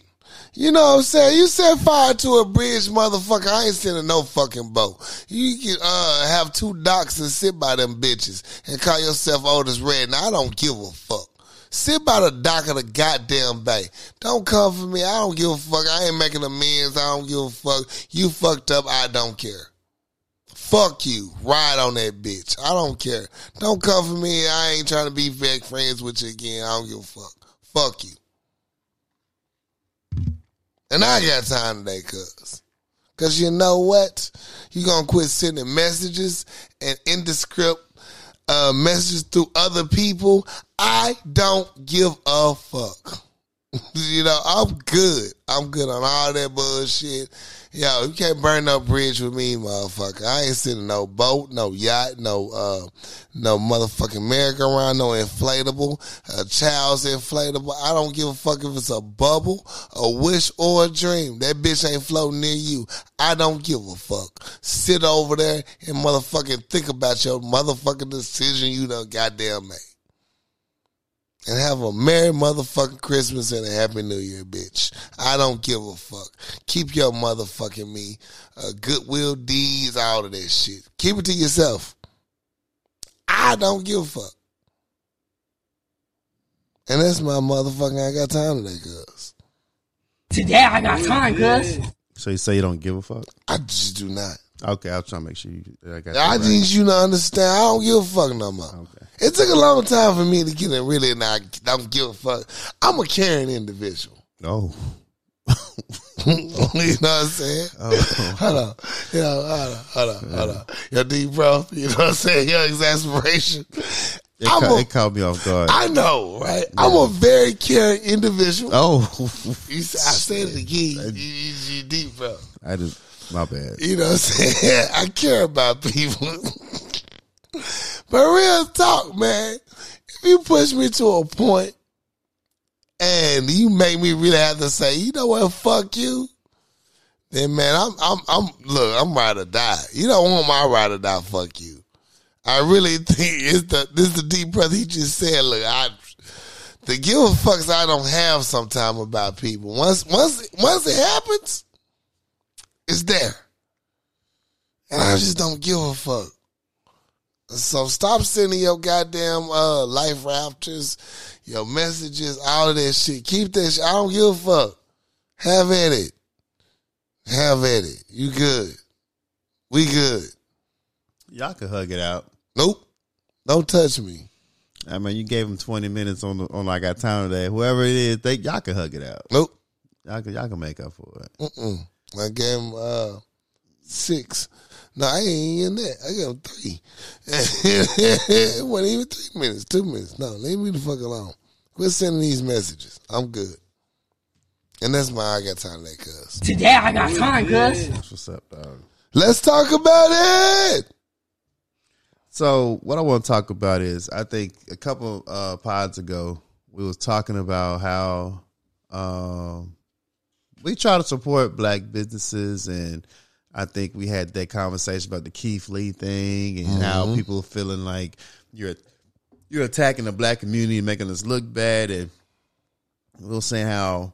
Speaker 1: You know what I'm saying? You set fire to a bridge, motherfucker. I ain't sending no fucking boat. You can uh, have two docks and sit by them bitches and call yourself old as red. Now I don't give a fuck. Sit by the dock of the goddamn bay. Don't come for me. I don't give a fuck. I ain't making amends. I don't give a fuck. You fucked up. I don't care. Fuck you. Ride on that bitch. I don't care. Don't come for me. I ain't trying to be back friends with you again. I don't give a fuck. Fuck you. And I got time today, cuz. Cause you know what? You gonna quit sending messages and indescript uh, messages through other people. I don't give a fuck. you know, I'm good. I'm good on all that bullshit. Yo, you can't burn no bridge with me, motherfucker. I ain't sending no boat, no yacht, no uh, no motherfucking merry-go-round, no inflatable, a child's inflatable. I don't give a fuck if it's a bubble, a wish, or a dream. That bitch ain't floating near you. I don't give a fuck. Sit over there and motherfucking think about your motherfucking decision you done goddamn made and have a merry motherfucking Christmas and a happy New Year, bitch. I don't give a fuck. Keep your motherfucking me, uh, goodwill deeds, all of that shit. Keep it to yourself. I don't give a fuck. And that's my motherfucking. I got time today, cuz
Speaker 3: Today I got time, cuz.
Speaker 2: So you say you don't give a fuck?
Speaker 1: I just do not.
Speaker 2: Okay, I was trying to make sure you. that I got that
Speaker 1: I
Speaker 2: right.
Speaker 1: need you to understand. I don't give a fuck no more.
Speaker 2: Okay.
Speaker 1: It took a long time for me to get it. Really, and I don't give a fuck. I'm a caring individual.
Speaker 2: Oh,
Speaker 1: you know what I'm saying?
Speaker 2: oh.
Speaker 1: Hold on. You know, hold on, hold on, hold on. Your deep breath, you know what I'm saying? Your exasperation.
Speaker 2: It,
Speaker 1: I'm
Speaker 2: ca-
Speaker 1: a,
Speaker 2: it caught me off guard.
Speaker 1: I know, right? I'm a very caring individual.
Speaker 2: oh,
Speaker 1: You, s- I said it again. You, you, you deep breath.
Speaker 2: I just my bad.
Speaker 1: You know what I'm saying? I care about people. but real talk, man. If you push me to a point and you make me really have to say, you know what, fuck you, then man, I'm I'm I'm look, I'm ride or die. You don't want my ride or die, fuck you. I really think it's the this the deep breath he just said, look, I the give a fucks I don't have sometime about people. Once once once it happens, it's there. And I just don't give a fuck. So stop sending your goddamn uh, life rafters, your messages, all of that shit. Keep that shit. I don't give a fuck. Have at it. Have at it. You good. We good.
Speaker 2: Y'all could hug it out.
Speaker 1: Nope. Don't touch me.
Speaker 2: I mean, you gave them twenty minutes on the on. I got time today. Whoever it is, they y'all can hug it out.
Speaker 1: Nope.
Speaker 2: Y'all can y'all can make up for it.
Speaker 1: Mm-mm. I gave him uh, six. No, I ain't in that. I gave him three. it wasn't even three minutes, two minutes. No, leave me the fuck alone. Quit sending these messages. I'm good. And that's my I got time today, cuz.
Speaker 3: Today I got time, cuz.
Speaker 2: That's what's up, dog.
Speaker 1: Let's talk about it.
Speaker 2: So what I want to talk about is I think a couple uh, pods ago we was talking about how um, we try to support black businesses and I think we had that conversation about the Keith Lee thing and how people feeling like you're you're attacking the black community and making us look bad and we were saying how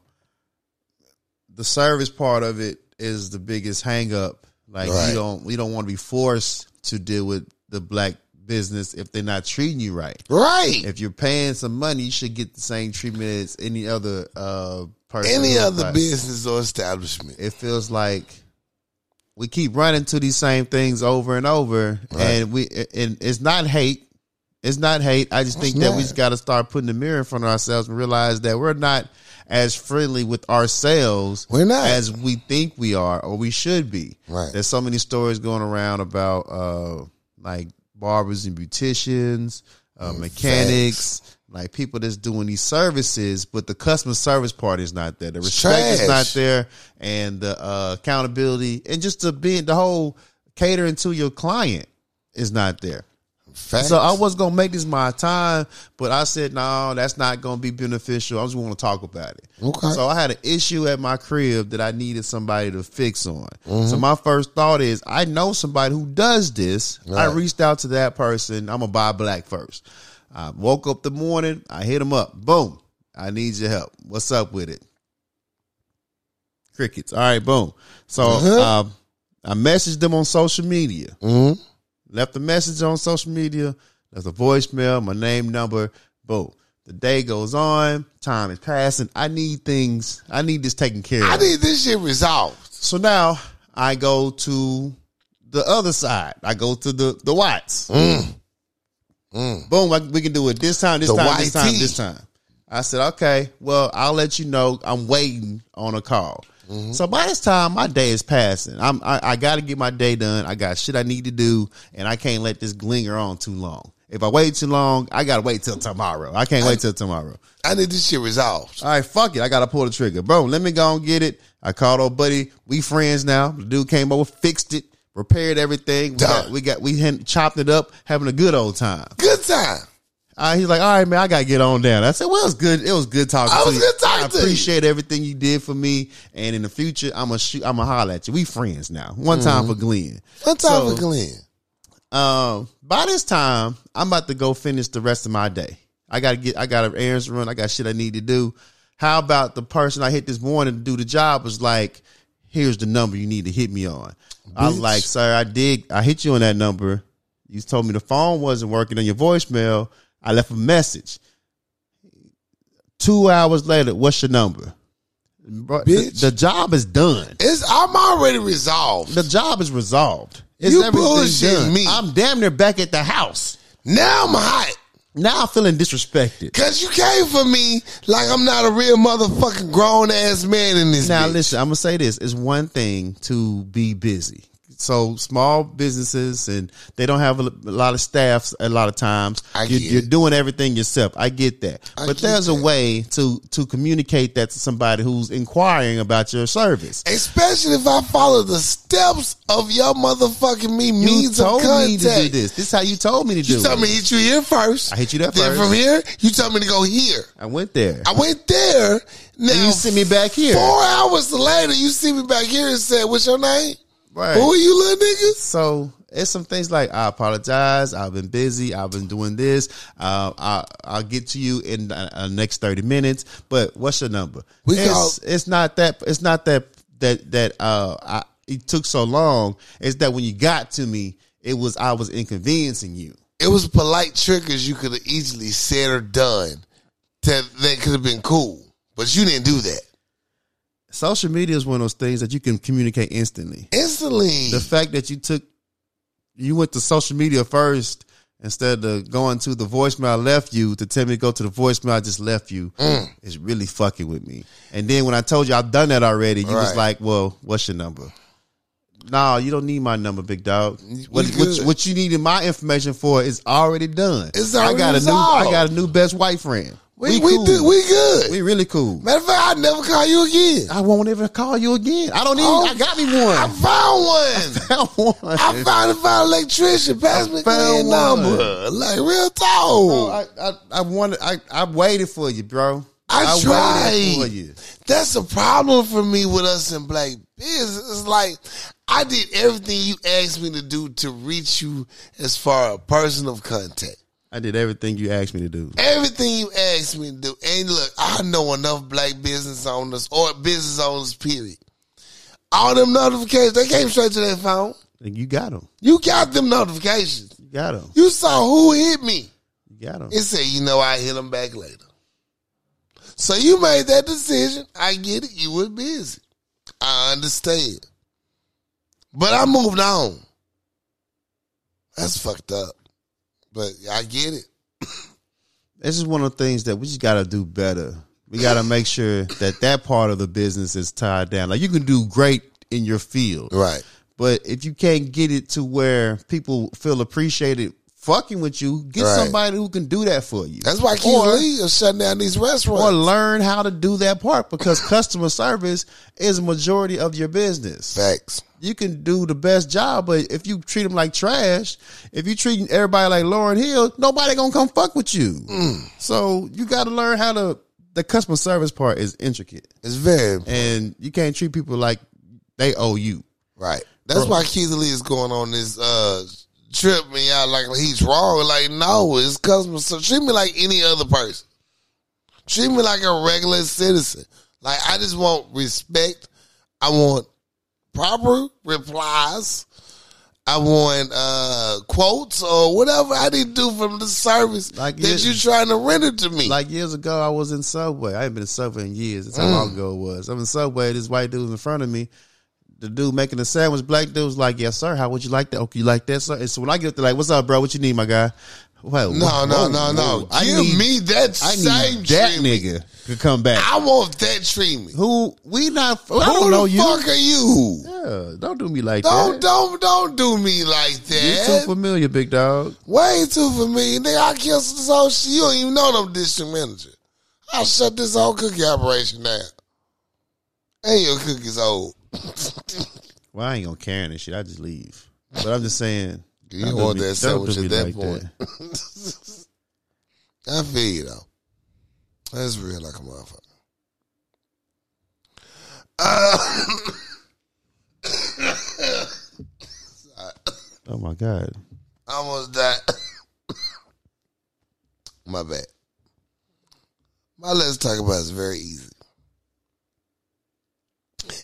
Speaker 2: the service part of it is the biggest hang up. Like
Speaker 1: Right.
Speaker 2: you don't we don't want to be forced to deal with the black business if they're not treating you right.
Speaker 1: Right.
Speaker 2: If you're paying some money, you should get the same treatment as any other uh person.
Speaker 1: Any
Speaker 2: who-
Speaker 1: other
Speaker 2: like,
Speaker 1: business or establishment.
Speaker 2: It feels like we keep running to these same things over and over and we and it's not hate. It's not hate. I just think that
Speaker 1: not.
Speaker 2: we just got to start putting the mirror in front of ourselves and realize that we're not as friendly with ourselves
Speaker 1: We're not.
Speaker 2: as we think we are or we should be.
Speaker 1: Right.
Speaker 2: There's so many stories going around about uh like barbers and beauticians, uh, mechanics, like people that's doing these services, but the customer service part is not there. The respect is
Speaker 1: trash.
Speaker 2: not there, and the uh, accountability and just the being the whole catering to your client is not there.
Speaker 1: Facts.
Speaker 2: So I was gonna make this my time, but I said no, that's not gonna be beneficial. I just want to talk about it.
Speaker 1: Okay.
Speaker 2: So I had an issue at my crib that I needed somebody to fix on.
Speaker 1: Mm-hmm.
Speaker 2: So my first thought is, I know somebody who does this. I
Speaker 1: Right.
Speaker 2: reached out to that person. I'm gonna buy black first. I woke up the morning. I hit him up. Boom. I need your help. What's up with it? Crickets. All right. Boom. So
Speaker 1: Uh-huh.
Speaker 2: um, I messaged them on social media
Speaker 1: Mhm.
Speaker 2: left a message on social media, left a voicemail, my name, number, boom. The day goes on, time is passing. I need things, I need this taken care of.
Speaker 1: I need this shit resolved.
Speaker 2: so now I go to the other side. I go to the the Whites. Boom, I, we can do it this time, this
Speaker 1: The
Speaker 2: time, this time,
Speaker 1: YT.
Speaker 2: this time. I said, okay, well, I'll let you know. I'm waiting on a call. So by this time, my day is passing. I'm, I, I got to get my day done. I got shit I need to do, and I can't let this linger on too long. If I wait too long, I got to wait till tomorrow. I can't wait till tomorrow.
Speaker 1: I need this shit resolved.
Speaker 2: All right, fuck it. I gotta pull the trigger, bro. Let me go and get it. I called old buddy. We friends now. The dude came over, fixed it, repaired everything. We got,
Speaker 1: Done.
Speaker 2: we got we had chopped it up, having a good old time.
Speaker 1: Good time.
Speaker 2: Uh, he's like, all right, man, I gotta get on down. I said, well, it was good. It was good talking.
Speaker 1: I
Speaker 2: to
Speaker 1: was
Speaker 2: you.
Speaker 1: good talking
Speaker 2: I
Speaker 1: to you.
Speaker 2: appreciate everything you did for me, and in the future, I'm gonna shoot. I'm gonna holler at you. We friends now. One time
Speaker 1: Mm-hmm.
Speaker 2: for Glenn.
Speaker 1: One time
Speaker 2: So-
Speaker 1: for Glenn.
Speaker 2: Um, by this time, I'm about to go finish the rest of my day. I gotta get, I got errands to run. I got shit I need to do. How about the person I hit this morning to do the job was like, "Here's the number you need to hit me on." I'm
Speaker 1: Bitch.
Speaker 2: like, "Sir, I did. I hit you on that number. You told me the phone wasn't working on your voicemail. I left a message. Two hours later, what's your number? Bro, the-
Speaker 1: Bitch.
Speaker 2: the job is done.
Speaker 1: It's I'm already resolved.
Speaker 2: The job is resolved. It's
Speaker 1: You
Speaker 2: everything
Speaker 1: bullshitting
Speaker 2: done.
Speaker 1: me.
Speaker 2: I'm damn near back at the house.
Speaker 1: Now I'm hot.
Speaker 2: Now I'm feeling disrespected.
Speaker 1: Cause you came for me like I'm not a real motherfucking grown ass man in this.
Speaker 2: Now
Speaker 1: bitch.
Speaker 2: listen, I'm gonna say this. It's one thing to be busy. So small businesses and they don't have a, a lot of staffs a lot of times.
Speaker 1: I
Speaker 2: you're,
Speaker 1: get
Speaker 2: you're
Speaker 1: it.
Speaker 2: doing everything yourself. I get that.
Speaker 1: I
Speaker 2: but
Speaker 1: get
Speaker 2: there's a
Speaker 1: that.
Speaker 2: way to to communicate that to somebody who's inquiring about your service.
Speaker 1: Especially if I follow the steps of your motherfucking me
Speaker 2: You
Speaker 1: means
Speaker 2: told
Speaker 1: of contact.
Speaker 2: me to do this. This is how you told me to do
Speaker 1: You told
Speaker 2: it.
Speaker 1: me to hit you here first.
Speaker 2: I hit you there
Speaker 1: Then
Speaker 2: first.
Speaker 1: from here, you told me to go here.
Speaker 2: I went there.
Speaker 1: I went there. Now
Speaker 2: and you sent me back here.
Speaker 1: Four hours later, you see me back here and said, "What's your name?
Speaker 2: Right.
Speaker 1: Who are you, little niggas?"
Speaker 2: So it's some things like I apologize. I've been busy. I've been doing this. Uh, I I'll get to you in the uh, next thirty minutes. But what's your number?
Speaker 1: We
Speaker 2: it's,
Speaker 1: call-
Speaker 2: it's not that. It's not that that that uh I, it took so long. It's that when you got to me, it was I was inconveniencing you.
Speaker 1: It was polite triggers you could have easily said or done that, that could have been cool, but you didn't do that
Speaker 2: Social media is one of those things that you can communicate instantly.
Speaker 1: instantly.
Speaker 2: The fact that you took, you went to social media first instead of going to the voicemail I left you to tell me to go to the voicemail I just left you is really fucking with me. And then when I told you I've done that already, you was
Speaker 1: Right.
Speaker 2: like, well, what's your number? Nah, you don't need my number, big dog. What,
Speaker 1: you
Speaker 2: what,
Speaker 1: good.
Speaker 2: what you needed my information for is already done.
Speaker 1: It's already
Speaker 2: I got a
Speaker 1: resolved.
Speaker 2: new, I got a new best white friend.
Speaker 1: we we,
Speaker 2: cool.
Speaker 1: do, we good.
Speaker 2: we really cool.
Speaker 1: Matter of fact, I never call you again.
Speaker 2: I won't ever call you again. I don't even.
Speaker 1: Oh,
Speaker 2: I got me one.
Speaker 1: I found one.
Speaker 2: found one.
Speaker 1: I found a found electrician. Pass me the
Speaker 2: found
Speaker 1: number. Like real
Speaker 2: Oh,
Speaker 1: talk.
Speaker 2: I, I, I wanted. I, I waited for you, bro.
Speaker 1: I
Speaker 2: waited
Speaker 1: tried.
Speaker 2: for you.
Speaker 1: That's a problem for me with us in black business. It's like I did everything you asked me to do to reach you as far a person of contact.
Speaker 2: I did everything you asked me to do.
Speaker 1: Everything you asked me to do. And look, I know enough black business owners or business owners, period. All them notifications, they came straight to their phone.
Speaker 2: And you got him.
Speaker 1: You got them notifications.
Speaker 2: You got him.
Speaker 1: You saw who hit me.
Speaker 2: You got him.
Speaker 1: It said, you know, I hit him back later. So you made that decision. I get it. You were busy. I understand. But I moved on. That's fucked up. But I get it.
Speaker 2: This is one of the things that we just got to do better. We got to make sure that that part of the business is tied down. Like you can do great in your field,
Speaker 1: Right.
Speaker 2: but if you can't get it to where people feel appreciated fucking with you, get
Speaker 1: Right.
Speaker 2: somebody who can do that for you.
Speaker 1: That's why Keith
Speaker 2: Or-
Speaker 1: Lee is shutting down these
Speaker 2: or
Speaker 1: restaurants.
Speaker 2: learn how to do that part because customer service is a majority of your business.
Speaker 1: Facts.
Speaker 2: You can do the best job, but if you treat them like trash, if you treating everybody like Lauren Hill, nobody gonna come fuck with you.
Speaker 1: Mm.
Speaker 2: So you got to learn how to. The customer service part is intricate,
Speaker 1: It's very important.
Speaker 2: and you can't treat people like they owe you.
Speaker 1: Right. That's why Keith Lee is going on this uh trip me out like he's wrong. Like, no, it's customer so treat me like any other person. Treat me like a regular citizen. Like I just want respect. I want proper replies. I want uh quotes or whatever I need to do from the service
Speaker 2: Like
Speaker 1: that
Speaker 2: it-
Speaker 1: you trying to render to me.
Speaker 2: Like years ago, I was in Subway. I ain't been in Subway in years. That's how
Speaker 1: Mm.
Speaker 2: long ago it was. I'm in Subway. This white dude in front of me. The dude making the sandwich, black dude was like, "Yes, sir. How would you like that? Okay, you like that, sir." And so when I get up there, like, "What's up, bro? What you need, my guy?" Well,
Speaker 1: no, no, no, no.
Speaker 2: I
Speaker 1: Give
Speaker 2: need,
Speaker 1: me that
Speaker 2: I
Speaker 1: same
Speaker 2: need that
Speaker 1: treatment.
Speaker 2: nigga to come back.
Speaker 1: I want that treatment.
Speaker 2: Who we not? I
Speaker 1: Who
Speaker 2: don't know
Speaker 1: the
Speaker 2: you.
Speaker 1: fuck are you?
Speaker 2: Yeah, don't do me like
Speaker 1: Don't
Speaker 2: that.
Speaker 1: don't don't do me like
Speaker 2: you too
Speaker 1: that.
Speaker 2: familiar, big dog.
Speaker 1: Way too familiar. Nigga, I canceled this whole shit. You don't even know them district manager. I shut this whole cookie operation down. And your cookies old.
Speaker 2: Well, I ain't gonna care and shit. I just leave. But I'm just saying,
Speaker 1: You
Speaker 2: don't do
Speaker 1: want
Speaker 2: me-
Speaker 1: that
Speaker 2: don't do
Speaker 1: sandwich
Speaker 2: me
Speaker 1: at that
Speaker 2: like
Speaker 1: point. I feel you though. That's real like a motherfucker. Uh,
Speaker 2: Oh my god.
Speaker 1: I almost died. My bad. My let's talk about is very easy.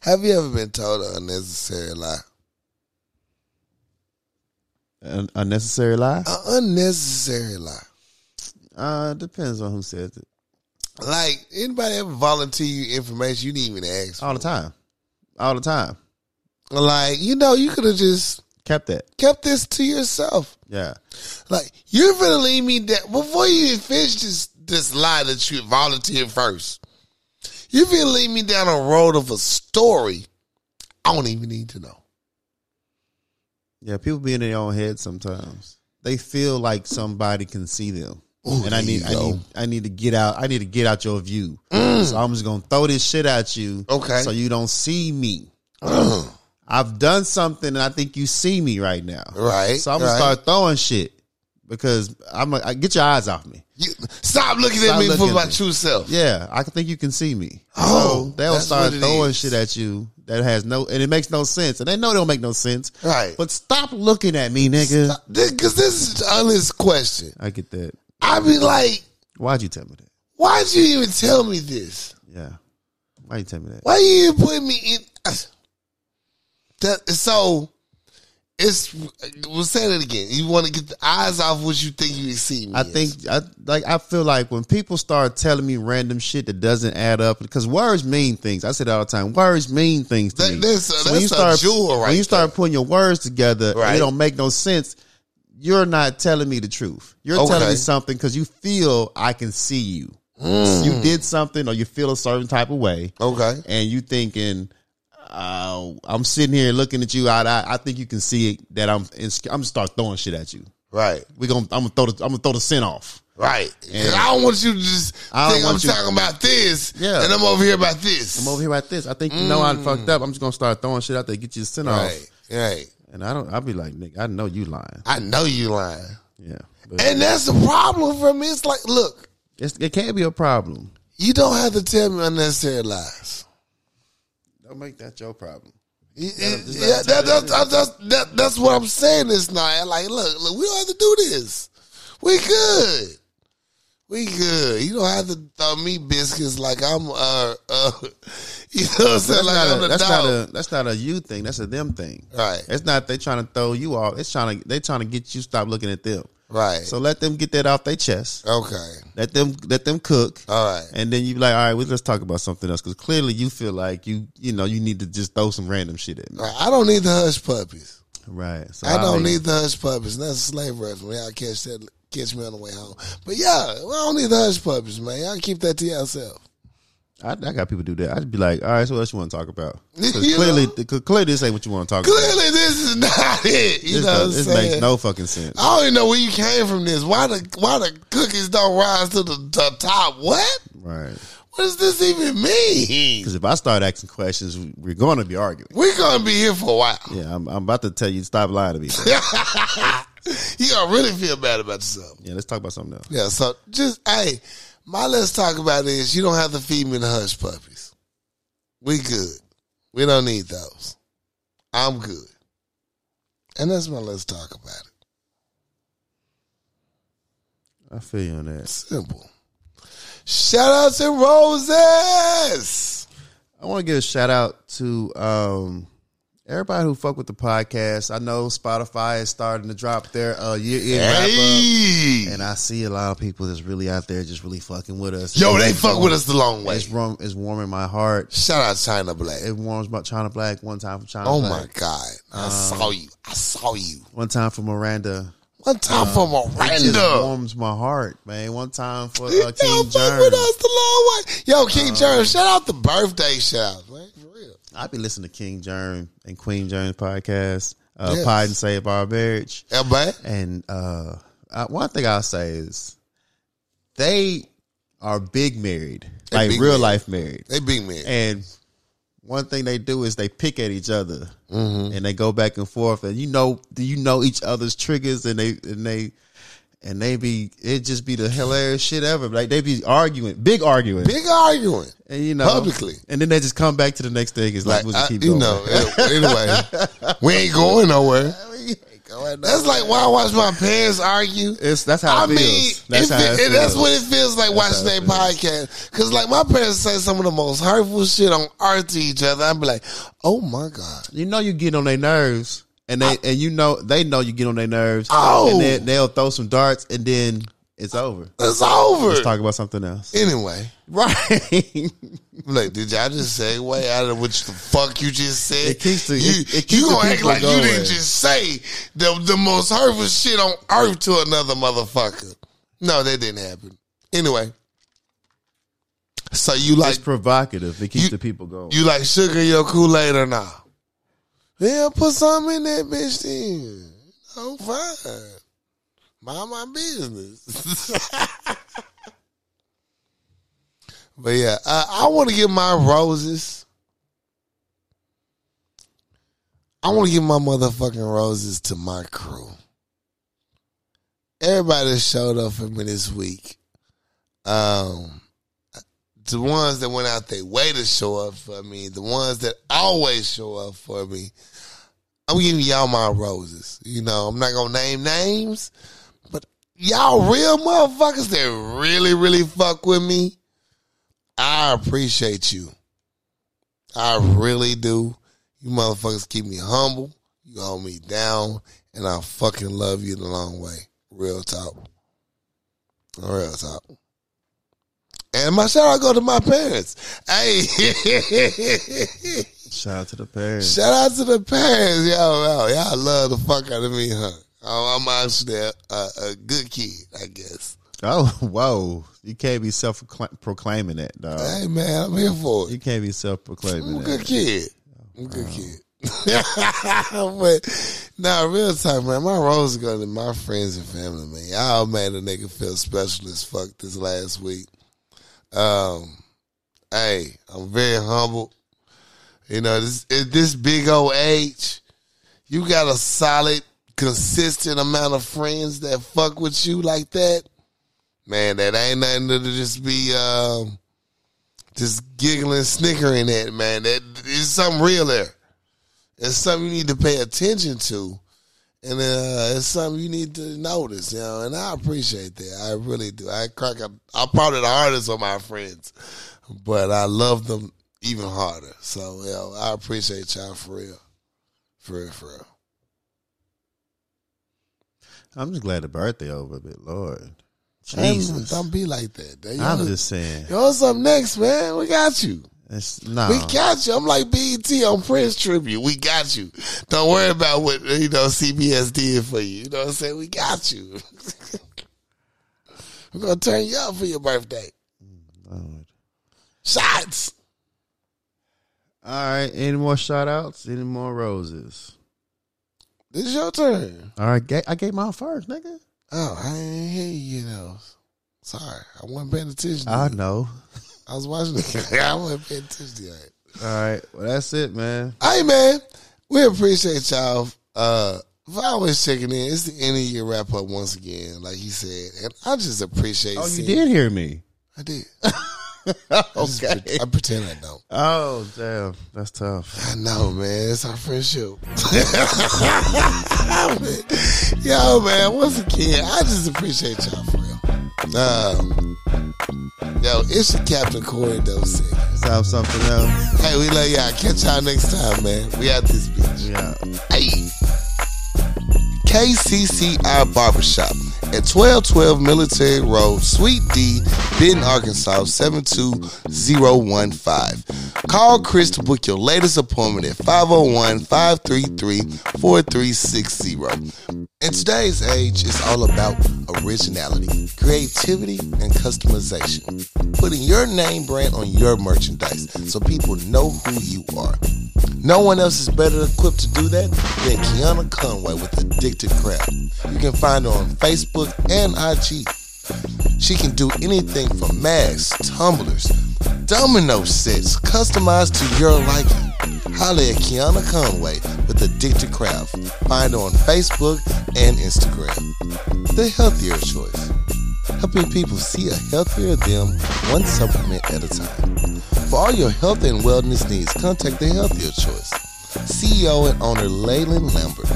Speaker 1: Have you ever been told an unnecessary lie?
Speaker 2: An unnecessary lie?
Speaker 1: An unnecessary lie.
Speaker 2: Uh, depends on who says it.
Speaker 1: Like anybody ever volunteer you information you didn't even ask?
Speaker 2: All the time, all the time.
Speaker 1: For? Like you know you could have just
Speaker 2: Kept that.
Speaker 1: kept this to yourself.
Speaker 2: Yeah,
Speaker 1: Like you're gonna leave me down before you even finish this this lie that you volunteered first. You're gonna lead me down a road of a story I don't even need to know.
Speaker 2: yeah. People be in their own head sometimes. They feel like somebody can see them, and I
Speaker 1: there
Speaker 2: need,
Speaker 1: you
Speaker 2: I
Speaker 1: go. Mm.
Speaker 2: need, I need to get out. I need to get out your view. So I'm just gonna throw this shit at you,
Speaker 1: Okay.
Speaker 2: So you don't see me. I've done something, and I think you see me right now.
Speaker 1: Right,
Speaker 2: So I'm gonna
Speaker 1: right.
Speaker 2: start throwing shit because I'm. A, I, get your eyes off me.
Speaker 1: You, stop looking
Speaker 2: Stop
Speaker 1: at me
Speaker 2: looking
Speaker 1: for
Speaker 2: at
Speaker 1: my
Speaker 2: me.
Speaker 1: true self.
Speaker 2: Yeah, I can think you can see me.
Speaker 1: Oh,
Speaker 2: so they'll
Speaker 1: that's
Speaker 2: start
Speaker 1: what it
Speaker 2: throwing
Speaker 1: is.
Speaker 2: shit at you that has no, and it makes no sense. And they know it don't make no sense.
Speaker 1: Right.
Speaker 2: But stop looking at me, nigga.
Speaker 1: Because this is the honest question.
Speaker 2: I get that.
Speaker 1: I be like,
Speaker 2: Why'd you tell me that?
Speaker 1: why'd you even tell me this?
Speaker 2: Yeah. Why'd you tell me that?
Speaker 1: Why you even put me in? That, Ah. so It's we'll say that again. You want to get the eyes off what you think you exceed.
Speaker 2: I think I like I feel like when people start telling me random shit that doesn't add up because words mean things. I say that all the time. Words mean things to
Speaker 1: That-
Speaker 2: me.
Speaker 1: that's a-
Speaker 2: So when you
Speaker 1: that's a
Speaker 2: start-
Speaker 1: jewel right
Speaker 2: When you start putting your words together, and
Speaker 1: Right.
Speaker 2: it don't make no sense. You're not telling me the truth. You're telling
Speaker 1: Okay.
Speaker 2: me something because you feel I can see you.
Speaker 1: Mm.
Speaker 2: You did something, or you feel a certain type of way,
Speaker 1: okay.
Speaker 2: and you thinking. Uh, I'm sitting here looking at you. I, I I think you can see it, that I'm. ins- I'm gonna start throwing shit at you.
Speaker 1: Right.
Speaker 2: We gonna. I'm gonna throw the. I'm gonna throw the scent off.
Speaker 1: Right. 'Cause I don't want you to just
Speaker 2: I don't
Speaker 1: think I'm
Speaker 2: want you-
Speaker 1: talking about this
Speaker 2: Yeah.
Speaker 1: and I'm over here about this.
Speaker 2: I'm over here like this. I think you know I fucked up. I'm just gonna start throwing shit out there, get you the scent off.
Speaker 1: Right. Right.
Speaker 2: And I don't I'll be like, Nick, I know you lying.
Speaker 1: I know you lying.
Speaker 2: Yeah. But
Speaker 1: And that's the problem for me. It's like, look,
Speaker 2: it's, it can be a problem.
Speaker 1: you don't have to tell me unnecessary lies.
Speaker 2: Don't make that your problem.
Speaker 1: Yeah, yeah, that, that's, that's, that's, that, that's what I'm saying this night. Like, look, look, we don't have to do this. We good. We good. You don't have to throw me biscuits like I'm, uh, uh you know what I'm saying?
Speaker 2: That's,
Speaker 1: Like
Speaker 2: not,
Speaker 1: I'm
Speaker 2: a,
Speaker 1: the
Speaker 2: that's,
Speaker 1: dog.
Speaker 2: not a that's not a you thing, that's a them thing.
Speaker 1: Right.
Speaker 2: It's not they trying to throw you off. It's trying to they trying to get you stop looking at them.
Speaker 1: right.
Speaker 2: So let them get that off their chest.
Speaker 1: okay.
Speaker 2: Let them let them cook.
Speaker 1: All right.
Speaker 2: And then you be like, all right, well, let's talk about something else because clearly you feel like you you know you need to just throw some random shit at me.
Speaker 1: Right. I don't need the hush puppies.
Speaker 2: Right. So
Speaker 1: I
Speaker 2: I'll
Speaker 1: don't
Speaker 2: leave-
Speaker 1: need the hush puppies. And that's a slave reference. Y'all catch that, catch me on the way home. But yeah, well, I don't need the hush puppies, man. Y'all keep that to yourself.
Speaker 2: I, I got people do that. I'd be like, all right, so what else you want to talk about? 'Cause
Speaker 1: You
Speaker 2: clearly,
Speaker 1: know?
Speaker 2: th- clearly, this ain't what you want to talk about.
Speaker 1: Clearly, this is not it. You
Speaker 2: This,
Speaker 1: know what I'm
Speaker 2: does- this
Speaker 1: saying?
Speaker 2: makes no fucking sense.
Speaker 1: I don't even know where you came from. This why the why the cookies don't rise to the, the top? What?
Speaker 2: Right.
Speaker 1: What does this even mean?
Speaker 2: Because if I start asking questions, we're going to be arguing.
Speaker 1: We're gonna be here for a while.
Speaker 2: Yeah, I'm, I'm about to tell you, stop lying to me.
Speaker 1: You gonna really feel bad about yourself.
Speaker 2: yeah, let's talk about something else.
Speaker 1: Yeah. So just hey, my let's talk about is you don't have to feed me the hush puppies. We good. We don't need those. I'm good. And that's my let's talk about it.
Speaker 2: I feel you on that.
Speaker 1: Simple. Shout outs and roses.
Speaker 2: I want to give a shout out to um, everybody who fuck with the podcast. I know Spotify is starting to drop their uh, year end wrap up.
Speaker 1: Hey.
Speaker 2: And I see a lot of people that's really out there just really fucking with us.
Speaker 1: Yo, they fuck with us the long way.
Speaker 2: It's, warm, it's warming my heart.
Speaker 1: Shout out China Black.
Speaker 2: it warms about China Black, one time for China
Speaker 1: Oh
Speaker 2: Black, Um,
Speaker 1: my God. I saw you. I saw you.
Speaker 2: one time for Miranda.
Speaker 1: One time for
Speaker 2: It just
Speaker 1: Miranda.
Speaker 2: warms my heart, man. One time for
Speaker 1: Yo,
Speaker 2: uh, King Uh,
Speaker 1: fuck
Speaker 2: Jerm.
Speaker 1: with us the long way. Yo, King Jerm, shout out the birthday shout outs, man. For real.
Speaker 2: I be listening to King Jerm and Queen Jerm's podcast, uh,
Speaker 1: Yes.
Speaker 2: Pod and Save Our Marriage.
Speaker 1: Yeah, man.
Speaker 2: And uh, I, one thing I'll say is they are big married, like
Speaker 1: big
Speaker 2: real
Speaker 1: married.
Speaker 2: life married.
Speaker 1: They big man.
Speaker 2: And one thing they do is they pick at each other
Speaker 1: Mm-hmm.
Speaker 2: and they go back and forth and you know you know each other's triggers and they and they and they be it just be the hilarious shit ever. Like they be arguing, big arguing.
Speaker 1: Big arguing.
Speaker 2: and you know
Speaker 1: publicly.
Speaker 2: And then they just come back to the next thing. It's like,
Speaker 1: Like,
Speaker 2: we'll
Speaker 1: I-
Speaker 2: just keep
Speaker 1: you
Speaker 2: going.
Speaker 1: know, anyway, we ain't going nowhere. That's like why I watch my parents argue.
Speaker 2: It's that's how
Speaker 1: I
Speaker 2: it feels.
Speaker 1: mean,
Speaker 2: that's
Speaker 1: it
Speaker 2: how
Speaker 1: fe-
Speaker 2: it
Speaker 1: and that's
Speaker 2: feels.
Speaker 1: what it feels like watching
Speaker 2: how
Speaker 1: that podcast. Because like my parents say some of the most hurtful shit on earth to each other. I'd be like, oh my god,
Speaker 2: you know you get on their nerves. And they and you know they know you get on their nerves.
Speaker 1: Ow!
Speaker 2: And then they'll throw some darts and then it's over.
Speaker 1: it's over.
Speaker 2: Let's talk about something else.
Speaker 1: anyway,
Speaker 2: Right.
Speaker 1: look, did y'all just segue out of which the fuck you just said?
Speaker 2: It keeps the-
Speaker 1: you
Speaker 2: it- it keeps
Speaker 1: you
Speaker 2: the
Speaker 1: gonna act
Speaker 2: people
Speaker 1: like you
Speaker 2: going.
Speaker 1: didn't just say the the most hurtful shit on earth to another motherfucker. No, that didn't happen. Anyway, so you like
Speaker 2: it's provocative. It keeps
Speaker 1: You-
Speaker 2: the people going.
Speaker 1: You like sugar in your Kool Aid or nah? Yeah, put some in that bitch then. Oh, fine. Mind my business. but yeah, uh, I want to give my roses. I want to give my motherfucking roses to my crew. Everybody that showed up for me this week. Um, the ones that went out their way to show up for me, the ones that always show up for me, I'm giving y'all my roses. You know, I'm not gonna name names, but y'all real motherfuckers that really, really fuck with me, I appreciate you. I really do. You motherfuckers keep me humble. You hold me down, and I fucking love you the long way. Real talk. Real talk. And my shout out go to my parents. Hey,
Speaker 2: Shout out to the parents.
Speaker 1: shout out to the parents, yo, yo, y'all love the fuck out of me, huh? I'm I'm actually a, a, a good kid, I guess.
Speaker 2: Oh, whoa. You can't be self proclaiming that, dog.
Speaker 1: Hey man, I'm here for it.
Speaker 2: You can't be self
Speaker 1: I'm a
Speaker 2: proclaiming
Speaker 1: good
Speaker 2: that.
Speaker 1: kid. I'm a good kid. but now, real talk, man. My rose going to my friends and family, man. Y'all made a nigga feel special as fuck this last week. Um, hey, I'm very humble. You know, this at this big old age, you got a solid, consistent amount of friends that fuck with you like that. Man, that ain't nothing to just be. Um, just giggling, snickering at, man. That is something real there. It's something you need to pay attention to, and uh, it's something you need to notice, you know. And I appreciate that. I really do. I crack up. I'm probably the hardest on my friends, but I love them even harder. So, you know, I appreciate y'all for real, for real, for real.
Speaker 2: I'm just glad the birthday over, but Lord.
Speaker 1: Hey, man,
Speaker 2: Jesus.
Speaker 1: don't be like that. Dad. You
Speaker 2: I'm
Speaker 1: know-
Speaker 2: just saying.
Speaker 1: you know what's up next, man? We got you.
Speaker 2: It's, no.
Speaker 1: We got you. I'm like BET on Prince tribute. We got you. Don't worry about what you know CBS did for you. You know what I'm saying? We got you. We're gonna turn you up for your birthday.
Speaker 2: Lord.
Speaker 1: Shots.
Speaker 2: All right. Any more shout outs? Any more roses?
Speaker 1: This is your turn.
Speaker 2: All right. ga- I gave mine first, nigga.
Speaker 1: Oh, I didn't hear you. You know. Sorry, I wasn't paying attention. To
Speaker 2: I
Speaker 1: you.
Speaker 2: know.
Speaker 1: I was watching. The- I wasn't paying attention to that.
Speaker 2: All right. Well, that's it, man.
Speaker 1: Hey man, we appreciate y'all uh for always checking in. It's the end of year wrap up once again, like he said, and I just appreciate.
Speaker 2: Oh, you
Speaker 1: seeing-
Speaker 2: did hear me.
Speaker 1: I did. I, just
Speaker 2: okay.
Speaker 1: pre- I pretend I don't.
Speaker 2: Oh, damn. That's tough.
Speaker 1: I know, man. It's our friendship. Yo, man. Once again, I just appreciate y'all for real. Um, yo, it's your Captain Corey Dosick.
Speaker 2: Sound something else.
Speaker 1: Hey, we love y'all. Catch y'all next time, man. We out this bitch.
Speaker 2: Yeah.
Speaker 1: Hey. KCCI Barbershop at 1212 Military Road, Suite D, Benton, Arkansas 72015. Call Chris to book your latest appointment at 501 533 4360. In today's age, it's all about originality, creativity, and customization. Putting your name brand on your merchandise so people know who you are. No one else is better equipped to do that than Kiana Conway with Addicted Craft. You can find her on Facebook and IG. She can do anything from masks, tumblers, domino sets, customized to your liking. Holla at Kiana Conway with Addicted Craft. Find her on Facebook and Instagram. The healthier choice. Helping people see a healthier them one supplement at a time. For all your health and wellness needs, contact The Healthier Choice. CEO and owner Leyland Lambert.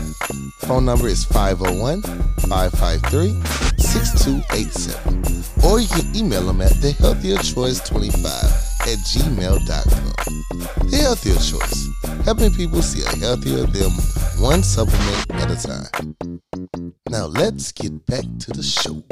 Speaker 1: Phone number is 501 553 6287. Or you can email them at thehealthierchoice25 at gmail.com. The Healthier Choice, helping people see a healthier them one supplement at a time. Now let's get back to the show.